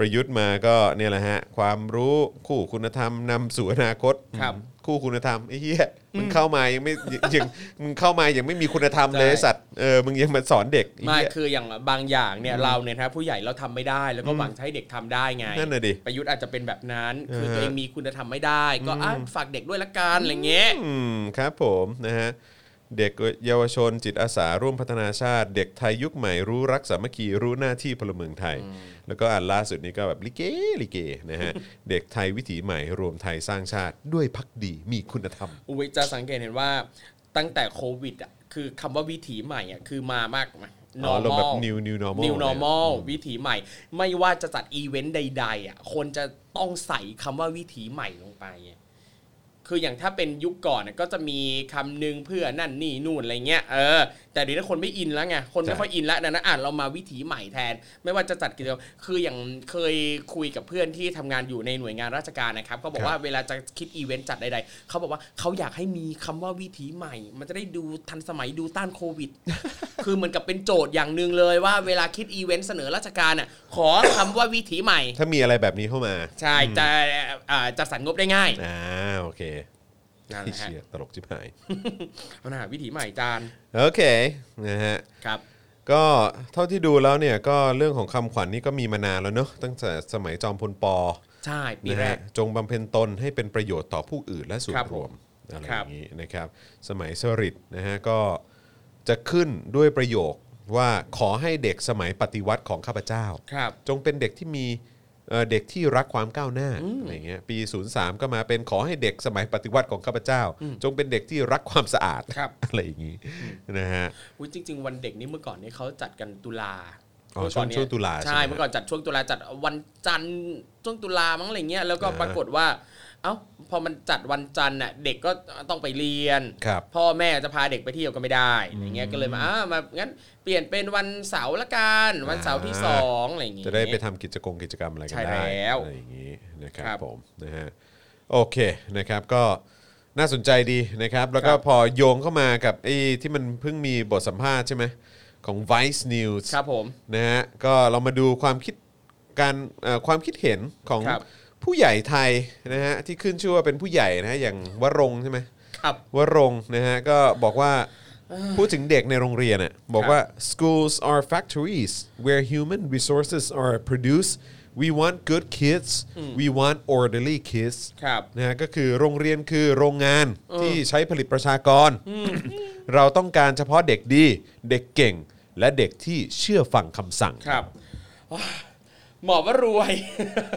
Speaker 2: ประยุทธ์มาก็เนี่ยแหละฮะความรู้คู่คุณธรรมนำสู่อนาคต
Speaker 3: ครับ
Speaker 2: คู่คุณธรรมไอ้เหี้ยมึงเข้ามายังไม่ยังมึงเข้ามายังไม่มีคุณธรรมเลย
Speaker 3: ใช่
Speaker 2: ไอ้สัตว์เออมึงยังมาสอนเด็กอ้
Speaker 3: ไม่
Speaker 2: เหี้ย
Speaker 3: คืออย่างบางอย่างเนี่ยเราเนี่ยนะผู้ใหญ่เราทำไม่ได้แล้วก็หวังจะให้เด็กทำได้ไง
Speaker 2: นั่นน่ะดิ
Speaker 3: ประยุทธ์อาจจะเป็นแบบนั้น คือ
Speaker 2: เออ
Speaker 3: ตัวเองมีคุณธรรมไม่ได้ ก็อ่ะฝากเด็กด้วยละกันอะไรเงี้ย
Speaker 2: อืมครับผมนะฮะเด็กเยาวชนจิตอาสาร่วมพัฒนาชาติ เด็กไทยยุคใหม่รู้รักสามัคคีรู้หน้าที่พลเมืองไทย แล้วก็อันล่าสุดนี้ก็แบบลิเกลิเกนะฮ *laughs* ะ เด็กไทยวิถีใหม่รวมไทยสร้างชาติด้วยพักดีมีคุณธรรม
Speaker 3: อุ้ยจะสังเกตเห็นว่าตั้งแต่โควิดอ่ะคือคำว่าวิถีใหม่อ่ะคือมามาก
Speaker 2: อ๋อลงแบบ new new normal
Speaker 3: new
Speaker 2: เลย
Speaker 3: normal วิถีใหม่ ไม่ว่าจะจัดอีเวนต์ใด ๆอ่ะคนจะต้องใส่คำว่าวิถีใหม่ลงไปอะคืออย่างถ้าเป็นยุคก่อนน่ะก็จะมีคำหนึงเพื่อนั่นนี่นู่นอะไรเงี้ยเออแต่เดี๋ยวนี้คนไม่อินแล้วไงคนไม่
Speaker 2: ใช่
Speaker 3: ค่อยอินแล้วดังนั้นอ่ะเรามาวิถีใหม่แทน ไม่ว่าจะจัดกิจกรรมคืออย่างเคยคุยกับเพื่อนที่ทำงานอยู่ในหน่วยงานราชการนะครับก็บอกว่า เวลาจะคิดอีเวนต์จัดใดๆ เขาบอกว่าเขาอยากให้มีคำว่าวิถีใหม่ มันจะได้ดูทันสมัยดูต้านโควิด *laughs* คือเหมือนกับเป็นโจทย์อย่างหนึ่งเลยว่าเวลาคิดอีเวนต์เสนอราชการอ่ะขอคำว่าวิถีใหม่
Speaker 2: ถ้ามีอะไรแบบนี้เข้ามา
Speaker 3: ใช่จะอ่าจัดสรรงบได้ง่าย
Speaker 2: อ่าโอเค
Speaker 3: นั่นแห
Speaker 2: ที่
Speaker 3: ละฮะ
Speaker 2: เชียตลกจิบหาย
Speaker 3: เอาหน่าวิถีใหม่จาน
Speaker 2: โอเคนะฮะ
Speaker 3: ครับ
Speaker 2: ก็เท่าที่ดูแล้วเนี่ยก็เรื่องของคำขวัญนี่ก็มีมานานแล้วเนอะตั้งแต่สมัยจอมพลปอ
Speaker 3: ใช่ปี
Speaker 2: นะ
Speaker 3: แร
Speaker 2: ฮะ
Speaker 3: ก
Speaker 2: จงบำเพ็ญตนให้เป็นประโยชน์ต่อผู้อื่นและส่วน
Speaker 3: ครับ
Speaker 2: รวม
Speaker 3: ผม
Speaker 2: อะไรอ
Speaker 3: ครับ
Speaker 2: ย่างนี้นะครับสมัยสฤษดิ์นะฮะก็จะขึ้นด้วยประโยคว่าขอให้เด็กสมัยปฏิวัติของข้าพเจ้า
Speaker 3: ครับ
Speaker 2: จงเป็นเด็กที่มีเอ่อเด็กที่รักความก้าวหน้าอะไรเงี้ยปี 03 ก็มาเป็นขอให้เด็กสมัยปฏิวัติของข้าพเจ้า จงเป็นเด็กที่รักความสะอาด
Speaker 3: ครับ
Speaker 2: อะไรอย่างงี้นะฮะ
Speaker 3: อุ๊ยจริง ๆ วันเด็กนี่เมื่อก่อนนี่เขาจัดกันตุลา
Speaker 2: อ๋อ
Speaker 3: เมื่ก่น
Speaker 2: ช่วงช่วงตุลาใช่
Speaker 3: ใช่
Speaker 2: ไหม
Speaker 3: เมื่อก่อนจัดช่วงตุลาจัดวันจันทร์ช่วงตุลามั้งอะไรเงี้ยแล้วก็
Speaker 2: อ่าฮะ
Speaker 3: ปรากฏว่า เอ้าพอมันจัดวันจันทร์น่ะเด็กก็ต้องไปเรียน
Speaker 2: ครับ
Speaker 3: พ่อแม่จะพาเด็กไปเที่ยวก็ไม่ได้อะไรเงี้ยก็เลยมาอ่ามางั้นเปลี่ยนเป็นวันเสาร์ละกันวันเสาร์ที่
Speaker 2: อ่า
Speaker 3: สองอะไรอย่างงี้
Speaker 2: จะได้ไปทำกิจกรรมกิจกรรมอะไรกัน
Speaker 3: ใช่
Speaker 2: ได้
Speaker 3: แล้ว
Speaker 2: อะไรอย่างงี้นะครับ
Speaker 3: ครับ
Speaker 2: ผมนะฮะโอเคนะครับก็น่าสนใจดีนะครับ แล้วก็
Speaker 3: ครับ
Speaker 2: พอโยงเข้ามากับไอ้ที่มันเพิ่งมีบทสัมภาษณ์ใช่ไหมของ Vice News
Speaker 3: ครับผม
Speaker 2: นะฮะก็เรามาดูความคิดการเอ่อความคิดเห็นของ
Speaker 3: ครับ
Speaker 2: ผู้ใหญ่ไทยนะฮะที่ขึ้นชื่อว่าเป็นผู้ใหญ่นะฮะอย่างวรงค์ใช่ไหม
Speaker 3: ครับ
Speaker 2: วรงค์นะฮะก็บอกว่าพูดถึงเด็กในโรงเรียนน่ะบอกว่า schools are factories where human resources are produced we want good kids we want orderly kids
Speaker 3: ครับ
Speaker 2: นะฮะก็คือโรงเรียนคือโรงงานที่ใช้ผลิตประชากร เราต้องการเฉพาะเด็กดี เด็กเก่ง และเด็กที่เชื่อฟังคำสั่ง
Speaker 3: ครับว้าหมอว่ารวย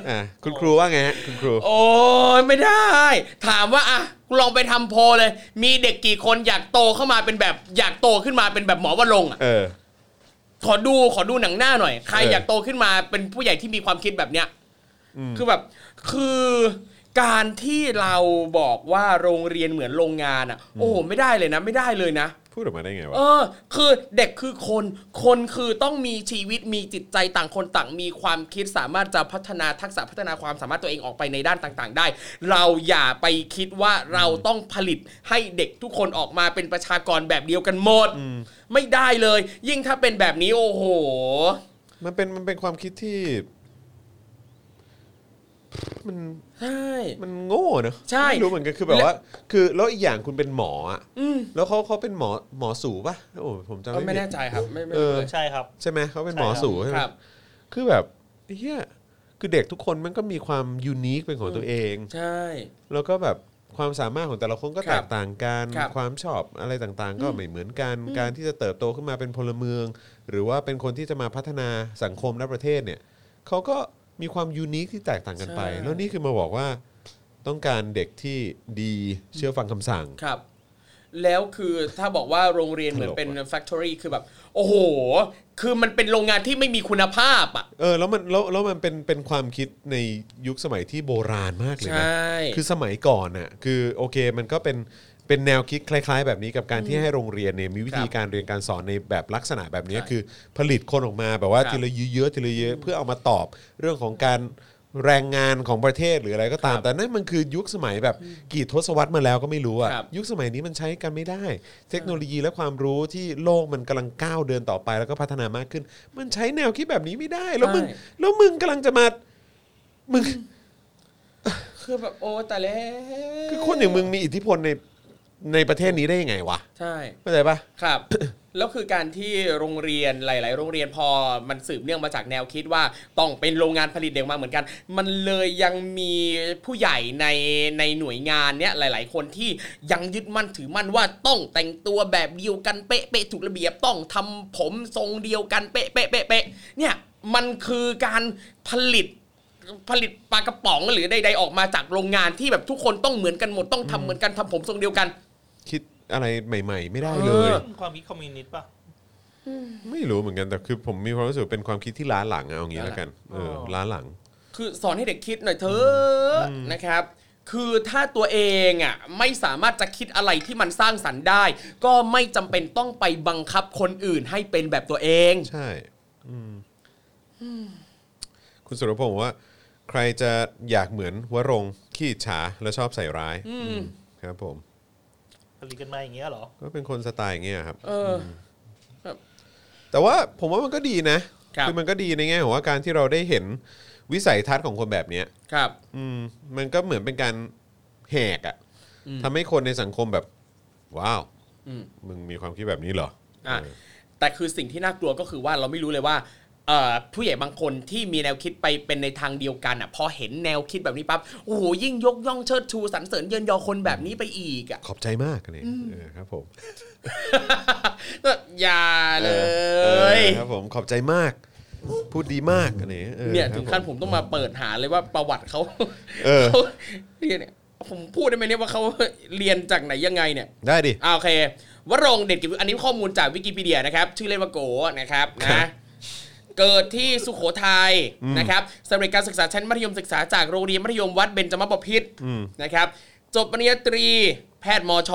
Speaker 2: อ่ะคุณครูว่าไงฮะคุณครู
Speaker 3: โอ้ยไม่ได้ ถามว่าอ่ะลองไปทำโพลเลย มีเด็กกี่คนอยากโตเข้ามาเป็นแบบอยากโตขึ้นมาเป็นแบบหมอวรงค์อ่ะ
Speaker 2: เออ
Speaker 3: ขอดูขอดูหนังหน้าหน่อย ใคร
Speaker 2: เออ
Speaker 3: อ
Speaker 2: อ
Speaker 3: ยากโตขึ้นมาเป็นผู้ใหญ่ที่มีความคิดแบบเนี้ยคือแบบ คือการที่เราบอกว่าโรงเรียนเหมือนโรงงานอ่ะ โอ้โหไม่ได้เลยนะ ไม่ได้เลยนะ
Speaker 2: พูดออกมาได้ไงวะ
Speaker 3: เออ คือเด็กคือคน คนคือต้องมีชีวิต มีจิตใจต่างคนต่างมีความคิดสามารถจะพัฒนาทักษะพัฒนาความสามารถตัวเองออกไปในด้านต่าง ๆ ได้ เราอย่าไปคิดว่าเราต้องผลิตให้เด็กทุกคนออกมาเป็นประชากรแบบเดียวกันหมด ไม่ได้เลย ยิ่งถ้าเป็นแบบนี้โอ้โห
Speaker 2: มันเป็นมันเป็นความคิดที่มัน
Speaker 3: ใช่
Speaker 2: มันโง่เนอะ
Speaker 3: ใช่
Speaker 2: ไม่รู้เหมือนกันคือแบบว่า คือแล้วอีกอย่างคุณเป็นหมออ่ะแล้วเขาเขาเป็นหมอหมอสูป่ะโอ้ผมจำ
Speaker 3: เออ
Speaker 2: ไม่
Speaker 3: ไม่แน่
Speaker 2: ผิด
Speaker 3: ใจครับไม่ไม่
Speaker 2: เออ
Speaker 3: เคย
Speaker 4: ใช่ครับ
Speaker 2: ใช่ไหมเขาเป็นหมอสูใช่ไหม
Speaker 3: ครับ
Speaker 2: คือแบบเฮียคือเด็กทุกคนมันก็มีความยูนิคเป็นของตัวเอง
Speaker 3: ใช่
Speaker 2: แล้วก็แบบความสามารถของแต่ละคนก็
Speaker 3: ค
Speaker 2: แต
Speaker 3: รั
Speaker 2: ก
Speaker 3: บ
Speaker 2: ต่างกัน
Speaker 3: ครับ
Speaker 2: ความชอบอะไรต่างๆ ก็ไม่เหมือนกัน การที่จะเติบโตขึ้นมาเป็นพลเมือง หรือว่าเป็นคนที่จะมาพัฒนาสังคมและประเทศเนี่ยเขาก็มีความยูนิคที่แตกต่างกันไป
Speaker 3: ใช่
Speaker 2: แล้วนี่คือมาบอกว่าต้องการเด็กที่ดีเชื่อฟังคำสั่ง
Speaker 3: ครับ แล้วคือถ้าบอกว่าโรงเรียนเหมือนเป็น
Speaker 2: ตลกว่ะ
Speaker 3: factory คือแบบ โอ้โห คือมันเป็นโรงงานที่ไม่มีคุณภาพอ่ะ
Speaker 2: เออแล้วมันแล้วแล้วมันเป็นเป็นความคิดในยุคสมัยที่โบราณมากเลย
Speaker 3: ใช
Speaker 2: นะ
Speaker 3: ่
Speaker 2: คือสมัยก่อนน่ะคือโอเคมันก็เป็นเป็นแนวคิดคล้าย ๆ แบบนี้กับการที่ให้โรงเรียนเนี่ยมีวิธี
Speaker 3: ครับ
Speaker 2: การเรียนการสอนในแบบลักษณะแบบนี้
Speaker 3: ใช่
Speaker 2: คือผลิตคนออกมาแบบว่า
Speaker 3: ครับ
Speaker 2: ทีละเยอะๆทีละเยอะเพื่อเอามาตอบเรื่องของการ แรงงานของประเทศหรืออะไรก็ตาม
Speaker 3: ครับ
Speaker 2: แต่นั่นมันคือยุคสมัยแบบกี่ทศวรรษมาแล้วก็ไม่รู้อะ
Speaker 3: ครับ
Speaker 2: ยุคสมัยนี้มันใช้กันไม่ได้ เทคโนโลยีและความรู้ที่โลกมันกำลังก้าวเดินต่อไปแล้วก็พัฒนามากขึ้น มันใช้แนวคิดแบบนี้ไม่ได้ แล้วมึง
Speaker 3: ใช่
Speaker 2: แล้วมึงกำลังจะมามึง
Speaker 3: คือแบบโอ้แต่แล้ว
Speaker 2: คือคนอย่างมึงมีอิทธิพลในในประเทศนี้ได้ยังไงวะ
Speaker 3: ใช่
Speaker 2: เข้าใจปะ
Speaker 3: ครับ *coughs* แล้วคือการที่โรงเรียนหลาย ๆ โรงเรียนพอมันสืบเนื่องมาจากแนวคิดว่าต้องเป็นโรงงานผลิตเด็กมาเหมือนกัน มันเลยยังมีผู้ใหญ่ในในหน่วยงานเนี้ยหลาย ๆ คนที่ยังยึดมั่นถือมั่นว่าต้องแต่งตัวแบบเดียวกันเป๊ะเป๊ะถูกระเบียบต้องทำผมทรงเดียวกันเป๊ะเป๊ะเป๊ะเป๊ะเนี่ยมันคือการผลิต ผลิตปลากระป๋องหรือใด ๆ ออกมาจากโรงงานที่แบบทุกคนต้องเหมือนกันหมดต้องทำเหมือนกันทำผมทรงเดียวกัน
Speaker 2: คิดอะไรใหม่ ๆ ไม่ได้เล
Speaker 3: เอย อ
Speaker 4: ความคิดคอมมิวนิสต์ป่ะ
Speaker 2: ไม่รู้เหมือนกันแต่คือผมมีความรู้สึกเป็นความคิดที่ล้าหลังอะเอางี้แล้วกันเออ
Speaker 4: อ๋อ
Speaker 2: ล้าหลัง
Speaker 3: คือสอนให้เด็กคิดหน่อยเถอะนะครับ คือถ้าตัวเองอ่ะไม่สามารถจะคิดอะไรที่มันสร้างสรรค์ได้ ก็ไม่จำเป็นต้องไปบังคับคนอื่นให้เป็นแบบตัวเอง
Speaker 2: ใช่อืมคุณสุรพงศ์บอกว่า ใครจะอยากเหมือนวรงค์ขี้อิจฉาและชอบใส่ร้ายอืมครับผม
Speaker 4: ผลิตกันมาอย่างเงี้ยเหรอ
Speaker 2: ก็เป็นคนสไตล์อย่างเงี้ยครับ
Speaker 3: เออ
Speaker 2: แต่ว่าผมว่ามันก็ดีนะครับ อมันก็ดีในแง่ของว่าการที่เราได้เห็นวิสัยทัศน์ของคนแบบเนี้ย
Speaker 3: ครับ
Speaker 2: อืมมันก็เหมือนเป็นการแหกอะทำให้คนในสังคมแบบ ว้าว
Speaker 3: อืม
Speaker 2: มึงมีความคิดแบบนี้เหรอ
Speaker 3: อ่ะ
Speaker 2: เออ
Speaker 3: แต่คือสิ่งที่น่ากลัวก็คือว่าเราไม่รู้เลยว่าเอ่อผู้ใหญ่บางคนที่มีแนวคิดไปเป็นในทางเดียวกันอ่ะพอเห็นแนวคิดแบบนี้ปั๊บโอ้โหยิ่งยกย่องเชิดชูสรรเสริญเยินยอคนแบบนี้ไปอีกอ่ะ
Speaker 2: ขอบใจมากนี่เออครับผม
Speaker 3: อย่าเล
Speaker 2: เออย ครับผมขอบใจมาก พูดดีมากนี่ออ
Speaker 3: เนี่ย
Speaker 2: ครับ
Speaker 3: ถึงขั้นผมต้องมาเปิดหาเลยว่า *laughs* ประวัติเขา
Speaker 2: เออ
Speaker 3: เขาเรียนเนี่ยผมพูดได้ไหมเนี่ยว่าเขา เรียนจากไหนยังไงเนี่ย
Speaker 2: ได้ดิ
Speaker 3: อ่าโอเควรงค์เด็ดกิจอันนี้ข้อมูลจากวิกิพีเดียนะครับ ชื่อเล่นว่าโกนะครับ
Speaker 2: ครั
Speaker 3: นะ
Speaker 2: บ
Speaker 3: เกิดที่สุโขทัย
Speaker 2: อืม
Speaker 3: นะครับสำเร็จการศึกษาชั้นมัธยมศึกษาจากโรงเรียนมัธยมวัดเบญจมบพิตร
Speaker 2: อืม
Speaker 3: นะครับ จบปริญญาตรี แพทย์มช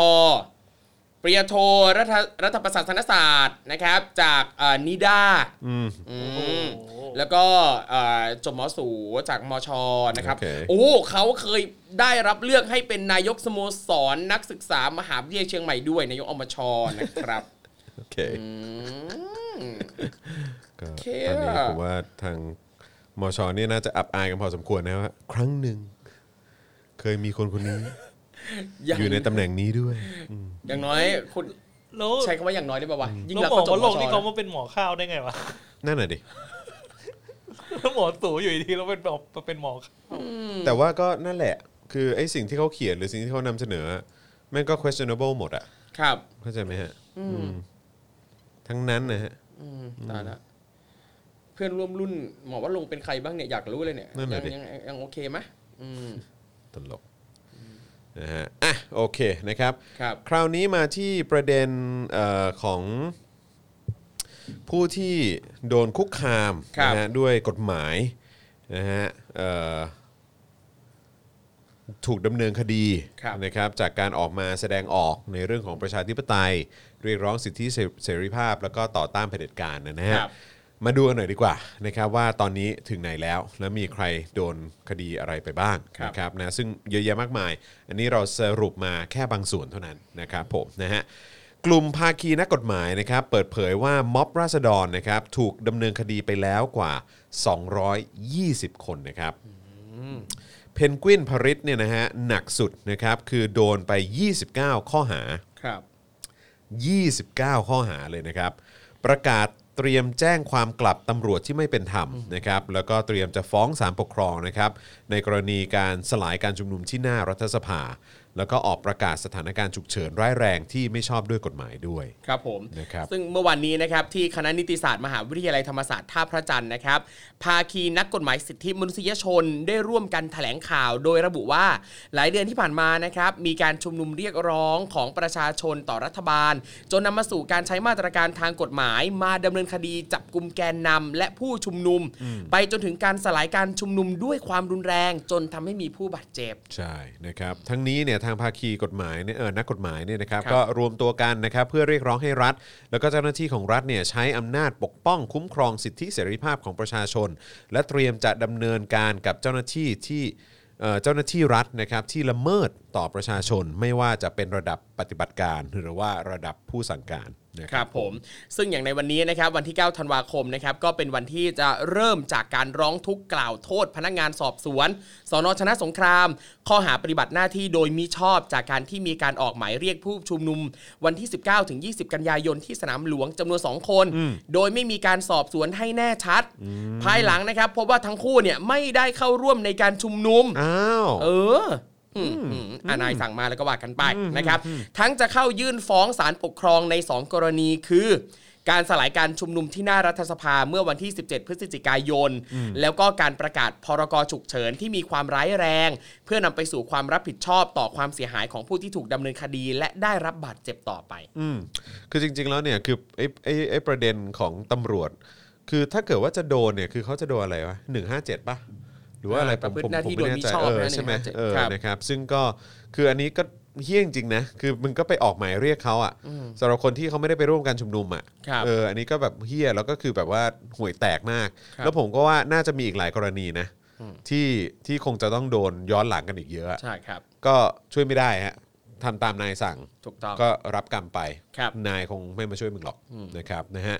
Speaker 3: ปริญญาโทรัฐรัฐประศาสนศาสตร์นะครับ จากเอ่อนิด้า
Speaker 2: อืม
Speaker 3: อื
Speaker 4: โอ้
Speaker 3: ม
Speaker 4: โห
Speaker 3: แล้วก็เอ่อจบมสูจากมชนะครับ
Speaker 2: โอเค
Speaker 3: โอ้เขาเคยได้รับเลือกให้เป็นนายกสโมสรนักศึกษามหาวิทยาลัยเชียงใหม่ด้วย นายกอมชนะครับ
Speaker 2: โอเค
Speaker 3: อืม
Speaker 2: ก็
Speaker 3: โอเค
Speaker 2: ตอนนี้
Speaker 3: อะ
Speaker 2: ผมว่าทางมชเนี่ยน่าจะอับอายกันพอสมควรนะว่าครั้งหนึ่ง เคยมีคนคนนี้
Speaker 3: อย่าง
Speaker 2: อยู่ในตำแหน่งนี้ด้วย
Speaker 3: อย่างน้อยคุณ
Speaker 4: แล้ว
Speaker 3: ใช้คำว่าอย่างน้อยได้ป่าวะยิ่งรั
Speaker 4: เรา
Speaker 3: ก
Speaker 4: บ
Speaker 3: ก็
Speaker 4: อก
Speaker 3: จบ
Speaker 4: ว่ามโลก
Speaker 3: ช
Speaker 4: นี่เขามาเป็นหมอข้าวได้ไงวะ
Speaker 2: นั่นน่ะดิ
Speaker 4: แล้วหมอสูอยู่ดีๆเราเป็นแบบมาเป็นหมอข้าว
Speaker 2: แต่ว่าก็นั่นแหละ คือไอ้สิ่งที่เขาเขียนหรือสิ่งที่เขานำเสนอแม่งก็ questionable หมดอ่ะ
Speaker 3: ครับ
Speaker 2: เข้าใจไหมฮะ
Speaker 3: อืม
Speaker 2: อืมทั้งนั้นนะฮะ
Speaker 3: อืมตายละเพื่อนร่วมรุ่นหมอว่าลงค์เป็นใครบ้างเนี่ยอยากรู้เลยเนี่ย
Speaker 2: นั่นน่ะ
Speaker 3: ยั
Speaker 2: ดิ
Speaker 3: ยังยังยังโอเคไหมอืม
Speaker 2: ตลกนะฮะอ่ะโอเคนะครับ
Speaker 3: ครับ
Speaker 2: คราวนี้มาที่ประเด็นเออของผู้ที่โดนคุกคาม
Speaker 3: ครับ
Speaker 2: นะฮะด้วยกฎหมายนะฮะเอ่อถูกดำเนินคดีนะครับจากการออกมาแสดงออกในเรื่องของประชาธิปไตย เรียกร้องสิทธิเสเสรีภาพ แล้วก็ต่อต้านเผด็จการนะฮะ
Speaker 3: ครับ
Speaker 2: มาดูกันหน่อยดีกว่านะครับว่าตอนนี้ถึงไหนแล้ว และมีใครโดนคดีอะไรไปบ้าง
Speaker 3: ครับ
Speaker 2: นะครับนะซึ่งเยอะแยะมากมาย อันนี้เราสรุปมาแค่บางส่วนเท่านั้นนะครับผมนะฮะกลุ่มภาคีนักกฎหมายนะครับเปิดเผยว่าม็อบราษฎรนะครับถูกดำเนินคดีไปแล้วกว่า 220 คนนะครับ เพนกวินพริตเนี่ยนะฮะหนักสุดนะครับคือโดนไป 29 ข้อหา
Speaker 3: ครับ
Speaker 2: 29 ข้อหาเลยนะครับ ประกาศเตรียมแจ้งความกลับตำรวจที่ไม่เป็นธรรมนะครับแล้วก็เตรียมจะฟ้องศาลปกครองนะครับ ในกรณีการสลายการชุมนุมที่หน้ารัฐสภา แล้วก็ออกประกาศสถานการณ์ฉุกเฉินร้ายแรงที่ไม่ชอบด้วยกฎหมายด้วย
Speaker 3: ครับผม
Speaker 2: นะครับ
Speaker 3: ซึ่งเมื่อวานนี้นะครับที่คณะนิติศาสตร์มหาวิทยาลัยธรรมศาสตร์ท่าพระจันทร์นะครับ ภาคีนักกฎหมายสิทธิมนุษยชนได้ร่วมกันแถลงข่าวโดยระบุว่า หลายเดือนที่ผ่านมานะครับ มีการชุมนุมเรียกร้องของประชาชนต่อรัฐบาล จนนำมาสู่การใช้มาตรการทางกฎหมาย มาดำเนินคดีจับกลุ่มแกนนำและผู้ชุมนุม ไปจนถึงการสลายการชุมนุมด้วยความรุนแรง จนทำให้มีผู้บาดเจ็บ
Speaker 2: ใช่นะครับ ทั้งนี้เนี่ย ทางภาคีกฎหมายเนี่ยเออนักกฎหมายเนี่ยนะครับ
Speaker 3: ครับ
Speaker 2: ก็รวมตัวกันนะครับเพื่อเรียกร้องให้รัฐ แล้วก็เจ้าหน้าที่ของรัฐเนี่ยใช้อำนาจปกป้องคุ้มครองสิทธิเสรีภาพของประชาชน และเตรียมจะดำเนินการกับเจ้าหน้าที่ที่เอ่อเจ้าหน้าที่รัฐนะครับที่ละเมิดต่อประชาชน ไม่ว่าจะเป็นระดับปฏิบัติการหรือว่าระดับผู้สั่งการนะค
Speaker 3: ครับ รับผมซึ่งอย่างในวันนี้นะครับวันที่ 9 ธันวาคมนะครับก็เป็นวันที่จะเริ่มจากการร้องทุกข์กล่าวโทษ พนักงานสอบสวนสนชนะสงคราม ข้อหาปฏิบัติหน้าที่โดยมิชอบจากการที่มีการออกหมายเรียกผู้ชุมนุม วันที่ 19 ถึง 20 กันยายนที่สนามหลวงจำนวน 2 คน โดยไม่มีการสอบสวนให้แน่ชัด ภายหลังนะครับพบว่าทั้งคู่เนี่ยไม่ได้เข้าร่วมในการชุมนุม
Speaker 2: อ้าว
Speaker 3: เอออืมอืมอ่านายสั่งมาแล้วก็ว่ากันไปนะครับ ทั้งจะเข้ายื่นฟ้องศาลปกครองใน 2 กรณีคือ การสลายการชุมนุมที่หน้ารัฐสภาเมื่อวันที่ 17 พฤศจิกายน แล้วก็การประกาศพรกฉุกเฉินที่มีความร้ายแรง เพื่อนำไปสู่ความรับผิดชอบต่อความเสียหายของผู้ที่ถูกดำเนินคดี และได้รับบาดเจ็บต่อไป
Speaker 2: อืมคือจริงๆแล้วเนี่ยคือไอ้ไอ้ไอ้ประเด็นของตำรวจ คือถ้าเกิดว่าจะโดนเนี่ยคือเขาจะโดนอะไรวะหนึ่งห้าเจ็ดป่ะ หรือว่าอะไร
Speaker 3: อ่า
Speaker 2: ผม
Speaker 3: ประพฤติ
Speaker 2: ผม
Speaker 3: หน้า
Speaker 2: ผม
Speaker 3: ที่
Speaker 2: ไม่
Speaker 3: โดย
Speaker 2: แน่
Speaker 3: มิ
Speaker 2: ใจ
Speaker 3: ชอบ
Speaker 2: เออ
Speaker 3: นะ
Speaker 2: ใช่ไหม
Speaker 3: 157
Speaker 2: เออ
Speaker 3: ครับ
Speaker 2: นะครับ ซึ่งก็คืออันนี้ก็เฮี้ยจริงๆนะคือมึงก็ไปออกหมายเรียกเขาอะสำหรับคนที่เขาไม่ได้ไปร่วมการชุมนุมอะ
Speaker 3: ครับ
Speaker 2: เอออันนี้ก็แบบเฮี้ยแล้วก็คือแบบว่าห่วยแตกมาก
Speaker 3: ครับ
Speaker 2: แล้วผมก็ว่าน่าจะมีอีกหลายกรณีนะที่ที่คงจะต้องโดนย้อนหลังกันอีกเยอะอะ
Speaker 3: ใช่ครับ
Speaker 2: ก็ช่วยไม่ได้ฮะทำตามนายสั่ง
Speaker 3: ถูกต้อง
Speaker 2: ก็รับกรรมไป
Speaker 3: ครับ
Speaker 2: นายคงไม่มาช่วยมึงหรอกนะครับนะฮะ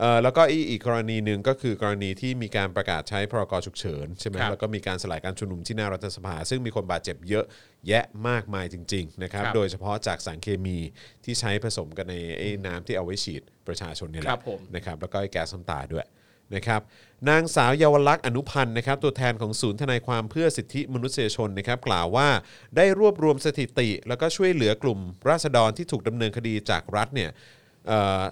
Speaker 2: เอ่อแล้วก็อีกอีกกรณีหนึ่งก็คือกรณีที่มีการประกาศใช้พรกฉุกเฉินใช่ไหม
Speaker 3: ครับ
Speaker 2: แล้วก็มีการสลายการชุมนุมที่หน้ารัฐสภา ซึ่งมีคนบาดเจ็บเยอะแยะมากมายจริงๆนะครับ
Speaker 3: ครับ
Speaker 2: โดยเฉพาะจากสารเคมีที่ใช้ผสมกันในไอ้น้ำที่เอาไว้ฉีดประชาชนเนี่ยแห
Speaker 3: ครั
Speaker 2: ละ
Speaker 3: บผม
Speaker 2: นะครับแล้วก็ไอ้แก๊สน้ำตาด้วยนะครับนางสาวเยาวลักษณ์อนุพันธ์นะครับตัวแทนของศูนย์ทนายความเพื่อสิทธิมนุษยชนนะครับกล่าวว่าได้รวบรวมสถิติ แล้วก็ช่วยเหลือกลุ่มราษฎรที่ถูกดำเนินคดีจากรัฐเนี่ยเอ่อ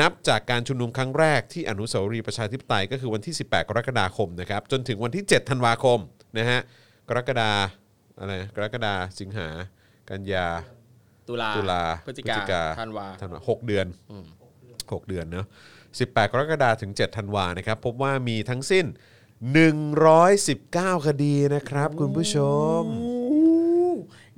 Speaker 2: นับจากการชุมนุมครั้งแรกที่อนุสาวรีย์ประชาธิปไตยก็คือวันที่ 18 กรกฎาคมนะครับจนถึงวันที่ 7 ธันวาคมนะฮะกรกฎาอะไรนะกรกฎาสิงหากันยา
Speaker 3: ตุลา
Speaker 2: ตุลา
Speaker 3: พฤศจิกาธันวา
Speaker 2: ธันวาหกเดือนหกเดือนเนอะ18 กรกฎาคมถึง 7 ธันวานะครับ พบว่ามีทั้งสิ้น 119 คดีนะครับ คุณผู้ชม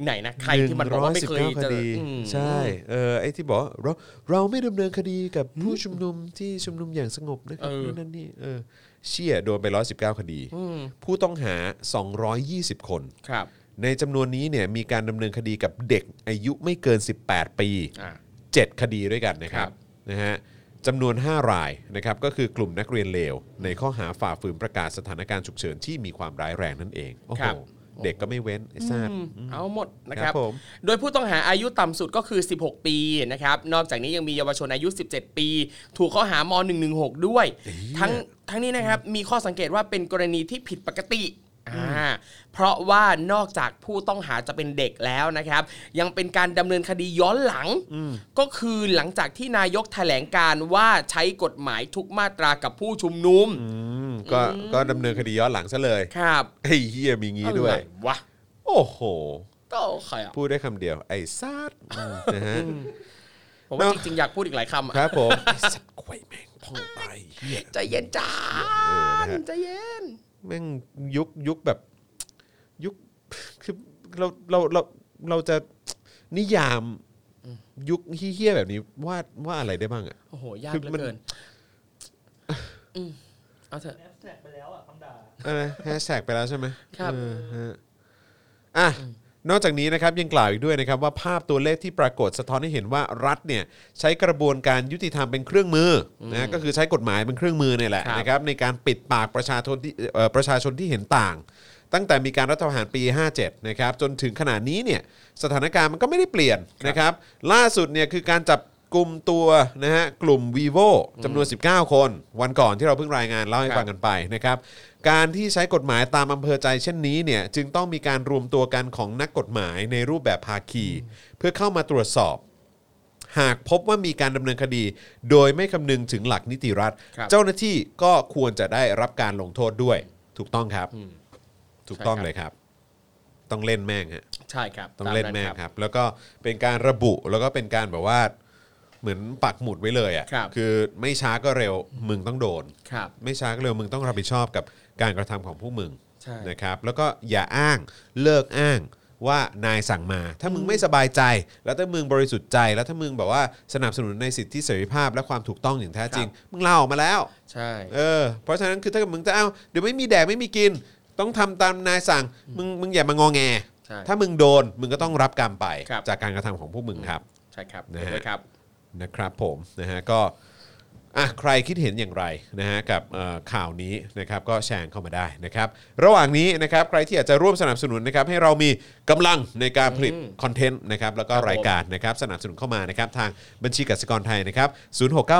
Speaker 3: ไหนนะใครที่มันบอกว่าไม่เคย
Speaker 2: 119ค
Speaker 3: เจอ
Speaker 2: ดี
Speaker 3: อืม
Speaker 2: ใช่เออไอ้ที่บอกว่าเราเราไม่ดำเนินคดีกับผู้ชุมนุมที่ชุมนุมอย่างสงบนะครับ
Speaker 3: เออ
Speaker 2: นู่นนั่นนี่เออเชี่ยโดนไป 119 คดี ผู้ต้องหา 220 คน
Speaker 3: ครับ
Speaker 2: ในจำนวนนี้เนี่ยมีการดำเนินคดีกับเด็กอายุไม่เกิน 18 ปี
Speaker 3: อ่า
Speaker 2: 7 คดีด้วยกันนะครั
Speaker 3: ครับ บ
Speaker 2: นะฮะจำนวน 5 รายนะครับก็คือกลุ่มนักเรียนเลว ในข้อหาฝ่าฝืนประกาศสถานการณ์ฉุกเฉินที่มีความร้ายแรงนั่นเองโอ้โหเด็กก็ไม่เว้นไอ้ทราบ
Speaker 3: เอาหมดนะครับ
Speaker 2: ครับผม
Speaker 3: โดยผู้ต้องหาอายุต่ำสุดก็คือ 16 ปีนะครับ นอกจากนี้ยังมีเยาวชนอายุ 17 ปี ถูกข้อหาม116 ด้วย ทั้งทั้งนี้นะครับมีข้อสังเกตว่าเป็นกรณีที่ผิดปกติอ่าเพราะว่านอกจากผู้ต้องหาจะเป็นเด็กแล้วนะครับ ยังเป็นการดำเนินคดีย้อนหลัง ก็คือหลังจากที่นายกแถลงการว่าใช้กฎหมายทุกมาตรากับผู้ชุมนุม
Speaker 2: อืมก็ก็ดำเนินคดีย้อนหลังซะเลย
Speaker 3: ครับ
Speaker 2: ไอ้เฮียมีงี้ด้วย
Speaker 3: อะไรวะ
Speaker 2: โอ้โห
Speaker 3: ก็ใครอ่ะ
Speaker 2: พูดได้คำเดียว ไอ้ซาดนะฮะ
Speaker 3: ผม
Speaker 2: เน
Speaker 3: ว่า
Speaker 2: อะ
Speaker 3: จริงๆอยากพูดอีกหลายคำอะ
Speaker 2: ครับผมไอ้สัตว์ควยแม่งพ่องไปเฮีย
Speaker 3: ใจเย็นจ้า
Speaker 2: เออนะฮะ
Speaker 3: ใจเย็น
Speaker 2: แม่งยุคยุคแบบยุค คือเราเราเราเราจะนิยามยุคเฮี้ยๆแบบนี้ว่าว่าอะไรได้บ้างอะ
Speaker 3: โอ้โห ยาก
Speaker 2: คือ
Speaker 3: เหลือ
Speaker 2: มัน
Speaker 3: เกินอืมเอาเถอะ
Speaker 4: แจกไปแล้วอ่ะคำด่า
Speaker 2: อะไรแฮชแท็กไปแล้วใช่ไหม
Speaker 3: ครับ
Speaker 2: เออฮะอ่ะนอกจากนี้นะครับยังกล่าวอีกด้วยนะครับว่าภาพตัวเลขที่ปรากฏสะท้อนให้เห็นว่ารัฐเนี่ยใช้กระบวนการยุติธรรมเป็นเครื่องมืออนะก็คือใช้กฎหมายเป็นเครื่องมือเนี่ยแหละ
Speaker 3: ครับ
Speaker 2: นะครับในการปิดปากประชาชนที่เอ่อประชาชนที่เห็นต่าง ตั้งแต่มีการรัฐประหารปี 57นะครับจนถึงขณะนี้เนี่ยสถานการณ์มันก็ไม่ได้เปลี่ยนนะครับล่าสุดเนี่ยคือการจับกลุ่มตัวนะฮะกลุ่ม vivo จำนวน 19 คน วันก่อนที่เราเพิ่งรายงานเล่าให้
Speaker 3: ครับ
Speaker 2: ฟังกันไปนะครับการที่ใช้กฎหมายตามอำเภอใจเช่นนี้เนี่ยจึงต้องมีการรวมตัวกันของนักกฎหมายในรูปแบบภาคี เพื่อเข้ามาตรวจสอบ หากพบว่ามีการดำเนินคดี โดยไม่คำนึงถึงหลักนิติรัฐ
Speaker 3: ครับ
Speaker 2: เจ้าหน้าที่ก็ควรจะได้รับการลงโทษด้วย ถูกต้องครับ ถูกต้องเลยครับ ต้องเล่นแม่งฮะ
Speaker 3: ใช่ครับ
Speaker 2: ต้องเล่นแม่ง
Speaker 3: ตา
Speaker 2: ครับ แล้วก็เป็นการระบุแล้วก็เป็นการแบบว่า เหมือนปักหมุดไว้เลย
Speaker 3: ครั
Speaker 2: อะ่ะ
Speaker 3: บ
Speaker 2: คือไม่ช้าก็เร็วมึงต้องโดน
Speaker 3: ครับ
Speaker 2: ไม่ช้าก็เร็วมึงต้องรับผิดชอบกับการกระทำของผู้มึง
Speaker 3: ใช่
Speaker 2: นะครับ แล้วก็อย่าอ้างเลิกอ้าง ว่านายสั่งมา ถ้ามึงไม่สบายใจ แล้วถ้ามึงบริสุทธิ์ใจ แล้วถ้ามึงแบบว่าสนับสนุนในสิทธิเสรีภาพและความถูกต้องอย่างแท้จริง มึงลาออกมาแล้ว
Speaker 3: ใช่
Speaker 2: เออเพราะฉะนั้นคือถ้าเกิดมึงจะเอาเดี๋ยวไม่มีแดดไม่มีกิน ต้องทำตามนายสั่ง มึงมึงอย่ามางอแง
Speaker 3: ใช่
Speaker 2: ถ้ามึงโดนมึงก็ต้องรับกรรมไป
Speaker 3: ครับ
Speaker 2: จากการกระทำของพวกมึงครับ
Speaker 3: ใช่ครับ
Speaker 2: นะฮะ
Speaker 3: เห็นด้วยครับ
Speaker 2: นะครับผมนะฮะก็อ่ะใครคิดเห็นอย่างไรนะฮะกับเอ่อข่าวนี้นะครับก็แชร์เข้ามาได้นะครับ ระหว่างนี้นะครับใครที่อยากจะร่วมสนับสนุนนะครับให้เรามีกำลังในการผลิตคอนเทนต์นะครับแล้วก็
Speaker 3: ครับผม
Speaker 2: รายการนะครับสนับสนุนเข้ามานะครับทางบัญชีกสิกรไทยนะครั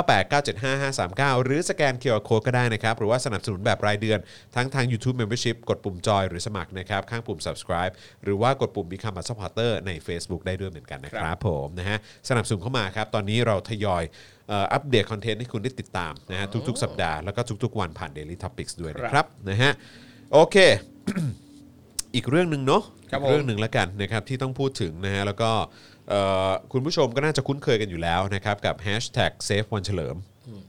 Speaker 2: บ0698975539 หรือสแกน QR Code ก็ได้นะครับ หรือว่าสนับสนุนแบบรายเดือนทั้งทาง YouTube Membership กดปุ่มจอยหรือสมัครนะครับข้างปุ่ม subscribe หรือว่ากดปุ่ม Become a supporter ใน Facebook ได้ด้วยเหมือนกันนะครับ ครับผมนะฮะสนับสนุนเข้ามาครับ ตอนนี้เราทยอยเอ่ออัปเดตคอนเทนต์ให้คุณได้ติดตามนะฮะทุกๆ สัปดาห์ แล้วก็ทุกๆ วันผ่าน Daily Topics ด้วยนะค
Speaker 3: ครั
Speaker 2: รับบ นะฮะโอเค *coughs* อีกเรื่องหนึ่งเนาะ
Speaker 3: ครับ
Speaker 2: อีกเรื่อง
Speaker 3: ผม
Speaker 2: หนึ่งแล้วกันนะครับที่ต้องพูดถึงนะฮะแล้วก็เอ่อคุณผู้ชมก็น่าจะคุ้นเคยกันอยู่แล้วนะครับ กับ Hashtag Save วันเฉลิม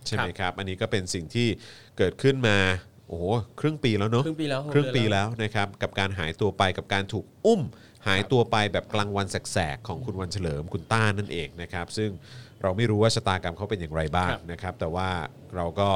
Speaker 2: ใช่ไหม
Speaker 3: ครับ
Speaker 2: ครับ อันนี้ก็เป็นสิ่งที่เกิดขึ้นมาโอ้โหครึ่งปีแล้วเนาะ
Speaker 3: ครึ่งปีแล้วหก
Speaker 2: ครึ่งปี
Speaker 3: เดือนแล้ว
Speaker 2: แล้ว แล้วนะครับกับการหายตัวไปกับการถูกอุ้ม หายตัวไปแบบกลางวันแสกๆของคุณวันเฉลิมคุณต้านั่นเองนะครับ ซึ่งเราไม่รู้ว่าชะตากรรมเขาเป็นอย่างไรบ้าง
Speaker 3: ครับ
Speaker 2: นะครับ แต่ว่าเราก็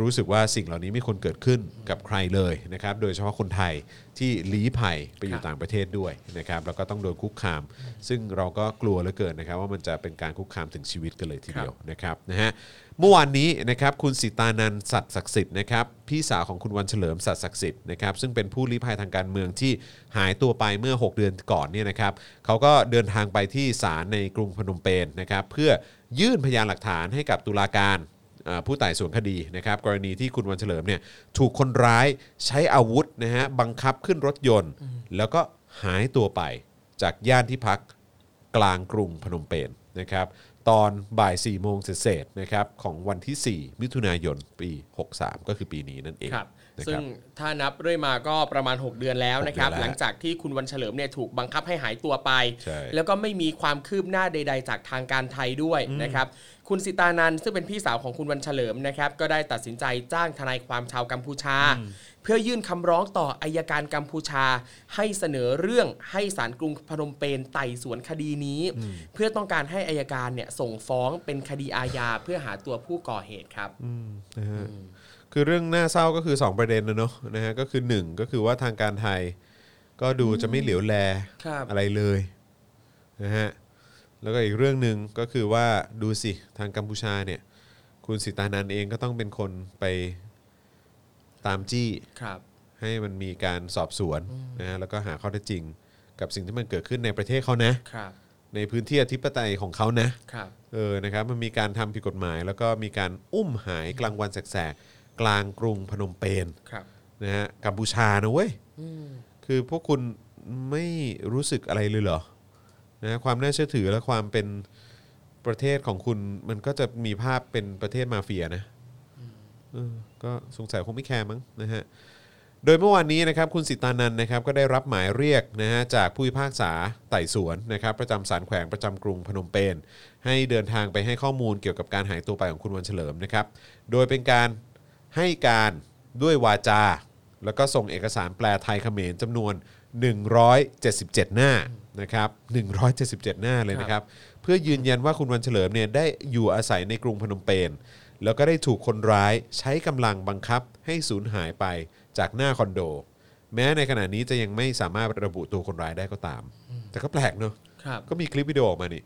Speaker 2: รู้สึกว่าสิ่งเหล่านี้ไม่ควรเกิดขึ้นกับใครเลยนะครับ โดยเฉพาะคนไทยที่ลี้ภัยไปอยู่ต่างประเทศด้วยนะครับ แล้วก็ต้องโดนคุกคาม ซึ่งเราก็กลัวเหลือเกินนะครับ ว่ามันจะเป็นการคุกคามถึงชีวิตกันเลยทีเดียวนะครับนะฮะเมื่อวานนี้นะครับคุณสิตานันท์สัตย์ศักดิ์สิทธิ์นะครับพี่สาวของคุณวันเฉลิมสัตย์ศักดิ์สิทธิ์นะครับซึ่งเป็นผู้ลี้ภัยทางการเมืองที่หายตัวไปเมื่อ 6 เดือนก่อนเนี่ยนะครับเขาก็เดินทางไปที่ศาลในกรุงพนมเปญนะครับเพื่อยื่นพยานหลักฐานให้กับตุลาการ เอ่อผู้ไต่สวนคดีนะครับกรณีที่คุณวันเฉลิมเนี่ยถูกคนร้ายใช้อาวุธนะฮะบังคับขึ้นรถยนต์ แล้วก็หายตัวไปจากย่านที่พักกลางกรุงพนมเปญนะครับตอนบ่าย4ี่โมงเศษๆนะครับของวันที่ 4 มิถุนายนปี 63 ก็คือปีนี้นั่นเอง
Speaker 3: ครับ
Speaker 2: นะ
Speaker 3: ซึ่
Speaker 2: ค
Speaker 3: ง
Speaker 2: รับ
Speaker 3: ถ้านับเรื่อยมาก็ประมาณ 6 เดือนแล้วนะครับ
Speaker 2: หกเดือนแล้ว
Speaker 3: หลังจากที่คุณวันเฉลิมเนี่ยถูกบังคับให้หายตัวไป
Speaker 2: ใช่
Speaker 3: แล้วก็ไม่มีความคืบหน้าใด ๆ จากทางการไทยด้วยนะครับคุณสิตานันท์ซึ่งเป็นพี่สาวของคุณวันเฉลิมนะครับก็ได้ตัดสินใจจ้างทนายความชาวกัมพูชา เพื่อยื่นคำร้องต่ออายการกัมพูชา ให้เสนอเรื่องให้ศาลกรุงพนมเปญไต่สวนคดีนี้ เพื่อต้องการให้อายการเนี่ยส่งฟ้องเป็นคดีอาญาเพื่อหาตัวผู้ก่อเหตุครับ
Speaker 2: นะฮะคือเรื่องน่าเศร้าก็คือ 2 ประเด็นนะเนอะนะฮะก็คือ 1 ก็คือว่าทางการไทยก็ดูจะไม่เหลียวแล
Speaker 3: ครับ
Speaker 2: อะไรเลยนะฮะแล้วก็อีกเรื่องหนึ่งก็คือว่าดูสิทางกัมพูชาเนี่ย คุณสิตานันเองก็ต้องเป็นคนไปตามจี้
Speaker 3: ครับ
Speaker 2: ให้มันมีการสอบสวนนะฮะแล้วก็หาข้อเท็จจริง กับสิ่งที่มันเกิดขึ้นในประเทศเขานะครับ ในพื้นที่อธิปไตยของเขานะ
Speaker 3: ครับ
Speaker 2: เออ นะครับ มันมีการทำผิดกฎหมาย แล้วก็มีการอุ้มหายกลางวันแสกๆ กลางกรุงพนมเปญ
Speaker 3: ครับ
Speaker 2: นะฮะ กัมพูชานะเว้ย คือพวกคุณไม่รู้สึกอะไรเลยเหรอ นะ ความน่าเชื่อถือและความเป็นประเทศของคุณ มันก็จะมีภาพเป็นประเทศมาเฟียนะเออก็สงสัยคงไม่แคร์มั้งนะฮะ โดยเมื่อวานนี้นะครับคุณสิตานันท์นะครับก็ได้รับหมายเรียกนะฮะจากผู้พิพากษาไต่สวนนะครับประจำศาลแขวงประจำกรุงพนมเปญให้เดินทางไปให้ข้อมูลเกี่ยวกับการหายตัวไปของคุณวันเฉลิมนะครับโดยเป็นการให้การด้วยวาจา แล้วก็ส่งเอกสารแปลไทยเขมรจำนวน 177 หน้านะครับ177 หน้าเลยนะครับเพื่อยืนยันว่าคุณวันเฉลิมเนี่ยได้อยู่อาศัยในกรุงพนมเปญ แล้วก็ได้ถูกคนร้ายใช้กำลังบังคับให้สูญหายไปจากหน้าคอนโด แม้ในขณะนี้จะยังไม่สามารถระบุตัวคนร้ายได้ก็ตาม แต่ก็แปลกเนอะ
Speaker 3: ครับ
Speaker 2: ก็มีคลิปวิดีโอออกมานี่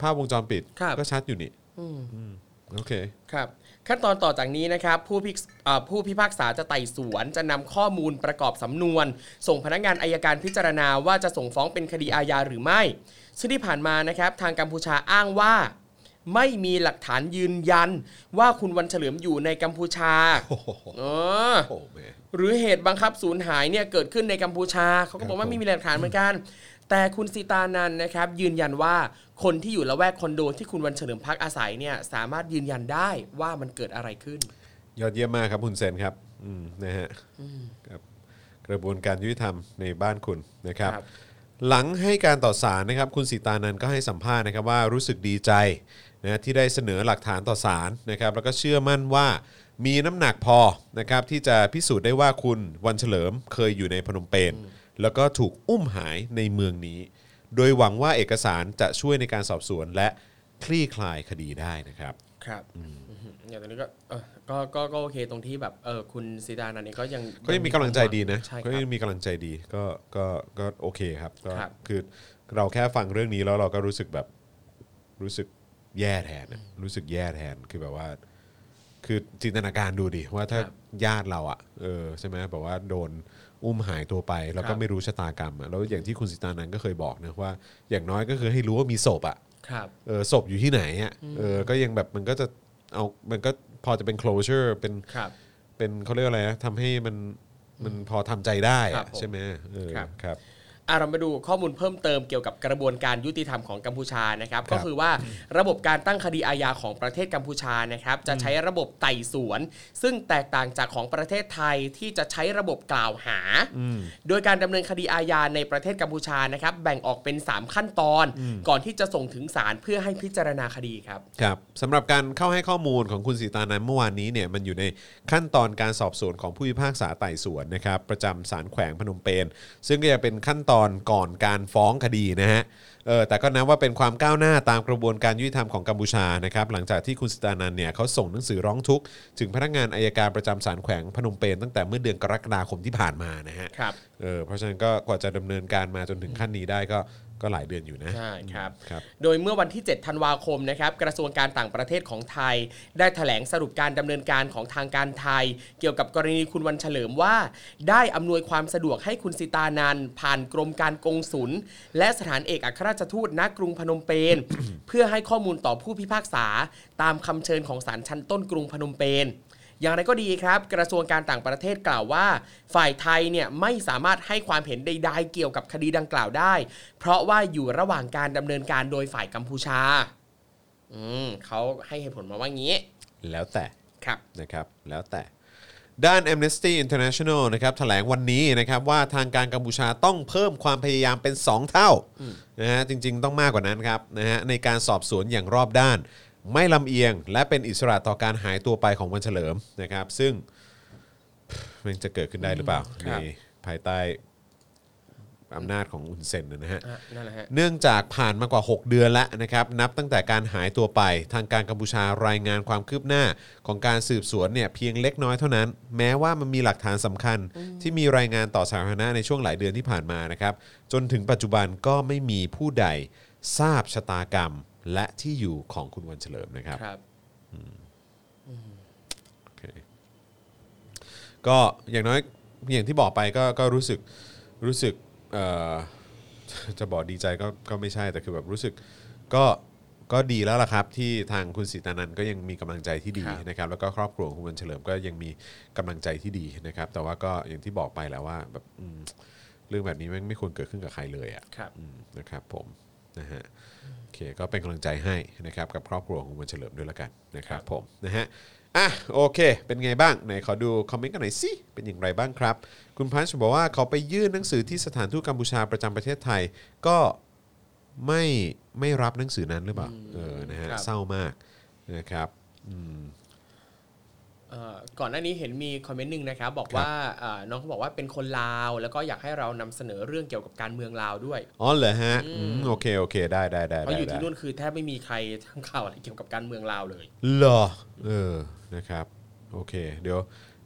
Speaker 2: ภาพวงจรปิด
Speaker 3: ครับ
Speaker 2: ก็ชัดอยู่นี่อืมโอเค
Speaker 3: ครับ ขั้นตอนต่อจากนี้นะครับ ผู้พิเอ่อผู้พิพากษาจะไต่สวน จะนำข้อมูลประกอบสำนวน ส่งพนักงานอายการพิจารณาว่าจะส่งฟ้องเป็นคดีอาญาหรือไม่ ซึ่งที่ผ่านมานะครับ ทางกัมพูชาอ้างว่า ไม่มีหลักฐานยืนยัน ว่าคุณวันเฉลิมอยู่ในกัมพูชา
Speaker 2: โอ้โห
Speaker 3: เออ
Speaker 2: โอ้แม่
Speaker 3: หรือเหตุบังคับสูญหายเนี่ยเกิดขึ้นในกัมพูชาเขาก็บอก
Speaker 2: ค
Speaker 3: ว่า
Speaker 2: รับผม
Speaker 3: ไม่มีหลักฐานเหมือนกัน แต่คุณสิตานันนะครับ ยืนยันว่าคนที่อยู่ละแวกคอนโดที่คุณวันเฉลิมพักอาศัยเนี่ยสามารถยืนยันได้ว่ามันเกิดอะไรขึ้น
Speaker 2: ยอดเยี่ยมมากครับคุณเซนครับอืมนะฮะครับกระบวนการยุติธรรมในบ้านคุณนะครับ
Speaker 3: ครับ
Speaker 2: หลังให้การต่อศาลนะครับ คุณสีตานันก็ให้สัมภาษณ์นะครับว่ารู้สึกดีใจนะที่ได้เสนอหลักฐานต่อศาลนะครับ แล้วก็เชื่อมั่นว่ามีน้ำหนักพอนะครับที่จะพิสูจน์ได้ว่าคุณวันเฉลิมเคยอยู่ในพนมเปญ แล้วก็ถูกอุ้มหายในเมืองนี้ โดยหวังว่าเอกสารจะช่วยในการสอบสวนและคลี่คลายคดีได้นะครับ
Speaker 3: ครับอย่างตอนนี้ก็เออก็ก็ก็โอเคตรงที่แบบเออคุณสีดานันเองก็ยัง
Speaker 2: ก็ยังมีกำลังใจดีนะ
Speaker 3: ใช่ค
Speaker 2: ก็
Speaker 3: รับ
Speaker 2: ยังมีกำลังใจดีก็ก็ก็โอเคครับก็
Speaker 3: ครับ
Speaker 2: คือเราแค่ฟังเรื่องนี้แล้วเราก็รู้สึกแบบรู้สึกแย่แทนอะรู้สึกแย่แทนคือแบบว่า คือจินตนาการดูดิว่าถ้าญาติเราอ่ะเออใช่ไหมแบบว่าโดนอุ้มหายตัวไป แล้วก็ไม่รู้ชะตากรรมอะแล้วอย่างที่คุณสิตานันก็เคยบอกนะว่า อย่างน้อยก็คือให้รู้ว่ามีศพอ่ะ
Speaker 3: ครับ
Speaker 2: เออศพอยู่ที่ไหนอ่ะเออก็ยังแบบมันก็จะเอามันก็พอจะเป็น closure เป็น
Speaker 3: ครับ
Speaker 2: เป็นเขาเรียกว่าอะไรนะทำให้มันมันพอทำใจได้อะ
Speaker 3: ครับผม
Speaker 2: ใช่ไหมเออ
Speaker 3: ครับ
Speaker 2: ครับ
Speaker 3: อ่ะเรามาดูข้อมูลเพิ่มเติมเกี่ยวกับกระบวนการยุติธรรมของกัมพูชานะครับ
Speaker 2: ครับ
Speaker 3: ก็คือว่าระบบการตั้งคดีอาญาของประเทศกัมพูชานะครับ จะใช้ระบบไต่สวน ซึ่งแตกต่างจากของประเทศไทยที่จะใช้ระบบกล่าวหา โดยการดำเนินคดีอาญาในประเทศกัมพูชานะครับ แบ่งออกเป็น 3 ขั้นตอน ก่อนที่จะส่งถึงศาลเพื่อให้พิจารณาคดีครับ
Speaker 2: ครับสำหรับการเข้าให้ข้อมูลของคุณสีตานันเมื่อวานนี้เนี่ยมันอยู่ในขั้นตอนการสอบสวนของผู้พิพากษาไต่สวนนะครับประจำศาลแขวงพนมเปญซึ่งก็จะเป็นขั้นตอนก่อนการฟ้องคดีนะฮะเออแต่ก็นับว่าเป็นความก้าวหน้าตามกระบวนการยุติธรรมของกัมพูชานะครับหลังจากที่คุณสิตานันเนี่ยเขาส่งหนังสือร้องทุกข์ถึงพนักงานอายการประจำศาลแขวงพนมเปญตั้งแต่เมื่อเดือนกรกฎาคมที่ผ่านมานะฮะ
Speaker 3: ครับ
Speaker 2: เออเพราะฉะนั้นก็กว่าจะดำเนินการมาจนถึงขั้นนี้ได้ก็ก็หลายเดือนอยู่นะ
Speaker 3: ใช่ครับ
Speaker 2: ครับ
Speaker 3: โดยเมื่อวันที่ 7 ธันวาคมนะครับกระทรวงการต่างประเทศของไทย ได้แถลงสรุปการดำเนินการของทางการไทย เกี่ยวกับกรณีคุณวันเฉลิมว่า ได้อำนวยความสะดวกให้คุณสิตานันผ่านกรมการกงสุล และสถานเอกอัครราชทูตณกรุงพนมเปญ *coughs* เพื่อให้ข้อมูลต่อผู้พิพากษา ตามคำเชิญของศาลชั้นต้นกรุงพนมเปญ อย่างไรก็ดีครับ กระทรวงการต่างประเทศกล่าวว่า ฝ่ายไทยเนี่ยไม่สามารถให้ความเห็นใดๆเกี่ยวกับคดีดังกล่าวได้ เพราะว่าอยู่ระหว่างการดำเนินการโดยฝ่ายกัมพูชา อืมเขาให้เหตุผลมาว่างี้
Speaker 2: แล้วแต่
Speaker 3: ครับ
Speaker 2: นะครับแล้วแต่ ด้าน Amnesty International นะครับแถลงวันนี้นะครับว่าทางการกัมพูชาต้องเพิ่มความพยายามเป็น 2 เท่านะฮะจริงๆต้องมากกว่านั้นครับนะฮะในการสอบสวนอย่างรอบด้าน ไม่ลำเอียง และเป็นอิสระต่อการหายตัวไปของวันเฉลิมนะครับ ซึ่ง มันจะเกิดขึ้นได้หรือเปล่า
Speaker 3: ค
Speaker 2: ใน
Speaker 3: รับ
Speaker 2: ภายใต้อำนาจของอุนเซนนะฮะ
Speaker 3: อ่ะนั่นแหละฮะ
Speaker 2: เนื่องจากผ่านมากว่า 6 เดือนแล้วนะครับ นับตั้งแต่การหายตัวไป ทางการกัมพูชารายงานความคืบหน้าของการสืบสวนเนี่ยเพียงเล็กน้อยเท่านั้น แม้ว่ามันมีหลักฐานสำคัญ ที่มีรายงานต่อสาธารณะในช่วงหลายเดือนที่ผ่านมานะครับ จนถึงปัจจุบันก็ไม่มีผู้ใดทราบชะตากรรม และที่อยู่ของคุณวันเฉลิมนะครับ
Speaker 3: ครับ
Speaker 2: โอเคก็อย่างน้อยอย่างที่บอกไปก็ก็รู้สึกรู้สึกเอ่อ *laughs* จะบอกดีใจก็ก็ไม่ใช่แต่คือแบบรู้สึกก็ก็ดีแล้วล่ะครับ ที่ทางคุณสีตานันก็ยังมีกำลังใจที่ดี
Speaker 3: ครับ
Speaker 2: นะครับ แล้วก็ครอบครัวของคุณวันเฉลิมก็ยังมีกำลังใจที่ดีนะครับ แต่ว่าก็อย่างที่บอกไปแล้วว่าแบบอืมเรื่องแบบนี้แมันไม่ควรเกิดขึ้นกับใครเลยอ่ะ
Speaker 3: ครับ
Speaker 2: อืมนะครับผมนะฮะโอเคก็เป็นกำลังใจให้นะครับกับครอบครัวของคุณเฉลิมด้วยละกันนะครับผมนะฮะอ่ะโอเค เป็นไงบ้างไหนขอดูคอมเมนต์กันหน่อยสิเป็นอย่างไรบ้างครับ คุณพันช์บอกว่าเขาไปยื่นหนังสือที่สถานทูตกัมพูชาประจำประเทศไทย ก็ไม่ไม่รับหนังสือนั้นหรือเปล่าเออนะฮะ
Speaker 3: ครับ
Speaker 2: เศร้ามากนะครับ
Speaker 3: เอ่อก่อนหน้านี้เห็นมีคอมเมนต์หนึ่งนะครับ บอกว่าเอ่อน้องเขาบอกว่าเป็นคนลาว แล้วก็อยากให้เรานำเสนอเรื่องเกี่ยวกับการเมืองลาวด้วย
Speaker 2: อ๋อเหรอฮะอืมโอเคโอเคได้ได้ได้
Speaker 3: เพ
Speaker 2: ได้
Speaker 3: ราะอยู่
Speaker 2: ได้
Speaker 3: ที่นู่นคือแทบไม่มีใครทำข่าวอะไรเกี่ยวกับการเมืองลาวเลย
Speaker 2: เหรอเออนะครับโอเคเดี๋ยว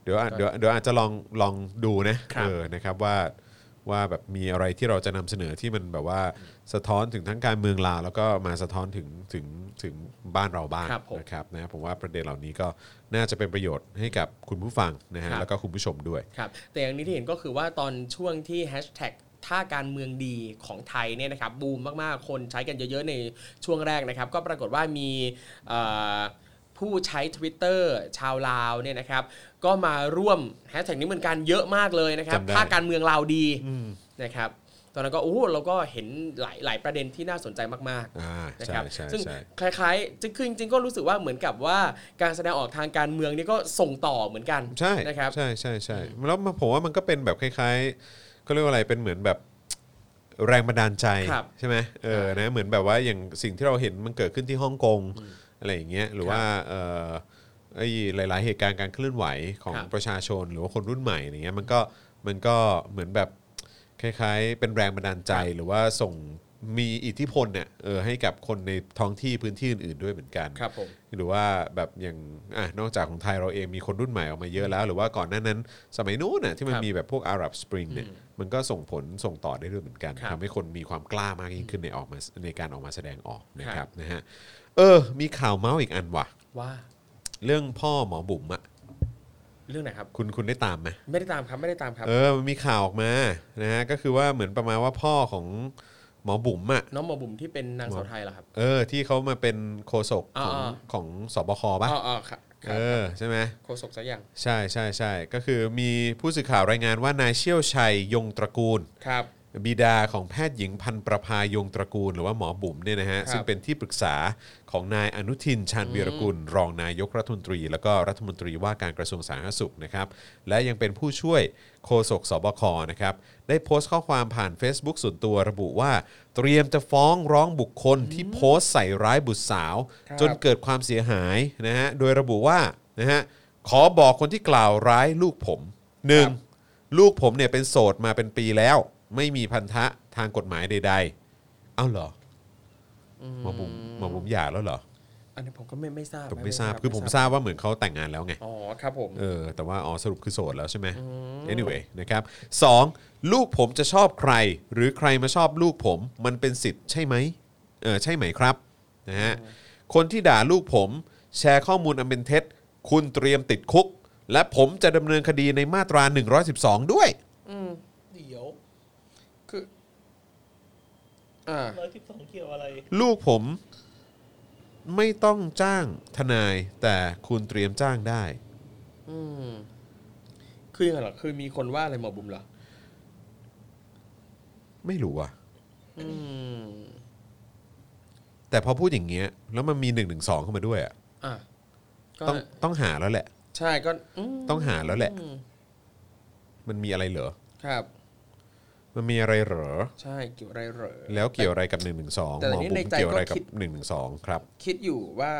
Speaker 2: เดี๋ยวอาจเดี๋ยวเดี๋ยวอาจจะลองลองดูนะครับ เออนะครับว่าว่าแบบมีอะไรที่เราจะนำเสนอที่มันแบบว่าสะท้อนถึงทั้งการเมืองลาวแล้วก็มาสะท้อนถึงถึงถึงบ้านเราบ้าง
Speaker 3: ครับผม
Speaker 2: นะครับนะผมว่าประเด็นเหล่านี้ก็น่าจะเป็นประโยชน์ให้กับคุณผู้ฟังนะฮะ
Speaker 3: ครับ
Speaker 2: แล้วก็คุณผู้ชมด้วย
Speaker 3: ครับแต่อย่างนี้ที่เห็นก็คือว่าตอนช่วงที่แฮชแท็กถ้าการเมืองดีของไทยเนี่ยนะครับบูมมากๆ คนใช้กันเยอะๆ ในช่วงแรกนะครับ ก็ปรากฏว่ามีเอ่อผู้ใช้ Twitter ชาวลาวเนี่ยนะครับ ก็มาร่วมแฮชแท็กนี้เหมือนกันเยอะมากเลยนะครับ
Speaker 2: จำได้
Speaker 3: ถ้าการเมืองลาวดีนะครับ ตอนนั้นก็โอ้โหเราก็เห็นหลายหลายประเด็นที่น่าสนใจมากๆ
Speaker 2: อ่า
Speaker 3: นะ
Speaker 2: ใช่
Speaker 3: ครับ
Speaker 2: ใช่
Speaker 3: ซึ่ง
Speaker 2: ใช่
Speaker 3: คล้ายๆจริงคือจริงๆก็รู้สึกว่าเหมือนกับว่าการแสดงออกทางการเมืองนี่ก็ส่งต่อเหมือนกัน
Speaker 2: ใช่
Speaker 3: นะครับ
Speaker 2: ใช่ใช่ใช่แล้วมาผมว่ามันก็เป็นแบบคล้ายๆเขาเรียกว่าอะไรเป็นเหมือนแบบแรงบันดาลใจ
Speaker 3: ครับ
Speaker 2: ใช่ไหมเออนะเหมือนแบบว่าอย่างสิ่งที่เราเห็นมันเกิดขึ้นที่ฮ่องกงอะไรอย่างเงี้ยหรือว่าเออไอ้หลาย ๆ เหตุการณ์การเคลื่อนไหวของ
Speaker 3: ครับ
Speaker 2: ประชาชนหรือว่าคนรุ่นใหม่อย่างเงี้ยมันก็มันก็เหมือนแบบ คล้ายๆ เป็นแรงบันดาลใจหรือว่าส่งมีอิทธิพลเนี่ยเออให้กับคนในท้องที่พื้นที่อื่นๆด้วยเหมือนกัน
Speaker 3: ครับผม
Speaker 2: หรือว่าแบบอย่างอ่ะนอกจากของไทยเราเองมีคนรุ่นใหม่ออกมาเยอะแล้ว หรือว่าก่อนหน้านั้นสมัยนู้นน่ะที่มัน
Speaker 3: ครับ
Speaker 2: มีแบบพวกอาหรับสปริงเนี่ยมันก็ส่งผลส่งต่อได้ด้วยเหมือนกัน
Speaker 3: ครับ
Speaker 2: ทำให้คนมีความกล้ามากยิ่งขึ้นในออกมาในการออกมาแสดงออกนะค
Speaker 3: ครั
Speaker 2: รับบ นะฮะเออ มีข่าวเมาส์อีกอันว่ะ
Speaker 3: ว่า
Speaker 2: เรื่องพ่อหมอบุ๋มอะ
Speaker 3: เรื่องไหนครับ
Speaker 2: คุณคุณได้ตามไหม
Speaker 3: ไม่ได้ตามครับไม่ได้ตามครับ
Speaker 2: เออมันมีข่าวออกมานะฮะก็คือว่าเหมือนประมาณว่าพ่อของหมอบุ๋มอ่ะ
Speaker 3: น้องหมอบุ๋มที่เป็นนางสาวไทยเหรอครับ
Speaker 2: เออที่เขามาเป็นโฆษกของ
Speaker 3: อ่า
Speaker 2: ของสบคป่ะ
Speaker 3: อ๋ออ๋อครับค
Speaker 2: เอ
Speaker 3: รับ
Speaker 2: อใช่ไหม
Speaker 3: โฆษกซะอย่าง
Speaker 2: ใช่ใช่ใช่ก็คือมีผู้สื่อข่าวรายงานว่านายเชี่ยวชัยยงตระกูล
Speaker 3: ครับ
Speaker 2: บิดาของแพทย์หญิงพันประภายงตระกูล หรือว่าหมอบุ๋มเนี่ยนะฮะ
Speaker 3: ครับ
Speaker 2: ซึ่งเป็นที่ปรึกษาของนายอนุทินชาญวีรกุล รองนายกรัฐมนตรี แล้วก็รัฐมนตรีว่าการกระทรวงสาธารณสุขนะครับและยังเป็นผู้ช่วยโฆษกสบคนะครับได้โพสต์ข้อความผ่าน Facebook ส่วนตัวระบุว่า เตรียมจะฟ้องร้องบุคคลที่โพสต์ใส่ร้ายบุตรสาว
Speaker 3: ครับ
Speaker 2: จนเกิดความเสียหายนะฮะโดยระบุว่านะฮะขอบอกคนที่กล่าวร้ายลูกผมหนึ่ง ลูกผมเนี่ยเป็นโสดมาเป็นปีแล้ว ไม่มีพันธะทางกฎหมายใด ๆ เอ้าเหรอหมอบุ๋มหมอบุ๋มหย่าแล้วเหรอ
Speaker 3: อันนี้ผมก็ไม่ไม่ทราบ
Speaker 2: ผมไม่ทราบ
Speaker 3: นะ
Speaker 2: คือผมทราบว่าเหมือนเขาแต่งงานแล้วไง
Speaker 3: อ๋อครับผม
Speaker 2: เออแต่ว่าอ๋อสรุปคือโสดแล้วใช่ไหม anyway นะครับสองลูกผมจะชอบใคร หรือใครมาชอบลูกผมมันเป็นสิทธิ์ใช่ไหมเออใช่ไหมครับนะฮะคนที่ด่าลูกผมแชร์ข้อมูลอันเป็นเท็จ คุณเตรียมติดคุก และผมจะดำเนินคดีในมาตรา 112 ด้วย
Speaker 4: เดี๋ยว
Speaker 3: คือ อ่า
Speaker 4: ร้อยสิบสองเกี่ยวอะไร
Speaker 2: ลูกผมไม่ต้องจ้างทนายแต่คุณเตรียมจ้างได้
Speaker 3: อืม คือยังไงเหรอคือมีคนว่าอะไรหมอบุ๋มเหรอ
Speaker 2: ไม่รู้อะ
Speaker 3: อืม
Speaker 2: แต่พอพูดอย่างเงี้ยแล้วมันมี1นึเข้ามาด้วยอะ
Speaker 3: อ่ะก็
Speaker 2: ต้องต้องหาแล้วแหละ
Speaker 3: ใช่ก็อืม
Speaker 2: ต้องหาแล้วแหละ
Speaker 3: อืม
Speaker 2: มันมีอะไรเหรอ
Speaker 3: ครับ
Speaker 2: มันมีอะไรเหรอ
Speaker 3: ใช่เกี่ยวอะไรเหรอ
Speaker 2: แล้วเกี่ยวอะไรกับ1นึหมอ
Speaker 3: แต่อันนี้
Speaker 2: บุ๋
Speaker 3: ใน
Speaker 2: ม
Speaker 3: ใจก็
Speaker 2: เกี่ยวอะไรกับ
Speaker 3: คิด
Speaker 2: 1นึครับ
Speaker 3: คิดอยู่ว่า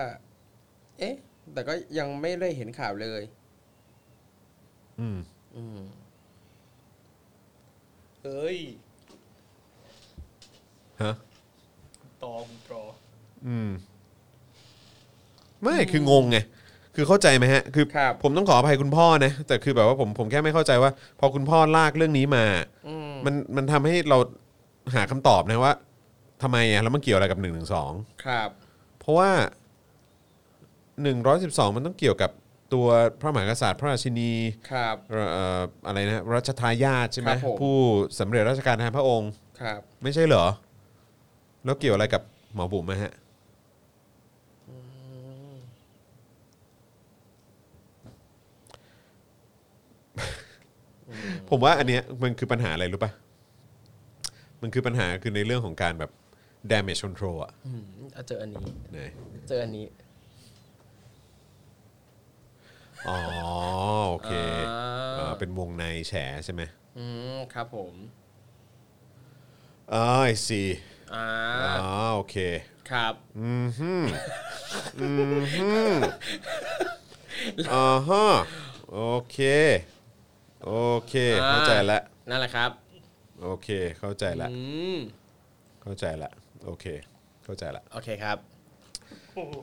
Speaker 3: เอ๊ะ แต่ก็ยังไม่ได้เห็นข่าวเลย
Speaker 2: อืม
Speaker 3: อืม
Speaker 4: เอ้ย
Speaker 2: ฮะ
Speaker 4: ตอมตรอ
Speaker 2: อืม ไม่คืองงไงคือเข้าใจไหมฮะ คือ
Speaker 3: ครับ
Speaker 2: ผมต้องขออภัยคุณพ่อนะแต่คือแบบว่าผมผมแค่ไม่เข้าใจว่า พอคุณพ่อลากเรื่องนี้มา
Speaker 3: อืม
Speaker 2: มันมันทำให้เราหาคำตอบนะว่าทำไมอ่ะแล้วมันเกี่ยวอะไรกับ1นึ
Speaker 3: ครับ
Speaker 2: เพราะว่า 112 มันต้องเกี่ยวกับตัวพระมหากษัตริย์พระราชินี
Speaker 3: ครับ
Speaker 2: เอ่ออะไรนะรัชทายาทใช่ไหม
Speaker 3: ครับผม
Speaker 2: ผู้สำเร็จราชการแทนพระองค์
Speaker 3: ครับ
Speaker 2: ไม่ใช่เหรอ แล้วเกี่ยวอะไรกับหมอบุ๋มไหมฮะผมว่าอันเนี้ยมันคือปัญหาอะไรรู้ปะมันคือปัญหาคือในเรื่องของการแบบ damage control อะ
Speaker 3: อืมอ่ะเจออันนี้
Speaker 2: ไหน
Speaker 3: เจออันนี้
Speaker 2: อ๋อโอเคเอ่
Speaker 3: า
Speaker 2: อเป็นวงในแฉใช่ไหม
Speaker 3: อืม ครับผม
Speaker 2: อ๋อ I see
Speaker 3: อ่า
Speaker 2: อ๋อโอเค
Speaker 3: ครับ
Speaker 2: อ่าฮะโอเค โอเค
Speaker 3: อ่า
Speaker 2: เข้าใจละ
Speaker 3: นั่นแหละครับ
Speaker 2: โอเค เข้าใจละ
Speaker 3: อืม
Speaker 2: เข้าใจละโอเค เข้าใจละ
Speaker 3: โอเคครับ
Speaker 4: โอ้โห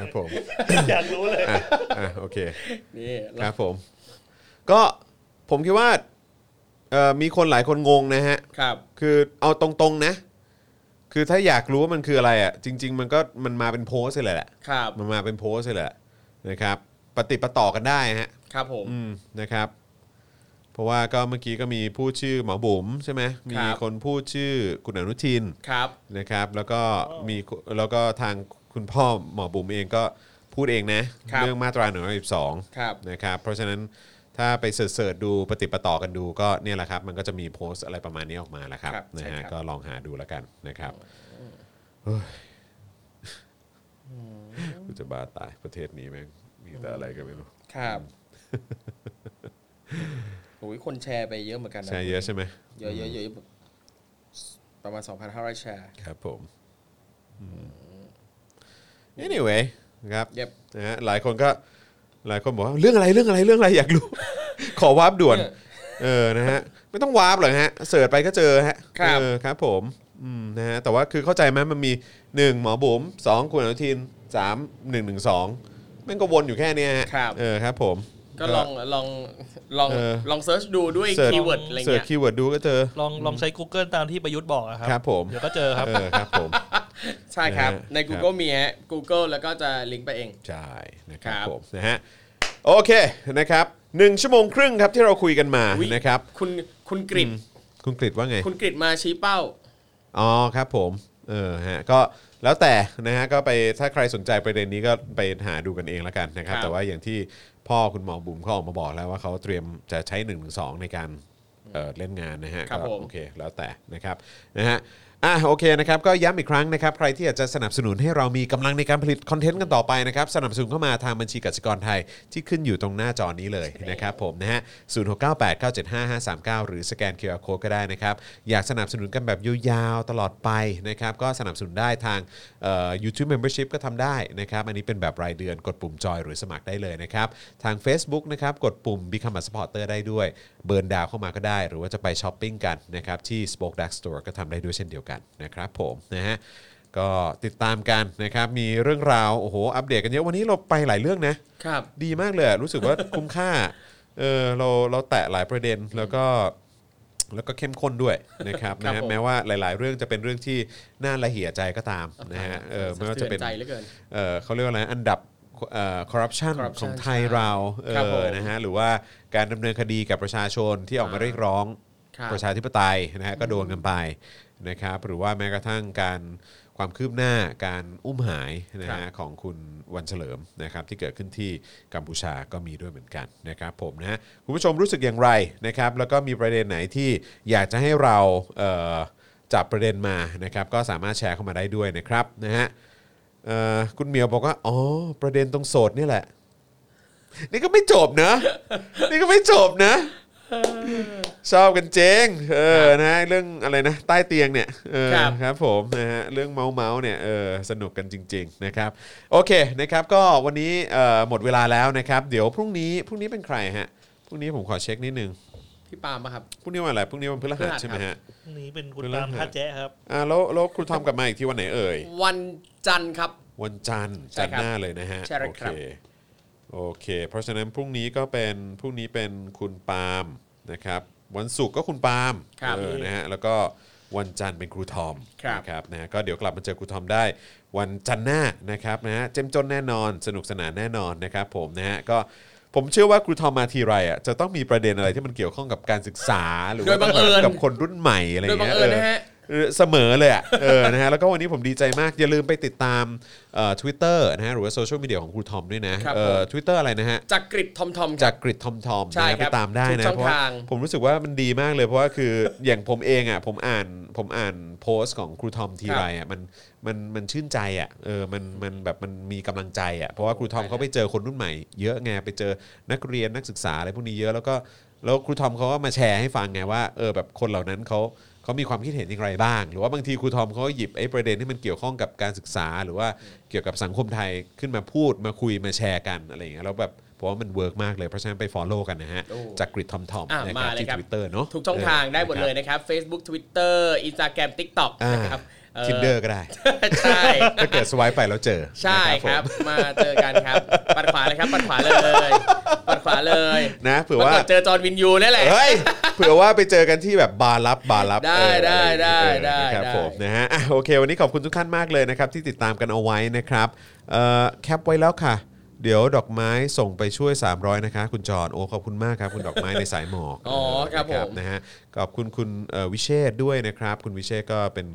Speaker 4: อยากรู้
Speaker 2: ค
Speaker 4: เล
Speaker 2: รับ
Speaker 4: ย
Speaker 2: ผม
Speaker 4: อยากรู้เลย
Speaker 2: อ่ะอ่ะโอเค
Speaker 3: นี่
Speaker 2: ค
Speaker 3: เรา
Speaker 2: รับผม ก็ผมคิดว่าเอ่อมีคนหลายคนงงนะฮะ
Speaker 3: ครับ
Speaker 2: คือเอาตรงๆนะ คือถ้าอยากรู้ว่ามันคืออะไรอ่ะจริง ๆ มันก็มันมาเป็นโพสต์เลยแหละ
Speaker 3: ครับ
Speaker 2: มันมาเป็นโพสต์เลยแหละนะครับปฏิดประต่อกันได้ฮะ
Speaker 3: ครับผม
Speaker 2: อืมนะครับ เพราะว่าก็เมื่อกี้ก็มีพูดชื่อหมอบุ๋มใช่ไหมมีคนพูดชื่อคุณอนุทิน
Speaker 3: ครับ
Speaker 2: นะครับ แล้วก็
Speaker 4: อ๋อ
Speaker 2: มีคุแล้วก็ทางคุณพ่อหมอบุ๋มเองก็พูดเองนะ
Speaker 3: ครับ
Speaker 2: เรื่องมาตราหนึ่งสอง
Speaker 3: ครับ
Speaker 2: นะครับ เพราะฉะนั้นถ้าไปเสิร์ชๆดูปฏิดประต่อกันดูก็เนี่ยแหละครับ มันก็จะมีโพสต์อะไรประมาณนี้ออกมาแหละครับ
Speaker 3: ครับ
Speaker 2: นะ
Speaker 3: ใช่ครั
Speaker 2: ฮะ
Speaker 3: บ
Speaker 2: ก็ลองหาดูแล้วกันนะครับเฮ้ยกูจะบ้าตายประเทศนี้แม่งมีแต่อะไรกันไม่รู้ *laughs*
Speaker 3: ครับโอ้ยคนแชร์ไปเยอะเหมือนกันนะ
Speaker 2: ใช่เยอะใช่ไหม
Speaker 3: เยอะเยอะเยอะแบบประมาณ 2,500 แชร์
Speaker 2: ครับผมอืม anyway นะครับ
Speaker 3: Yep
Speaker 2: นะฮะหลายคนก็หลายคนบอกว่าเรื่องอะไรเรื่องอะไรเรื่องอะไรอยากรู้ *laughs* ขอวาร์ปด่วน
Speaker 3: เนี่ย
Speaker 2: เออนะฮะไม่ต้องวาร์ปหรอกฮะเสิร์ชไปก็เจอฮะ
Speaker 3: ครับ
Speaker 2: เออครับผมอืมนะฮะแต่ว่าคือเข้าใจไหมมันมี 1 หมอบุ๋ม2 คุณอนุทิน 3 1 1 2มันก็วนอยู่แค่เนี้ยฮะ
Speaker 3: ครับ
Speaker 2: เออครับผม
Speaker 3: ก็ลองลองลอง
Speaker 2: เออ
Speaker 3: ลองเซิร์ชดูด้วย
Speaker 2: search
Speaker 3: คีย์เวิร์ดอะไร
Speaker 2: เสิร์ช
Speaker 3: เงี้ย
Speaker 2: คีย์เวิร์ดดูก็เจอ
Speaker 4: ลองลองใช้ Google ตามที่ประยุทธ์บอกอะครั
Speaker 2: ครับผม
Speaker 4: เดี๋ยวก็เจอครับ
Speaker 2: เออครับผม
Speaker 3: ใช่ครับ
Speaker 2: นะฮะ
Speaker 3: ใน Google มีฮะ Google แล้วก็จะลิงก์ไปเอง
Speaker 2: ใช่นะครับ
Speaker 3: ครับ
Speaker 2: ผมนะฮะโอเคนะครับหนึ่งชั่วโมงครึ่งครับที่เราคุยกันมา
Speaker 3: อุ๊ย
Speaker 2: นะครับ
Speaker 3: คุณคุณกริด
Speaker 2: คุณกฤษว่าไง
Speaker 3: คุณกริดมาชี้เป้า
Speaker 2: อ๋อครับผมเออฮะก็แล้วแต่นะฮะก็ไปถ้าใครสนใจประเด็นนี้ก็ไปหาดูกันเองแล้วกันนะครับ
Speaker 3: ครับ
Speaker 2: แต่ว่าอย่างที่พ่อคุณหมอบุ๋มเขาออกมาบอกแล้วว่าเขาเตรียมจะใช้1นึงสองในการเอ่อเล่นงานนะฮะ
Speaker 3: ครับ
Speaker 2: ก็
Speaker 3: ผม
Speaker 2: โอเคแล้วแต่นะครับนะฮะอ่ะโอเคนะครับก็ย้ำอีกครั้งนะครับ ใครที่อยากจะสนับสนุนให้เรามีกำลังในการผลิตคอนเทนต์กันต่อไปนะครับ สนับสนุนเข้ามาทางบัญชีกสิกรไทยที่ขึ้นอยู่ตรงหน้าจอนี้เลยนะครับผมนะฮะศูนย์หกเก้าแปดเก้าเจ็ดห้าห้าสามเก้าหรือสแกน QR Code ก็ได้นะครับ อยากสนับสนุนกันแบบยาวๆตลอดไปนะครับ ก็สนับสนุนได้ทางเอ่อ YouTube Membership ก็ทำได้นะครับ อันนี้เป็นแบบรายเดือนกดปุ่มจอยหรือสมัครได้เลยนะครับ ทาง Facebook นะครับ กดปุ่ม Become a supporter ได้ด้วย เบิร์นดาวเข้ามาก็ได้ หรือว่าจะไปช้อปปิ้งกันนะครับ ที่ Spoke Dark Store ก็ทำได้ด้วยเช่นเดียวกันนะครับผมนะฮะก็ติดตามกันนะครับ มีเรื่องราว โอ้โห อัปเดตกันเยอะ วันนี้เราไปหลายเรื่องนะ
Speaker 3: ครับ
Speaker 2: ดีมากเลยอะรู้สึกว่า *laughs* คุ้มค่าเออเราเราแตะหลายประเด็นแล้วก็แล้วก็เข้มข้นด้วยนะครับ
Speaker 3: ครั
Speaker 2: นะ
Speaker 3: บ
Speaker 2: ฮะ
Speaker 3: ผม
Speaker 2: แม้ว่าหลาย ๆ เรื่องจะเป็นเรื่องที่น่าละเหี่ยใจก็ตามนะฮะเออไม่ว่าจะเป็น
Speaker 3: สเทือใจเหลือเกิน
Speaker 2: เอ่อเขาเรียกว่าอะไรอันดับคอร์รัปชัน
Speaker 3: corruption
Speaker 2: ของไทยเราเอ
Speaker 3: ครับผ
Speaker 2: อ
Speaker 3: ม
Speaker 2: นะฮะหรือว่าการดำเนินคดีกับประชาชนที่ออกมา
Speaker 3: อ่า
Speaker 2: เรียกร้อง
Speaker 3: ครับ
Speaker 2: ประชาธิปไตยนะฮะก็โดนกันไปนะครับหรือว่าแม้กระทั่งการความคืบหน้าการอุ้มหายนะ
Speaker 3: ครั
Speaker 2: ฮะ
Speaker 3: บ
Speaker 2: ของคุณวันเฉลิมนะครับที่เกิดขึ้นที่กัมพูชาก็มีด้วยเหมือนกันนะครับผมนะฮะคุณผู้ชมรู้สึกอย่างไรนะครับแล้วก็มีประเด็นไหนที่อยากจะให้เราเอ่อจับประเด็นมานะครับก็สามารถแชร์เข้ามาได้ด้วยนะครับนะฮะ เอ่อคุณเหมียวบอกว่า อ๋อ ประเด็นตรงโสดเนี่ยแหละ นี่ก็ไม่จบนะ นี่ก็ไม่จบนะ ชอบกันเจงเออนะ เรื่องอะไรนะ ใต้เตียงเนี่ยเออ
Speaker 3: ครับ
Speaker 2: ครับผมนะฮะเรื่องเมาเมาๆเนี่ยเออสนุกกันจริง ๆ นะครับ โอเคนะครับ ก็วันนี้เอ่อหมดเวลาแล้วนะครับ เดี๋ยวพรุ่งนี้พรุ่งนี้เป็นใครฮะพรุ่งนี้ผมขอเช็คนิดนึง
Speaker 3: พี่ปาล์มปะครับ
Speaker 2: พรุ่งนี้วันอะไรพรุ่งนี้วันพฤหัสใช่ไหมฮะ
Speaker 4: พรุ่งนี้เป็นคุณตามท่าแจ๊ะครับ
Speaker 2: อ่าแล้วแล้วครูทอมกลับมาอีกที่วันไหนเอ่ย
Speaker 3: วันจันทร์ครับ
Speaker 2: วันจันทร์
Speaker 3: ใช่
Speaker 2: จันทร์
Speaker 3: ครับ
Speaker 2: หน้าเลยนะฮะ
Speaker 3: ใช่แล้
Speaker 2: โอ
Speaker 3: วค
Speaker 2: เครับ โอเค เพราะฉะนั้นพรุ่งนี้ก็เป็นพรุ่งนี้เป็นคุณปาล์มนะครับวันศุกร์ก็คุณปาล์ม
Speaker 3: ครับ
Speaker 2: เออนะฮะแล้วก็วันจันทร์เป็นครูทอม
Speaker 3: ครับ
Speaker 2: นะครับนะฮะก็เดี๋ยวกลับมาเจอครูทอมได้ วันจันทร์หน้านะครับนะฮะเจ้มจนแน่นอน สนุกสนานแน่นอนนะครับผมนะฮะก็ผมเชื่อว่าครูทอมมาทีไรอ่ะจะต้องมีประเด็นอะไรที่มันเกี่ยวข้องกับการศึกษาหรือ
Speaker 3: โด
Speaker 2: ว่าย
Speaker 3: บังเอิญ
Speaker 2: กับคนรุ่นใหม่อะไรอ
Speaker 3: โดย
Speaker 2: ย่าง
Speaker 3: บัง
Speaker 2: เงี้ยเอ
Speaker 3: เอิญ
Speaker 2: อ
Speaker 3: นะฮะ
Speaker 2: เออเสมอเลยอ่ะ *laughs* เออ นะฮะ แล้วก็วันนี้ผมดีใจมาก อย่าลืมไปติดตามเอ่อทวิตเตอร์นะฮะ หรือว่าโซเชียลมีเดียของครูทอมด้วยนะ
Speaker 3: ครับ
Speaker 2: เอ่อ
Speaker 3: ผม
Speaker 2: ทวิตเตอร์อะไรนะฮะ
Speaker 3: จากกริดทอมทอมครับ
Speaker 2: จากกริดทอมทอม
Speaker 3: ใช่
Speaker 2: นะฮะ
Speaker 3: ค
Speaker 2: ไป
Speaker 3: รับ
Speaker 2: ตามได้นะ
Speaker 3: ทุกช่
Speaker 2: เพราะ
Speaker 3: อง
Speaker 2: ว่า
Speaker 3: ทาง
Speaker 2: ผมรู้สึกว่ามันดีมากเลยเพราะว่าคือ อย่างผมเองอ่ะผมอ่านผมอ่านโพสต์ของครูทอมทีไรอ่ะมันมันมันชื่นใจอ่ะเออมันมันแบบมันมีกำลังใจอ่ะเพราะว่าครูทอมเขาไปเจอคนรุ่นใหม่เยอะไงไปเจอนักเรียนนักศึกษาอะไรพวกนี้เยอะแล้วก็แล้วครูทอมเขาก็มาแชร์ให้ฟังไงว่าเออแบบคนเหล่านั้นเขาเขามีความคิดเห็นอย่างไรบ้าง หรือว่าบางทีครูทอมเขาก็หยิบไอ้ประเด็นที่มันเกี่ยวข้องกับการศึกษา หรือว่าเกี่ยวกับสังคมไทยขึ้นมาพูดมาคุยมาแชร์กันอะไรอย่างเงี้ยแล้วแบบผมว่ามันเวิร์กมากเลยเพราะฉะนั้นไปฟอลโล่กันนะฮะ
Speaker 3: โอ้
Speaker 2: จากกริดทอมทอม
Speaker 3: อ่ะ
Speaker 2: นะค
Speaker 3: มา
Speaker 2: รับ
Speaker 3: เลย
Speaker 2: ที่
Speaker 3: ครั
Speaker 2: ท
Speaker 3: บ
Speaker 2: วิตเตอร์เนาะ
Speaker 3: ทุกช่องทางได้หมดเลย
Speaker 2: นะ
Speaker 3: นะครับ Facebook Twitter Instagram TikTok
Speaker 2: อ่าน
Speaker 3: นะครับเ
Speaker 2: ทินเดอร์ก็ได้
Speaker 3: ใช่
Speaker 2: *laughs* ถ้าเกิดสวายไปแล้วเจอ
Speaker 3: ใช่
Speaker 2: นะครับ ผม
Speaker 3: มาเจอกันครับ ปัดขวาเลยครับ ปัดขวาเลย
Speaker 2: *laughs*
Speaker 3: ปัดขวาเลย
Speaker 2: นะเผื่อว่า
Speaker 3: ปรกฏเจอจอร์นวินยูนั่นแหละ
Speaker 2: เฮ้ยเผื่อว่าไปเจอกันที่แบบบาร์ลับบาร์ลับ
Speaker 3: ได้
Speaker 2: เออ
Speaker 3: ได้ได้
Speaker 2: เออนะครับ
Speaker 3: ได้
Speaker 2: ผมนะฮะอ่ะโอเค วันนี้ขอบคุณทุกท่านมากเลยนะครับ ที่ติดตามกันเอาไว้นะครับเอ่อแคปไว้แล้วค่ะ เดี๋ยวดอกไม้ส่งไปช่วย 300 นะคะ คุณจอนโอ้ขอบคุณมากครับ คุณดอกไม้ในสายหมอก
Speaker 3: อ๋อครับ
Speaker 2: นะ
Speaker 3: ผม
Speaker 2: นะฮะขอบคุณคุณเอ่อวิเชษฐ์ด้วยนะครับ คุณวิเชษฐ์ก็เป็น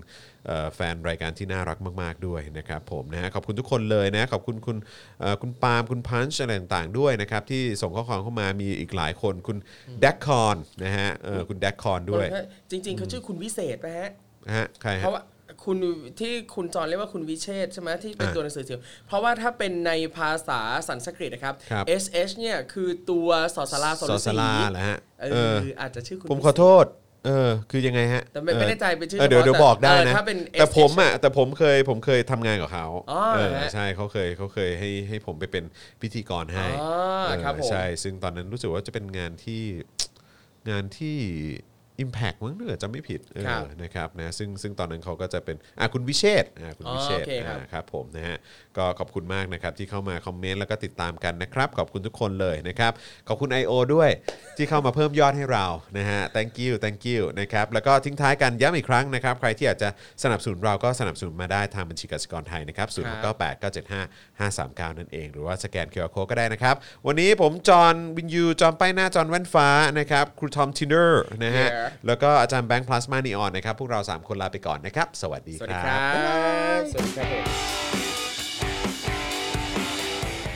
Speaker 2: เอ่อแฟนรายการที่น่ารักมาก ๆ ด้วยนะครับผมนะฮะขอบคุณทุกคนเลยนะ ขอบคุณคุณเอ่อคุณปาล์มคุณพันช์อะไรต่างๆด้วยนะครับ ที่ส่งข้อความเข้ามามีอีกหลายคนคุณแดกคอนนะฮะเอ่อคุณแดกคอนด้วย
Speaker 3: จริง ๆเขาชื่อคุณวิเศษนะฮะ
Speaker 2: นะฮะใครฮะ
Speaker 3: เพราะว่าคุณที่คุณจอนเรียกว่าคุณวิเชษใช่ไหมที่เป็น
Speaker 2: อ่ะ
Speaker 3: ตัวหนังสือเสียวเพราะว่าถ้าเป็นในภาษาสันสกฤตนะครับ
Speaker 2: ครับ
Speaker 3: sh เนี่ยคือตัวสอสลาสอ
Speaker 2: สอ
Speaker 3: ฤ
Speaker 2: ส
Speaker 3: ษี
Speaker 2: ลาเหรอฮะ
Speaker 3: เอ
Speaker 2: เอ
Speaker 3: อ
Speaker 2: อ
Speaker 3: อาจจะชื่อคุณ
Speaker 2: ผมขอโทษเออคือยังไงฮะ
Speaker 3: แต่ไม่ไม่แน่ใจเป็นชื่อ
Speaker 2: เออเดี๋ยว
Speaker 3: ฉ
Speaker 2: เดี๋ยว
Speaker 3: พาะ
Speaker 2: บอกได้
Speaker 3: เออ
Speaker 2: นะ
Speaker 3: ถ้าเป็น
Speaker 2: แต่
Speaker 3: SH
Speaker 2: ผมอ่ะแต่ผมเคยผมเคยทำงานกับเขา
Speaker 3: อ๋อ
Speaker 2: เออ
Speaker 3: เหรอฮะ
Speaker 2: ใช่เขาเคยเขาเคยให้ให้ผมไปเป็นพิธีกรให้
Speaker 3: อ๋อครับ
Speaker 2: เอ
Speaker 3: ผ
Speaker 2: อ
Speaker 3: ม
Speaker 2: ใช่ ซึ่งตอนนั้นรู้สึกว่าจะเป็นงานที่ งานที่ Impact มั้งเนื้อจะไม่ผิดเออ
Speaker 3: ครับ
Speaker 2: นะครับนะซึ่งซึ่งตอนนั้นเขาก็จะเป็นอ่ะคุณวิเชษฐ์อ่ะคุณ
Speaker 3: อ๋อ
Speaker 2: วิเชษฐ์
Speaker 3: โอเคครับ
Speaker 2: อ่าครับผมนะฮะก็ขอบคุณมากนะครับที่เข้ามาคอมเมนต์แล้วก็ติดตามกันนะครับ ขอบคุณทุกคนเลยนะครับ ขอบคุณ I.O. ด้วยที่เข้ามาเพิ่มยอดให้เรานะฮะ thank you thank you นะครับแล้วก็ทิ้งท้ายกันย้ำอีกครั้งนะครับ ใครที่อยากจะสนับสนุนเราก็สนับสนุนมาได้ทางบัญชีกสิกรไทยนะครับศูนย์หกเก้า 8 9 7 5 5 3 9 นั่นเอง หรือว่าสแกนเคอร์โคก็ได้นะครับ วันนี้ผม จอห์นวินยู จอห์นป้ายหน้า จอห์นแว่นฟ้านะครับครูทอมทินเดอร์นะฮะ
Speaker 3: Yeah.
Speaker 2: แล้วก็อาจารย์แบงค์พลาสมานีออนนะครับ พวกเรา 3 คนลาไปก่อนนะครับ สวัสดี
Speaker 3: สวั
Speaker 2: ค
Speaker 3: สดี
Speaker 2: รับ
Speaker 3: ครับ สวัสดีครับผม